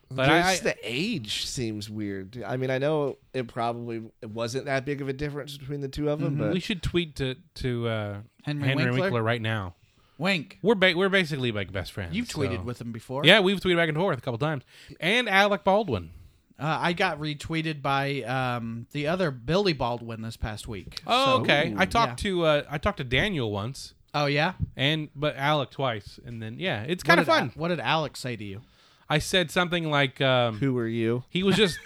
Speaker 2: But
Speaker 3: But
Speaker 2: I, I,
Speaker 3: Just the age seems weird. I mean, I know it probably it wasn't that big of a difference between the two of them,
Speaker 2: Mm-hmm. we
Speaker 3: but
Speaker 2: should tweet to to uh,
Speaker 1: Henry
Speaker 2: Henry,
Speaker 1: Winkler?
Speaker 2: Winkler? right now.
Speaker 1: Wink,
Speaker 2: We're ba- we're basically like best friends.
Speaker 1: you've
Speaker 2: so-
Speaker 1: tweeted with him before.
Speaker 2: Yeah, we've tweeted back and forth a couple times. And Alec Baldwin.
Speaker 1: Uh, I got retweeted by um, the other Billy Baldwin this past week.
Speaker 2: Oh,
Speaker 1: So-
Speaker 2: okay. I talked to uh, I talked to Daniel once,
Speaker 1: Oh yeah.
Speaker 2: and but Alec twice, and then yeah, it's kind of
Speaker 1: What did-
Speaker 2: fun.
Speaker 1: What did Alex say to you?
Speaker 2: I said something like um,
Speaker 3: who are you?
Speaker 2: he was just.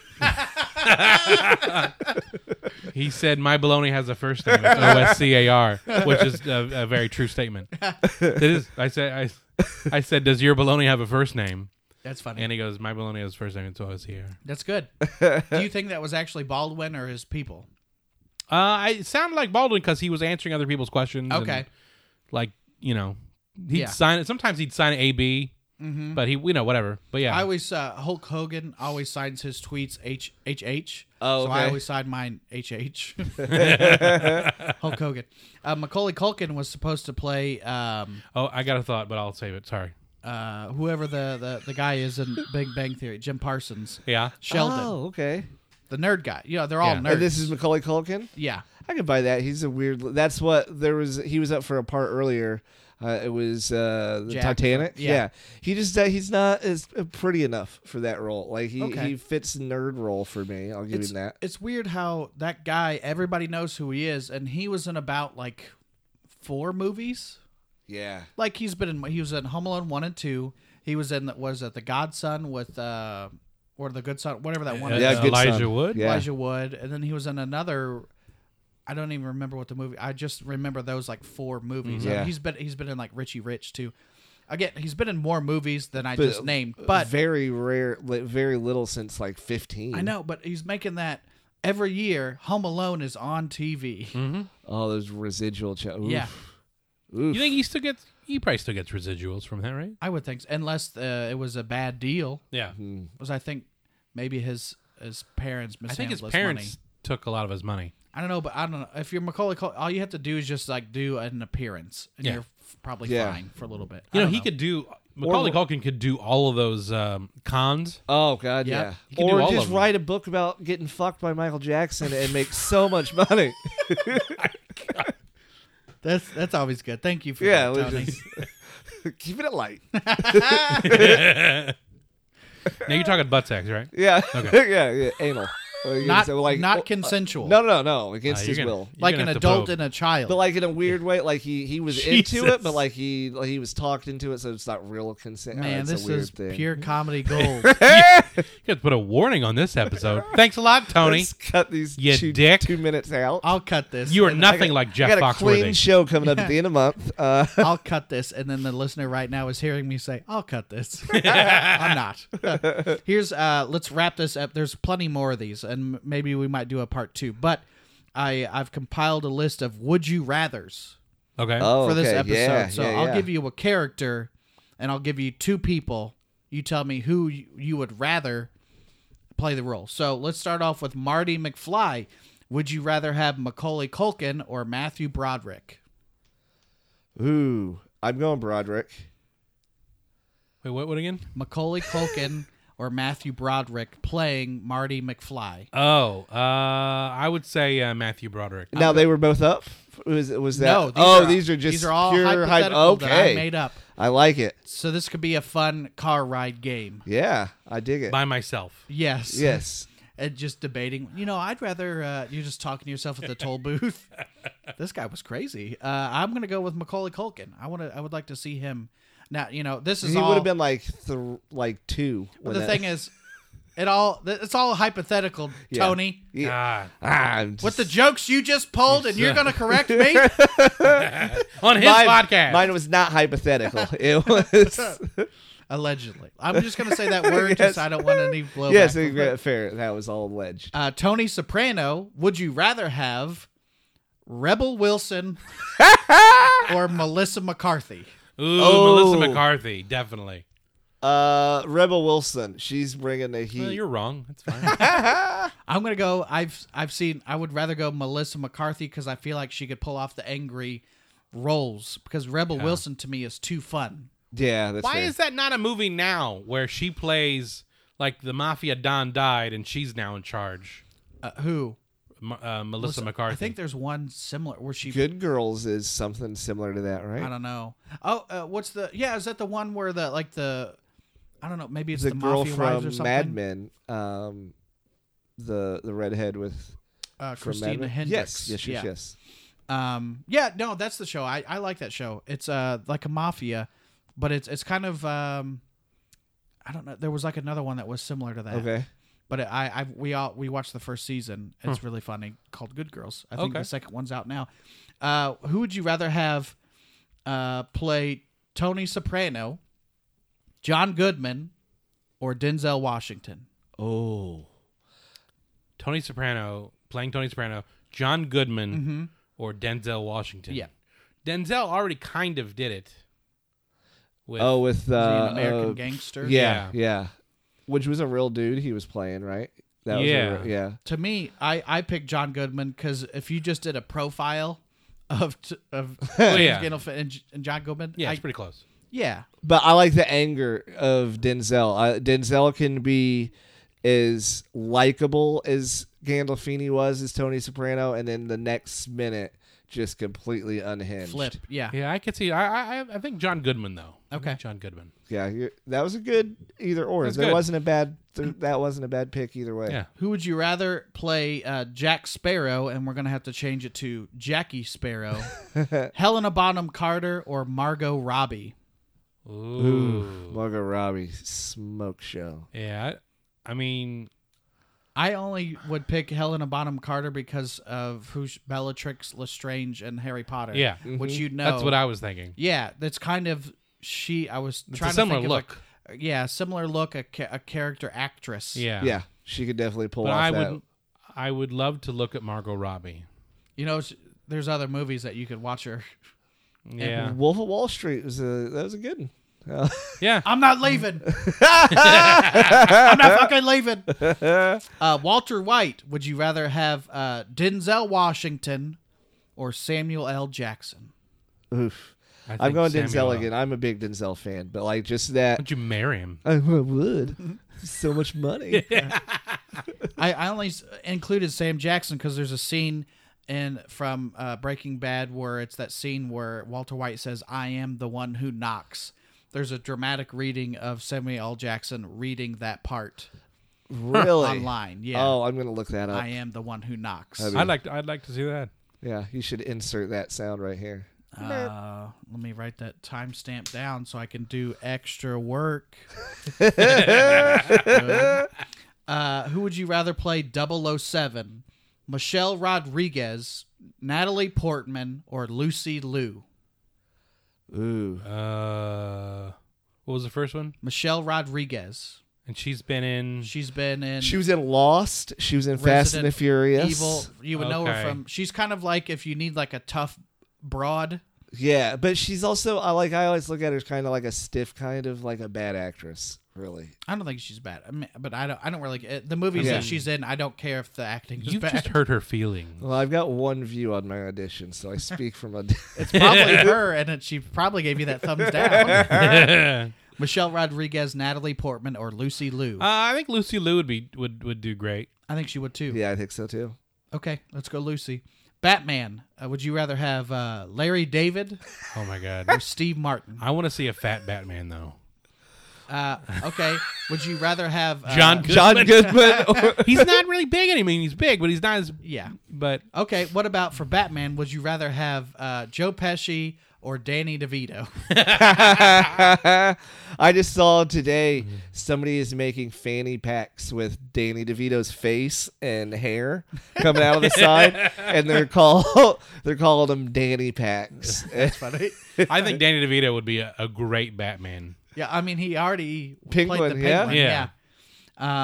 Speaker 2: he said, "My baloney has a first name, it's O S C A R," which is a, a very true statement. It is. I said, I, I said, "Does your baloney have a first name?"
Speaker 1: That's funny.
Speaker 2: And he goes, "My baloney has a first name, it's O S C A R."
Speaker 1: That's good. Do you think that was actually Baldwin or his people?
Speaker 2: Uh, I it sounded like Baldwin because he was answering other people's questions. and,
Speaker 1: Okay.
Speaker 2: like you know, he'd
Speaker 1: Yeah. Mm-hmm.
Speaker 2: sign it. Sometimes he'd sign it AB, but he you know whatever. But yeah,
Speaker 1: I always uh, Hulk Hogan always signs his tweets H H H.
Speaker 3: Oh,
Speaker 1: so I
Speaker 3: okay.
Speaker 1: always sign mine H H. Hulk Hogan. Uh, Macaulay Culkin was supposed to play um,
Speaker 2: oh, I got a thought, but I'll save it. Sorry.
Speaker 1: uh, whoever the, the the guy is in Big Bang Theory, Jim Parsons,
Speaker 2: Yeah.
Speaker 1: Sheldon,
Speaker 3: Oh, okay.
Speaker 1: the nerd guy. You know, they're all
Speaker 2: Yeah. And
Speaker 1: nerds.
Speaker 3: And this is Macaulay Culkin.
Speaker 1: yeah,
Speaker 3: I could buy that. He's a weird. That's what there was. He was up for a part earlier. Uh, it was uh, the
Speaker 1: Jack.
Speaker 3: Titanic.
Speaker 1: Yeah.
Speaker 3: Yeah. he just uh, he's not as pretty enough for that role. Like he,
Speaker 1: Okay.
Speaker 3: he fits the nerd role for me. I'll give
Speaker 1: it's,
Speaker 3: him that.
Speaker 1: it's weird how that guy everybody knows who he is, and he was in about like four movies.
Speaker 3: Yeah,
Speaker 1: like he's been in he was in Home Alone one and two. He was in was it the Godson with uh or the Good Son, whatever that one is.
Speaker 3: Yeah, good
Speaker 2: Elijah
Speaker 3: son.
Speaker 2: Wood.
Speaker 3: Yeah.
Speaker 1: Elijah Wood, and then he was in another. I don't even remember what the movie. I just remember those like four movies.
Speaker 3: Mhm.
Speaker 1: And
Speaker 3: Yeah.
Speaker 1: he's been he's been in like Richie Rich too. Again, he's been in more movies than I
Speaker 3: But-
Speaker 1: just named, but
Speaker 3: very rare. Like, very little since like fifteen.
Speaker 1: I know. But he's making that every year. Home Alone is on TV.
Speaker 3: Mm-hmm. All those residual. Ch-
Speaker 1: Yeah,
Speaker 3: Oof.
Speaker 2: You think he still gets? He probably still gets residuals from that, right?
Speaker 1: I would think, so. unless uh, it was a bad deal,
Speaker 2: Yeah.
Speaker 1: was I think maybe his his parents.
Speaker 2: I think his
Speaker 1: mishandled
Speaker 2: parents
Speaker 1: money.
Speaker 2: took a lot of his money.
Speaker 1: I don't know, but I don't know. If you're Macaulay, Cul- all you have to do is just like do an appearance, and
Speaker 2: Yeah.
Speaker 1: you're f- probably
Speaker 3: Yeah.
Speaker 1: fine for a little bit.
Speaker 2: You
Speaker 1: I
Speaker 2: know,
Speaker 1: don't
Speaker 2: he could do Macaulay Culkin could do all of those um, cons.
Speaker 3: Oh God,
Speaker 1: Yep.
Speaker 2: You
Speaker 3: yeah.
Speaker 2: can do
Speaker 3: Or
Speaker 2: all
Speaker 3: just
Speaker 2: of 'em.
Speaker 3: write a book about getting fucked by Michael Jackson and make so much money.
Speaker 1: That's that's always good. Thank you for
Speaker 3: yeah,
Speaker 1: that, Tony.
Speaker 3: let's just- keeping it light.
Speaker 2: Now you're talking butt sex, right?
Speaker 3: Yeah,
Speaker 2: Okay.
Speaker 3: yeah, yeah. Anal. Or you
Speaker 1: not
Speaker 3: say,
Speaker 1: not
Speaker 3: oh, uh,
Speaker 1: consensual.
Speaker 3: No, no, no,
Speaker 2: Uh,
Speaker 3: against
Speaker 2: you're
Speaker 3: his
Speaker 2: gonna-
Speaker 3: will.
Speaker 2: you're
Speaker 1: like
Speaker 2: gonna
Speaker 1: an
Speaker 2: have to
Speaker 1: adult
Speaker 2: probe.
Speaker 1: and a child.
Speaker 3: But like in a weird way, like he he was into
Speaker 2: Jesus.
Speaker 3: it, but like he like, he was talked into it, so it's not real consent.
Speaker 1: Man,
Speaker 3: it's
Speaker 1: this
Speaker 3: a weird
Speaker 1: is
Speaker 3: thing.
Speaker 1: pure comedy gold.
Speaker 2: You got to put a warning on this episode. Thanks a lot, Tony.
Speaker 3: Let's cut these
Speaker 2: You
Speaker 3: two,
Speaker 2: dick.
Speaker 3: two minutes out.
Speaker 1: I'll cut this.
Speaker 2: You are
Speaker 1: and-
Speaker 2: nothing like
Speaker 3: I
Speaker 2: Jeff
Speaker 3: got a clean
Speaker 2: Foxworthy.
Speaker 3: show coming up at the end of the month. Uh,
Speaker 1: I'll cut this, and then the listener right now is hearing me say, "I'll cut this." I'm not. Here's uh, let's wrap this up. There's plenty more of these, and m- maybe we might do a part two. But I I've compiled a list of would you rather's
Speaker 2: okay.
Speaker 3: oh,
Speaker 1: for this
Speaker 3: okay,
Speaker 1: episode.
Speaker 3: yeah,
Speaker 1: so
Speaker 3: yeah,
Speaker 1: I'll
Speaker 3: yeah.
Speaker 1: give you a character, and I'll give you two people. You tell me who y- you would rather play the role. So let's start off with Marty McFly. Would you rather have Macaulay Culkin or Matthew Broderick?
Speaker 3: Ooh, I'm going Broderick.
Speaker 2: Wait, what? What again?
Speaker 1: Macaulay Culkin or Matthew Broderick playing Marty McFly.
Speaker 2: Oh, uh, I would say uh, Matthew Broderick.
Speaker 3: Now they were both up. Was was that?
Speaker 1: No, these
Speaker 3: oh,
Speaker 1: are,
Speaker 3: these are just
Speaker 1: these are all
Speaker 3: pure hype.
Speaker 1: hypothetical
Speaker 3: Okay,
Speaker 1: that I made up.
Speaker 3: I like it.
Speaker 1: So this could be a fun car ride game.
Speaker 3: Yeah, I dig it.
Speaker 2: By myself.
Speaker 1: Yes.
Speaker 3: Yes.
Speaker 1: And just debating. You know, I'd rather uh, you're just talking to yourself at the toll booth. this guy was crazy. Uh, I'm gonna go with Macaulay Culkin. I want to. I would like to see him. Now, you know, this is
Speaker 3: He
Speaker 1: all.
Speaker 3: would have been like th- like two.
Speaker 1: but
Speaker 3: when
Speaker 1: the
Speaker 3: that-
Speaker 1: thing is, it all. It's all hypothetical,
Speaker 3: Yeah.
Speaker 1: Tony.
Speaker 3: yeah.
Speaker 2: Ah,
Speaker 3: Ah, I'm
Speaker 1: With the
Speaker 3: just-
Speaker 1: jokes you just pulled, and you're gonna correct me.
Speaker 2: on his
Speaker 3: mine,
Speaker 2: podcast.
Speaker 3: Mine was not hypothetical. It was
Speaker 1: Allegedly, I'm just gonna say that word.
Speaker 3: Yes.
Speaker 1: Just I don't want any blowback.
Speaker 3: yes,
Speaker 1: from
Speaker 3: yeah, fair. That was all alleged.
Speaker 1: uh, Tony Soprano, would you rather have Rebel Wilson or Melissa McCarthy?
Speaker 2: Ooh,
Speaker 3: Oh.
Speaker 2: Melissa McCarthy, definitely.
Speaker 3: Uh, Rebel Wilson, she's bringing the
Speaker 2: Well,
Speaker 3: heat.
Speaker 2: you're wrong. That's fine.
Speaker 1: I'm gonna go. I've I've seen. I would rather go Melissa McCarthy because I feel like she could pull off the angry roles. Because Rebel Wilson to me is too fun.
Speaker 3: yeah, that's
Speaker 2: Why
Speaker 3: fair.
Speaker 2: is that not a movie now where she plays like the mafia Don died and she's now in charge?
Speaker 1: Uh, who?
Speaker 2: M- uh, Melissa McCarthy.
Speaker 1: I think there's one similar where she.
Speaker 3: Good Girls is something similar to that,
Speaker 1: I
Speaker 3: right?
Speaker 1: don't know. Oh, uh, what's the? Yeah, is that the one where the like the? I don't know. Maybe it's
Speaker 3: The,
Speaker 1: the,
Speaker 3: girl
Speaker 1: Mafia Wives or
Speaker 3: from
Speaker 1: something.
Speaker 3: Mad Men, um, the the redhead with
Speaker 1: Uh,
Speaker 3: from Mad
Speaker 1: Christina
Speaker 3: Men.
Speaker 1: Hendricks.
Speaker 3: Yes, yes,
Speaker 1: yeah.
Speaker 3: yes, yes.
Speaker 1: Um, yeah, no, that's the show. I, I like that show. It's uh like a mafia, but it's it's kind of um, I don't know. There was like another one that was similar to that.
Speaker 3: Okay,
Speaker 1: But I I we all we watched the first season. It's really funny. Called Good Girls. I think
Speaker 2: Hmm. Okay.
Speaker 1: the second one's out now. Uh, who would you rather have uh play Tony Soprano, John Goodman, or Denzel Washington?
Speaker 2: Oh. Tony Soprano, playing Tony Soprano, John Goodman or Denzel Washington.
Speaker 1: Mm-hmm. Yeah.
Speaker 2: Denzel already kind of did it. With,
Speaker 3: oh, with
Speaker 1: Is he
Speaker 3: uh,
Speaker 1: an American
Speaker 3: uh,
Speaker 1: Gangster.
Speaker 3: Yeah, yeah, which was a real dude he was playing, right? That
Speaker 2: Yeah.
Speaker 3: was a, re- yeah.
Speaker 1: to me, I I picked John Goodman because if you just did a profile of t- of
Speaker 2: Oh, yeah.
Speaker 1: James Gandolf- and, and John Goodman,
Speaker 2: yeah,
Speaker 1: I-
Speaker 2: it's pretty close.
Speaker 1: yeah,
Speaker 3: But I like the anger of Denzel. I, Denzel can be as likable as Gandolfini was as Tony Soprano, and then the next minute just completely unhinged.
Speaker 1: flip, yeah,
Speaker 2: Yeah, I could see. I, I, I think John Goodman though. I think
Speaker 1: Okay.
Speaker 2: John Goodman.
Speaker 3: Yeah, you that was a good either or.
Speaker 2: That's
Speaker 3: There
Speaker 2: good.
Speaker 3: wasn't a bad. Th- that wasn't a bad pick either way.
Speaker 2: Yeah.
Speaker 1: Who would you rather play uh, Jack Sparrow? And we're gonna have to change it to Jackie Sparrow, Helena Bonham Carter, or Margot Robbie.
Speaker 2: Ooh.
Speaker 3: Margot Robbie smoke show.
Speaker 2: Yeah. I, I mean,
Speaker 1: I only would pick Helena Bonham Carter because of who sh- Bellatrix Lestrange and Harry Potter.
Speaker 2: Yeah.
Speaker 1: which you know
Speaker 2: that's what I was thinking.
Speaker 1: Yeah, that's kind of she. I was
Speaker 2: It's
Speaker 1: trying
Speaker 2: a similar
Speaker 1: to think
Speaker 2: look.
Speaker 1: Of a, yeah, similar look. A, ca- a character actress.
Speaker 2: yeah.
Speaker 3: Yeah, she could definitely pull
Speaker 2: But
Speaker 3: off
Speaker 2: I
Speaker 3: that.
Speaker 2: would, I would love to look at Margot Robbie.
Speaker 1: you know, s- there's other movies that you could watch her.
Speaker 2: Yeah.
Speaker 3: Wolf of Wall Street was a that was a good one. Uh,
Speaker 2: Yeah.
Speaker 1: I'm not leaving. I'm not fucking leaving. Uh, Walter White, would you rather have uh, Denzel Washington or Samuel L. Jackson?
Speaker 3: oof.
Speaker 2: I
Speaker 3: I'm
Speaker 2: think
Speaker 3: going
Speaker 2: Samuel
Speaker 3: Denzel
Speaker 2: L.
Speaker 3: again. I'm a big Denzel fan, but like just that.
Speaker 2: Would you marry him?
Speaker 3: I would. so much money.
Speaker 1: I, I only s- included Sam Jackson because there's a scene in from uh, Breaking Bad where it's that scene where Walter White says, "I am the one who knocks." There's a dramatic reading of Samuel L. Jackson reading that part
Speaker 3: really?
Speaker 1: online. Yeah,
Speaker 3: Oh, I'm gonna look that up.
Speaker 1: I am the one who knocks.
Speaker 3: That'd be-
Speaker 2: I'd like to, I'd like to see that.
Speaker 3: Yeah, you should insert that sound right here.
Speaker 1: Uh, let me write that timestamp down so I can do extra work. uh, who would you rather play 007? Michelle Rodriguez, Natalie Portman, or Lucy Liu?
Speaker 3: Ooh.
Speaker 2: Uh, what was the first one?
Speaker 1: Michelle Rodriguez.
Speaker 2: And she's been in.
Speaker 1: She's been in
Speaker 3: She was in Lost. She was in Fast and the
Speaker 1: Resident
Speaker 3: Furious.
Speaker 1: Evil. You would know her
Speaker 2: Okay.
Speaker 1: from. She's kind of like if you need like a tough broad.
Speaker 3: Yeah, but she's also I like I always look at her as kind of like a stiff, kind of like a bad actress. Really,
Speaker 1: I don't think she's bad, I mean, but I don't. I don't really. uh, The movies
Speaker 3: Yeah.
Speaker 1: that she's in, I don't care if the acting is
Speaker 2: You've
Speaker 1: bad.
Speaker 2: just hurt her feelings.
Speaker 3: well, I've got one view on my audition, so I speak from a.
Speaker 1: It's probably her, and it, she probably gave you that thumbs down.
Speaker 2: uh,
Speaker 1: Michelle Rodriguez, Natalie Portman, or Lucy Liu.
Speaker 2: I think Lucy Liu would be would would do great.
Speaker 1: I think she would too.
Speaker 3: yeah, I think so too.
Speaker 1: Okay, let's go, Lucy. Batman. Uh, would you rather have uh, Larry David
Speaker 2: Oh my god.
Speaker 1: or Steve Martin?
Speaker 2: I want to see a fat Batman though.
Speaker 1: Uh, okay. Would you rather have uh,
Speaker 2: John Goodman.
Speaker 3: John Goodman.
Speaker 2: he's not really big anymore. I mean, he's big, but he's not as.
Speaker 1: Yeah.
Speaker 2: But
Speaker 1: Okay. What about for Batman? Would you rather have uh, Joe Pesci or Danny DeVito?
Speaker 3: I just saw today
Speaker 1: Mm-hmm.
Speaker 3: somebody is making fanny packs with Danny DeVito's face and hair coming out of the side, and they're called they're calling them Danny packs.
Speaker 1: Funny.
Speaker 2: I think Danny DeVito would be a, a great Batman.
Speaker 1: Yeah. I mean, he already played the penguin.
Speaker 3: Penguin, yeah?
Speaker 2: Yeah.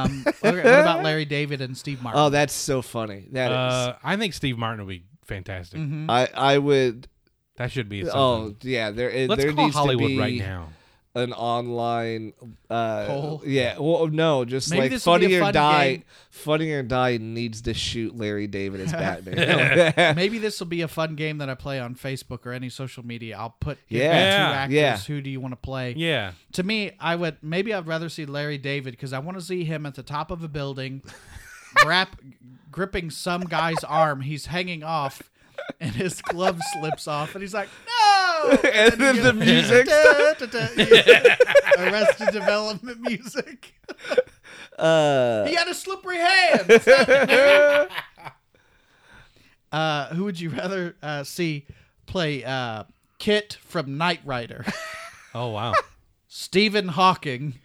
Speaker 1: Um, okay, what about Larry David and Steve Martin?
Speaker 3: oh, that's so funny. That is.
Speaker 2: Uh, I think Steve Martin would be fantastic.
Speaker 1: Um,
Speaker 3: I I would.
Speaker 2: That should be. Something.
Speaker 3: Oh yeah, there it-
Speaker 2: let's
Speaker 3: there
Speaker 2: call
Speaker 3: needs
Speaker 2: Hollywood
Speaker 3: to be
Speaker 2: right now.
Speaker 3: an online uh,
Speaker 1: Poll?
Speaker 3: Yeah, well, no, just
Speaker 1: Maybe
Speaker 3: like
Speaker 1: this would be
Speaker 3: Funny
Speaker 1: a
Speaker 3: or
Speaker 1: fun
Speaker 3: Die.
Speaker 1: game.
Speaker 3: Funny or Die needs to shoot Larry David as Batman.
Speaker 1: Maybe this will be a fun game that I play on Facebook or any social media. I'll put give me
Speaker 3: Yeah.
Speaker 2: Yeah.
Speaker 1: two actors.
Speaker 3: Yeah.
Speaker 1: Who do you want to play?
Speaker 2: Yeah.
Speaker 1: To me, I would maybe I'd rather see Larry David because I want to see him at the top of a building, grap, gripping some guy's arm. He's hanging off, and his glove slips off, and he's like, "No!"
Speaker 3: and then the music.
Speaker 1: Da, da, da, yeah. Arrested Development music.
Speaker 3: Uh,
Speaker 1: He had a slippery hand. uh, who would you rather uh, see play uh, Kit from Knight Rider?
Speaker 2: Oh wow.
Speaker 1: Stephen Hawking.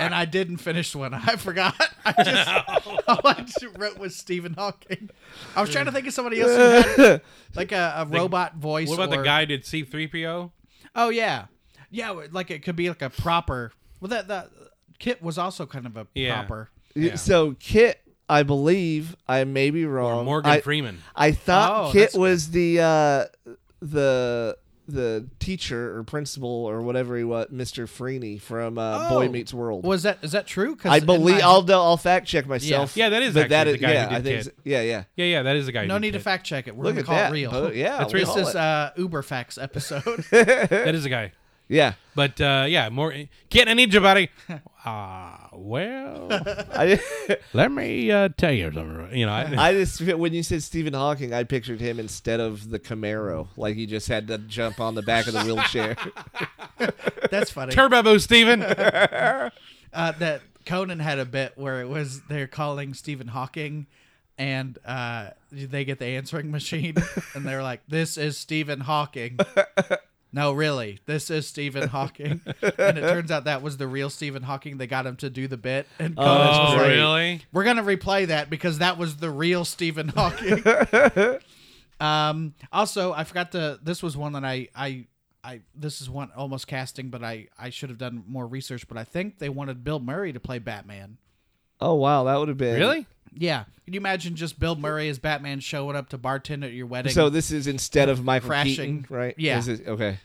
Speaker 1: And I didn't finish one. I forgot. I just all I just wrote was Stephen Hawking. I was trying to think of somebody else who had like a, a robot voice.
Speaker 2: What about the
Speaker 1: or-
Speaker 2: guy who did C three PO?
Speaker 1: Oh yeah, yeah. Like it could be like a proper. Well, that that Kit was also kind of a
Speaker 2: Yeah.
Speaker 1: proper.
Speaker 2: Yeah.
Speaker 3: So Kit, I believe I may be wrong.
Speaker 2: Morgan
Speaker 3: Um, I,
Speaker 2: Freeman.
Speaker 3: I thought
Speaker 1: Oh,
Speaker 3: Kit
Speaker 1: that's-
Speaker 3: was the uh, the the teacher or principal or whatever he was, Mr. Freeney from uh, Boy
Speaker 1: Oh.
Speaker 3: Meets World.
Speaker 1: Was that is that true? 'Cause
Speaker 3: I
Speaker 1: in
Speaker 3: believe
Speaker 1: my-
Speaker 3: I'll I'll fact check myself.
Speaker 2: Yeah, that is
Speaker 3: but that
Speaker 2: actually
Speaker 3: is
Speaker 2: the guy who
Speaker 3: yeah.
Speaker 2: did
Speaker 3: I think
Speaker 2: Kid.
Speaker 3: it's- yeah, yeah.
Speaker 2: Yeah, yeah, that is the guy.
Speaker 1: No
Speaker 2: who
Speaker 1: need
Speaker 2: did
Speaker 1: to
Speaker 2: it.
Speaker 1: fact check it. We're
Speaker 3: Look
Speaker 1: gonna
Speaker 3: at
Speaker 1: call
Speaker 3: that.
Speaker 1: it real.
Speaker 3: Bo- yeah,
Speaker 2: That's
Speaker 3: we'll
Speaker 1: This
Speaker 2: real.
Speaker 3: call
Speaker 1: is
Speaker 3: it.
Speaker 1: uh, Uber facts episode.
Speaker 2: That is the guy.
Speaker 3: yeah.
Speaker 2: But uh, yeah, more. Kid, I need your buddy. Ah, well,
Speaker 3: I,
Speaker 2: let me uh, tell you something. You know, I,
Speaker 3: I just when you said Stephen Hawking, I pictured him instead of the Camaro, like he just had to jump on the back of the wheelchair.
Speaker 1: That's funny.
Speaker 2: Turbo Boost Steven.
Speaker 1: uh, that Conan had a bit where it was they're calling Stephen Hawking, and uh, they get the answering machine, and they're like, "This is Stephen Hawking." No, really, this is Stephen Hawking, and it turns out that was the real Stephen Hawking. They got him to do the bit, and Conan's just
Speaker 2: oh,
Speaker 1: like,
Speaker 2: really?
Speaker 1: we're gonna replay that because that was the real Stephen Hawking. um, also, I forgot to. This was one that I, I, I. This is one almost casting, but I, I should have done more research. But I think they wanted Bill Murray to play Batman.
Speaker 3: oh wow, that would have been
Speaker 2: Really?
Speaker 1: Yeah. Can you imagine just Bill Murray as Batman showing up to bartend at your wedding?
Speaker 3: So this is instead of Michael
Speaker 1: Crashing.
Speaker 3: Keaton, right?
Speaker 1: Yeah.
Speaker 3: This is- okay.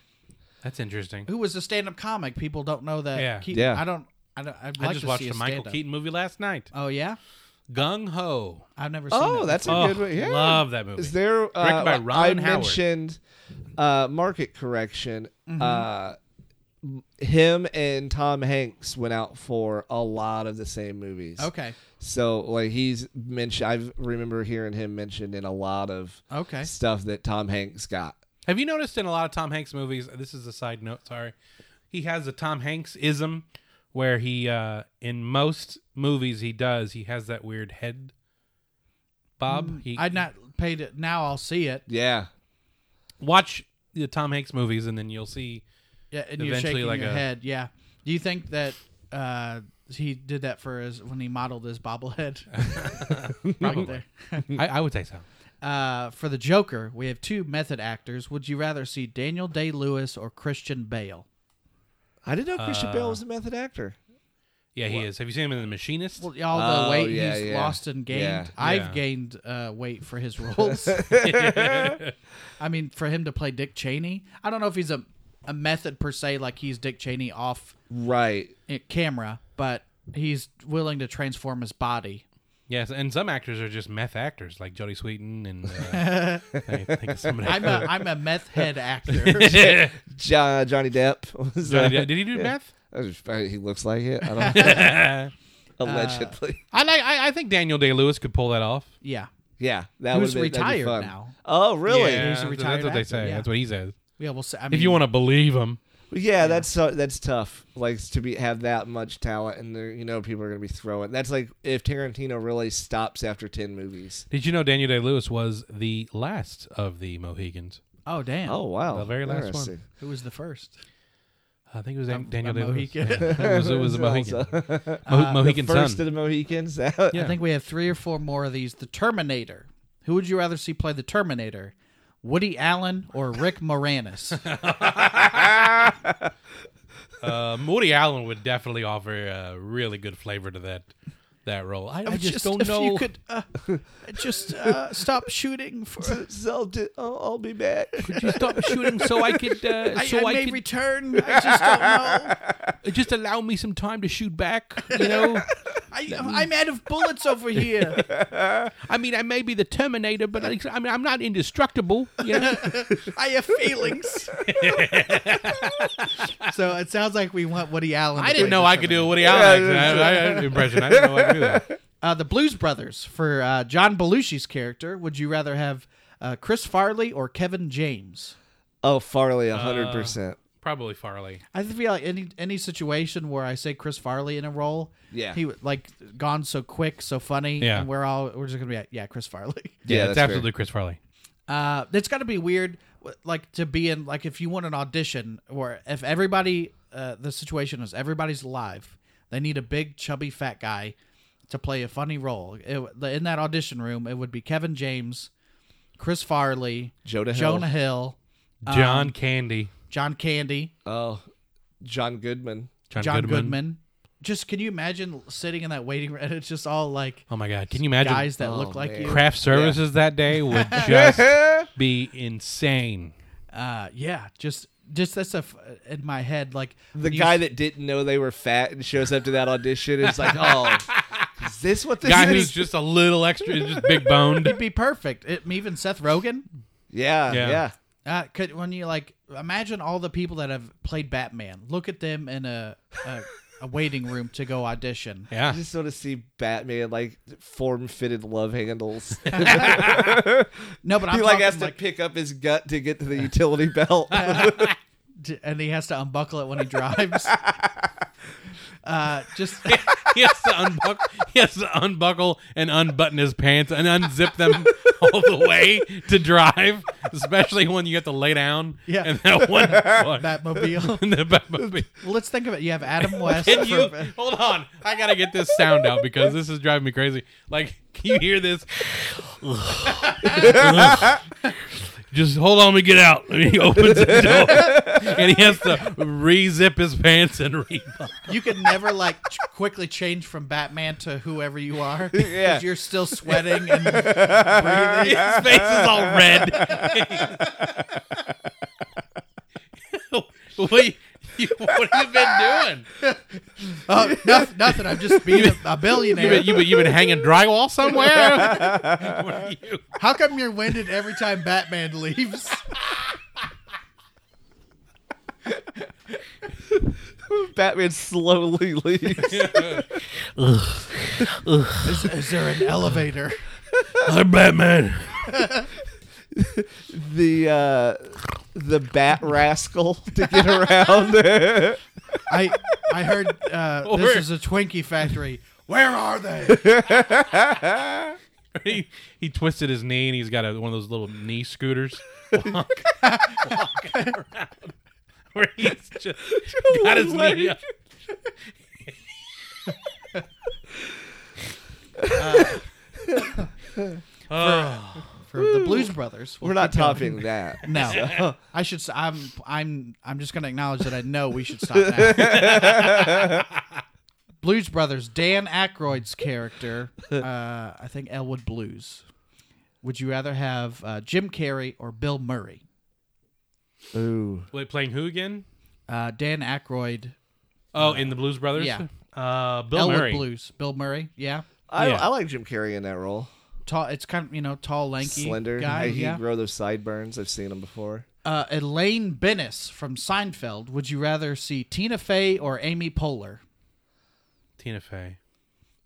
Speaker 2: That's interesting.
Speaker 1: who was a stand-up comic? People don't know that.
Speaker 2: Yeah.
Speaker 1: Keaton-
Speaker 3: Yeah.
Speaker 1: I don't. I don't. I'd like
Speaker 2: I just
Speaker 1: to
Speaker 2: watched
Speaker 1: see
Speaker 2: a
Speaker 1: a
Speaker 2: Michael
Speaker 1: stand-up.
Speaker 2: Keaton movie last night.
Speaker 1: Oh yeah.
Speaker 2: Gung Ho.
Speaker 1: I've never seen.
Speaker 3: Oh,
Speaker 1: it.
Speaker 3: that's a
Speaker 2: Oh,
Speaker 3: good one. Yeah.
Speaker 2: love that movie.
Speaker 3: Is there? Uh,
Speaker 2: Directed by Ron
Speaker 3: I
Speaker 2: Howard.
Speaker 3: mentioned uh, market correction.
Speaker 2: Mm-hmm.
Speaker 3: Uh, him and Tom Hanks went out for a lot of the same movies.
Speaker 1: okay.
Speaker 3: So like he's mentioned. I remember hearing him mentioned in a lot of
Speaker 1: Okay.
Speaker 3: stuff that Tom Hanks got.
Speaker 2: Have you noticed in a lot of Tom Hanks movies? This is a side note. Sorry, he has a Tom Hanks ism where he, uh, in most movies he does, he has that weird head bob. he
Speaker 1: I'd not paid it. Now I'll see it.
Speaker 3: Yeah.
Speaker 2: watch the Tom Hanks movies, and then you'll see.
Speaker 1: Yeah, and you're
Speaker 2: Eventually,
Speaker 1: shaking
Speaker 2: like
Speaker 1: your
Speaker 2: a-
Speaker 1: head. Yeah. Do you think that uh, he did that for his when he modeled his bobblehead?
Speaker 2: Probably, I, I would say so.
Speaker 1: Uh, for the Joker, we have two method actors. Would you rather see Daniel Day Lewis or Christian Bale?
Speaker 3: I didn't know Christian
Speaker 2: Uh.
Speaker 3: Bale was a method actor.
Speaker 2: Yeah, he is. Have you seen him in The Machinist?
Speaker 1: Well, all the
Speaker 3: Oh,
Speaker 1: weight
Speaker 3: yeah,
Speaker 1: he's
Speaker 3: yeah.
Speaker 1: lost and gained.
Speaker 3: Yeah.
Speaker 1: I've
Speaker 2: Yeah.
Speaker 1: gained uh, weight for his roles. I mean, for him to play Dick Cheney, I don't know if he's a, a method per se, like he's Dick Cheney off
Speaker 3: Right.
Speaker 1: eh, camera, but he's willing to transform his body.
Speaker 2: Yes, and some actors are just meth actors, like Jodie Sweetin and uh, I think of somebody.
Speaker 1: I'm a I'm a meth head actor.
Speaker 3: Jo- Johnny Depp. Was, uh,
Speaker 2: Johnny Depp- Did he do meth?
Speaker 3: I just- I- he looks like it. I
Speaker 2: Uh,
Speaker 3: don't Allegedly.
Speaker 2: I like. I, I think Daniel Day Lewis could pull that off.
Speaker 1: yeah,
Speaker 3: yeah. That
Speaker 1: who's
Speaker 3: would be that'd be
Speaker 1: retired
Speaker 3: fun.
Speaker 1: now.
Speaker 3: Oh, really?
Speaker 2: Yeah,
Speaker 1: He's a
Speaker 2: that's-
Speaker 1: retired
Speaker 2: That's what they
Speaker 1: actor,
Speaker 2: say.
Speaker 1: yeah. Hmm.
Speaker 2: That's what he says.
Speaker 1: Yeah, we'll see. I
Speaker 2: If you
Speaker 1: mean,
Speaker 2: want to believe him,
Speaker 3: Yeah, that's so, that's tough. Like to be have that much talent, and there, you know people are going to be throwing. That's like if Tarantino really stops after ten movies.
Speaker 2: did you know Daniel Day Lewis was the last of the Mohegans?
Speaker 1: oh damn,
Speaker 3: Oh wow,
Speaker 2: The very last one.
Speaker 3: Interesting.
Speaker 1: who was the first?
Speaker 2: I think it was Dan-
Speaker 1: a
Speaker 2: Um, Daniel Day Lewis.
Speaker 1: Mohican.
Speaker 2: Yeah. It was, it was a Mohican.
Speaker 3: Also- the
Speaker 2: Mo- Mohican
Speaker 3: first of
Speaker 2: son.
Speaker 3: the Mohicans.
Speaker 2: Yeah.
Speaker 1: I think we have three or four more of these. The Terminator. Who would you rather see play the Terminator? Woody Allen or Rick Moranis?
Speaker 2: Uh, Woody Allen would definitely offer a really good flavor to that that role. I, I just, don't
Speaker 1: if
Speaker 2: know.
Speaker 1: You could uh, just uh, stop shooting for.
Speaker 3: I'll, do- I'll, I'll be back.
Speaker 2: just stop shooting so I could. Uh,
Speaker 1: I,
Speaker 2: so
Speaker 1: I,
Speaker 2: I,
Speaker 1: may
Speaker 2: could
Speaker 1: return. I just don't know.
Speaker 2: just allow me some time to shoot back. You know,
Speaker 1: I, I'm out of bullets over here.
Speaker 2: I mean, I may be the Terminator, but I, I mean, I'm not indestructible. You know?
Speaker 1: I have feelings. so it sounds like we want Woody Allen. to
Speaker 2: I didn't
Speaker 1: play
Speaker 2: know
Speaker 1: the
Speaker 2: I could do a Woody Allen
Speaker 3: Yeah,
Speaker 2: accent. I, I had an impression. I didn't know I could do that.
Speaker 1: Uh, the Blues Brothers for uh, John Belushi's character. Would you rather have uh, Chris Farley or Kevin James?
Speaker 3: Oh, Farley,
Speaker 2: Uh,
Speaker 3: hundred percent.
Speaker 2: Probably Farley.
Speaker 1: I feel like any any situation where I say Chris Farley in a role,
Speaker 3: Yeah.
Speaker 1: he would, like gone so quick, so funny,
Speaker 2: Yeah.
Speaker 1: and we're all we're just gonna be like, yeah, Chris Farley.
Speaker 3: Yeah,
Speaker 2: it's
Speaker 3: that's fair.
Speaker 2: absolutely Chris Farley.
Speaker 1: Uh, it's got to be weird, w- like to be in like if you want an audition or if everybody, uh, the situation is everybody's alive. They need a big chubby fat guy to play a funny role. It, w- the- in that audition room, it would be Kevin James, Chris Farley,
Speaker 3: Jonah Hill.
Speaker 1: Jonah Hill,
Speaker 2: John Candy.
Speaker 1: John Candy,
Speaker 3: Oh, John Goodman.
Speaker 2: John,
Speaker 1: John Goodman.
Speaker 2: Goodman.
Speaker 1: Just can you imagine sitting in that waiting room and it's just all like
Speaker 2: Oh my God! Can you imagine?
Speaker 1: guys that look like
Speaker 3: Oh, man.
Speaker 1: you?
Speaker 2: craft services that day would just be insane.
Speaker 1: Uh, yeah, just just that's a f- in my head like
Speaker 3: The
Speaker 1: when you
Speaker 3: guy that didn't know they were fat and shows up to that audition and is like, oh, is this what this
Speaker 2: Guy
Speaker 3: is?
Speaker 2: who's just a little extra, just big boned.
Speaker 1: It'd be perfect. It, even Seth Rogen.
Speaker 3: yeah,
Speaker 2: Yeah.
Speaker 3: yeah,
Speaker 1: Uh, could when you like imagine all the people that have played Batman. Look at them in a a, a waiting room to go audition.
Speaker 3: I
Speaker 2: Yeah,
Speaker 3: just want to see Batman like form fitted love handles. he
Speaker 1: No, but I'm
Speaker 3: like
Speaker 1: talking
Speaker 3: has to
Speaker 1: like,
Speaker 3: pick up his gut to get to the utility belt.
Speaker 1: d- and he has to unbuckle it when he drives. uh, just
Speaker 2: he has to unbuckle. He has to unbuckle and unbutton his pants and unzip them all the way to drive. Especially when you have to lay down.
Speaker 1: Yeah.
Speaker 2: and that one.
Speaker 1: Batmobile.
Speaker 2: And the Batmobile.
Speaker 1: Well, let's think of it. You have Adam West.
Speaker 2: Can you
Speaker 1: for-
Speaker 2: hold on? I gotta get this sound out because this is driving me crazy. Like, can you hear this? just hold on, let me get out. And he opens the door, and he has to re-zip his pants and re.
Speaker 1: You can never like ch- quickly change from Batman to whoever you are. 'cause
Speaker 3: Yeah.
Speaker 1: you're still sweating and
Speaker 2: His
Speaker 1: breathing.
Speaker 2: face is all red. what, you, you- what have you been doing?
Speaker 1: Oh, no, nothing. I'm just being a, a
Speaker 2: You
Speaker 1: billionaire.
Speaker 2: been, you been, you been hanging drywall somewhere? what are you?
Speaker 1: How come you're winded every time Batman leaves?
Speaker 3: Batman slowly leaves.
Speaker 1: Is, is there an elevator?
Speaker 2: I'm Batman.
Speaker 3: the uh, the bat rascal to get around.
Speaker 1: I I heard uh, this
Speaker 2: Where-
Speaker 1: is a Twinkie factory. Where are they?
Speaker 2: He, he twisted his knee, and he's got a, one of those little knee scooters. Walk, walking around. Where he's just got his knee up. Uh, Oh.
Speaker 1: For the Blues Brothers.
Speaker 3: We're not topping that.
Speaker 1: No, I should. s- I'm. I'm. I'm just going to acknowledge that I know we should stop now. Blues Brothers. Dan Aykroyd's character. Uh, I think Elwood Blues. Would you rather have uh, Jim Carrey or Bill Murray?
Speaker 3: Ooh.
Speaker 2: Wait, playing who again?
Speaker 1: Uh, Dan Aykroyd.
Speaker 2: Oh, in the Blues Brothers.
Speaker 1: yeah.
Speaker 2: Uh, Bill
Speaker 1: Elwood
Speaker 2: Murray.
Speaker 1: Blues. Bill Murray. Yeah.
Speaker 3: I,
Speaker 2: Yeah.
Speaker 3: I like Jim Carrey in that role.
Speaker 1: Tall. It's kind of you know tall, lanky,
Speaker 3: Slender.
Speaker 1: guy.
Speaker 3: I, he
Speaker 1: yeah.
Speaker 3: grow those sideburns. I've seen him before.
Speaker 1: uh, Elaine Bennis from Seinfeld. Would you rather see Tina Fey or Amy Poehler?
Speaker 2: Tina Fey.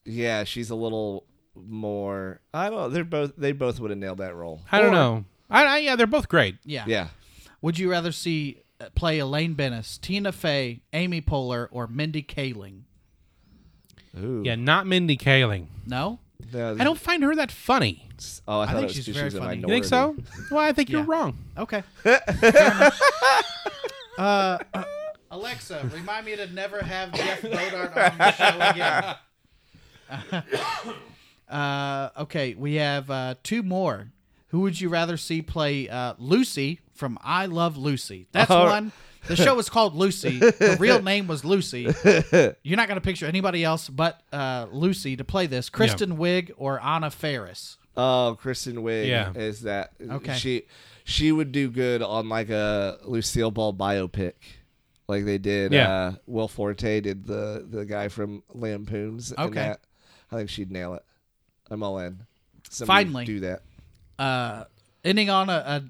Speaker 3: Yeah, she's a little more. I don't. They're both. They both would have nailed that role.
Speaker 2: I don't
Speaker 3: Or-
Speaker 2: know. I, I yeah, they're both great.
Speaker 1: Yeah.
Speaker 3: Yeah.
Speaker 1: Would you rather see uh, play Elaine Bennis, Tina Fey, Amy Poehler, or Mindy Kaling?
Speaker 3: Ooh.
Speaker 2: Yeah, not Mindy Kaling.
Speaker 1: No,
Speaker 3: No,
Speaker 2: I don't find her that funny.
Speaker 3: Oh, I, thought
Speaker 1: think
Speaker 3: it was
Speaker 1: she's
Speaker 3: 'cause
Speaker 1: very
Speaker 3: a
Speaker 1: funny. You
Speaker 2: You think so?
Speaker 3: minority.
Speaker 2: Well, I think you're
Speaker 1: Yeah.
Speaker 2: wrong.
Speaker 1: okay. Fair enough. uh, uh, Alexa, remind me to never have Jeff Bodart on the show again. Uh, okay, we have uh, two more. Who would you rather see play uh, Lucy from I Love Lucy? That's
Speaker 3: Oh.
Speaker 1: one. The show was called Lucy. The real name was Lucy. You're not going to picture anybody else but uh, Lucy to play this. Kristen Wiig or Anna Faris?
Speaker 3: Oh, Kristen Wiig
Speaker 2: Yeah.
Speaker 3: is that?
Speaker 1: Okay.
Speaker 3: She she would do good on like a Lucille Ball biopic, like they did.
Speaker 2: Yeah.
Speaker 3: Uh, Will Forte did the the guy from Lampoons. and
Speaker 1: Okay.
Speaker 3: that. I think she'd nail it. I'm all in. Somebody
Speaker 1: Finally.
Speaker 3: do that.
Speaker 1: Uh, ending on a, a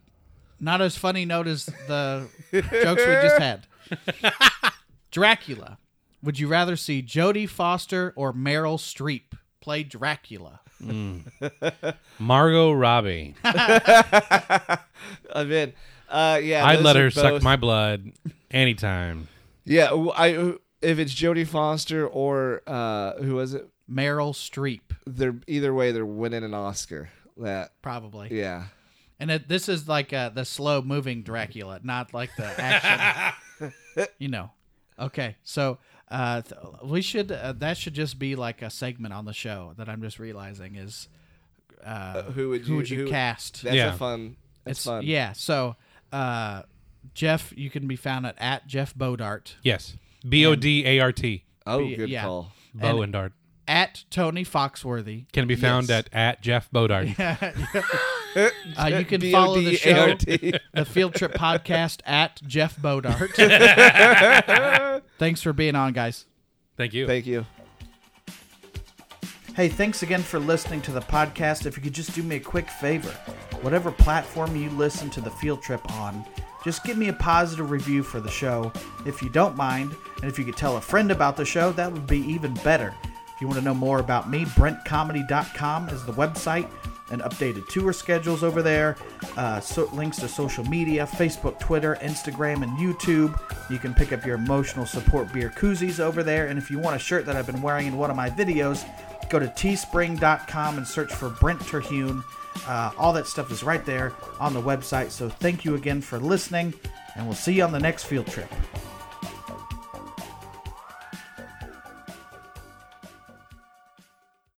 Speaker 1: not as funny note as the jokes we just had. Dracula. Would you rather see Jodie Foster or Meryl Streep play Dracula?
Speaker 2: Margot Robbie.
Speaker 3: I'm in. Uh, yeah,
Speaker 2: I'd
Speaker 3: those
Speaker 2: let
Speaker 3: are
Speaker 2: her suck
Speaker 3: both-
Speaker 2: my blood anytime.
Speaker 3: Yeah, w- I if it's Jodie Foster or uh, who was it?
Speaker 1: Meryl Streep,
Speaker 3: They're either way, they're winning an Oscar. That
Speaker 1: probably.
Speaker 3: yeah.
Speaker 1: And it, this is like uh, the slow moving Dracula, not like the action. you know. Okay, so uh, th- we should uh, that should just be like a segment on the show that I'm just realizing is uh,
Speaker 3: Who would you?
Speaker 1: who would you cast?
Speaker 3: That's
Speaker 2: Yeah.
Speaker 3: a fun. That's
Speaker 1: it's
Speaker 3: fun.
Speaker 1: yeah. So uh, Jeff, you can be found at at Jeff Bodart
Speaker 2: Yes. B O D A R T.
Speaker 3: Oh,
Speaker 1: Be-
Speaker 3: good
Speaker 1: yeah.
Speaker 3: call.
Speaker 2: Bow and Dart.
Speaker 1: at Tony Foxworthy.
Speaker 2: Can be found
Speaker 3: Yes.
Speaker 2: at, at Jeff Bodart.
Speaker 1: Uh, you can follow the show,
Speaker 3: B-O-D-A-R-T.
Speaker 1: the Field Trip Podcast at Jeff Bodart. Thanks for being on, guys.
Speaker 2: Thank you.
Speaker 3: Thank you.
Speaker 1: Hey, thanks again for listening to the podcast. If you could just do me a quick favor, whatever platform you listen to the field trip on, just give me a positive review for the show if you don't mind. And if you could tell a friend about the show, that would be even better. If you want to know more about me, BrentComedy.com is the website and updated tour schedules over there, uh, so, links to social media, Facebook, Twitter, Instagram, and YouTube. You can pick up your emotional support beer koozies over there. And if you want a shirt that I've been wearing in one of my videos, go to teespring.com and search for Brent Terhune. Uh, all that stuff is right there on the website. So thank you again for listening, and we'll see you on the next field trip.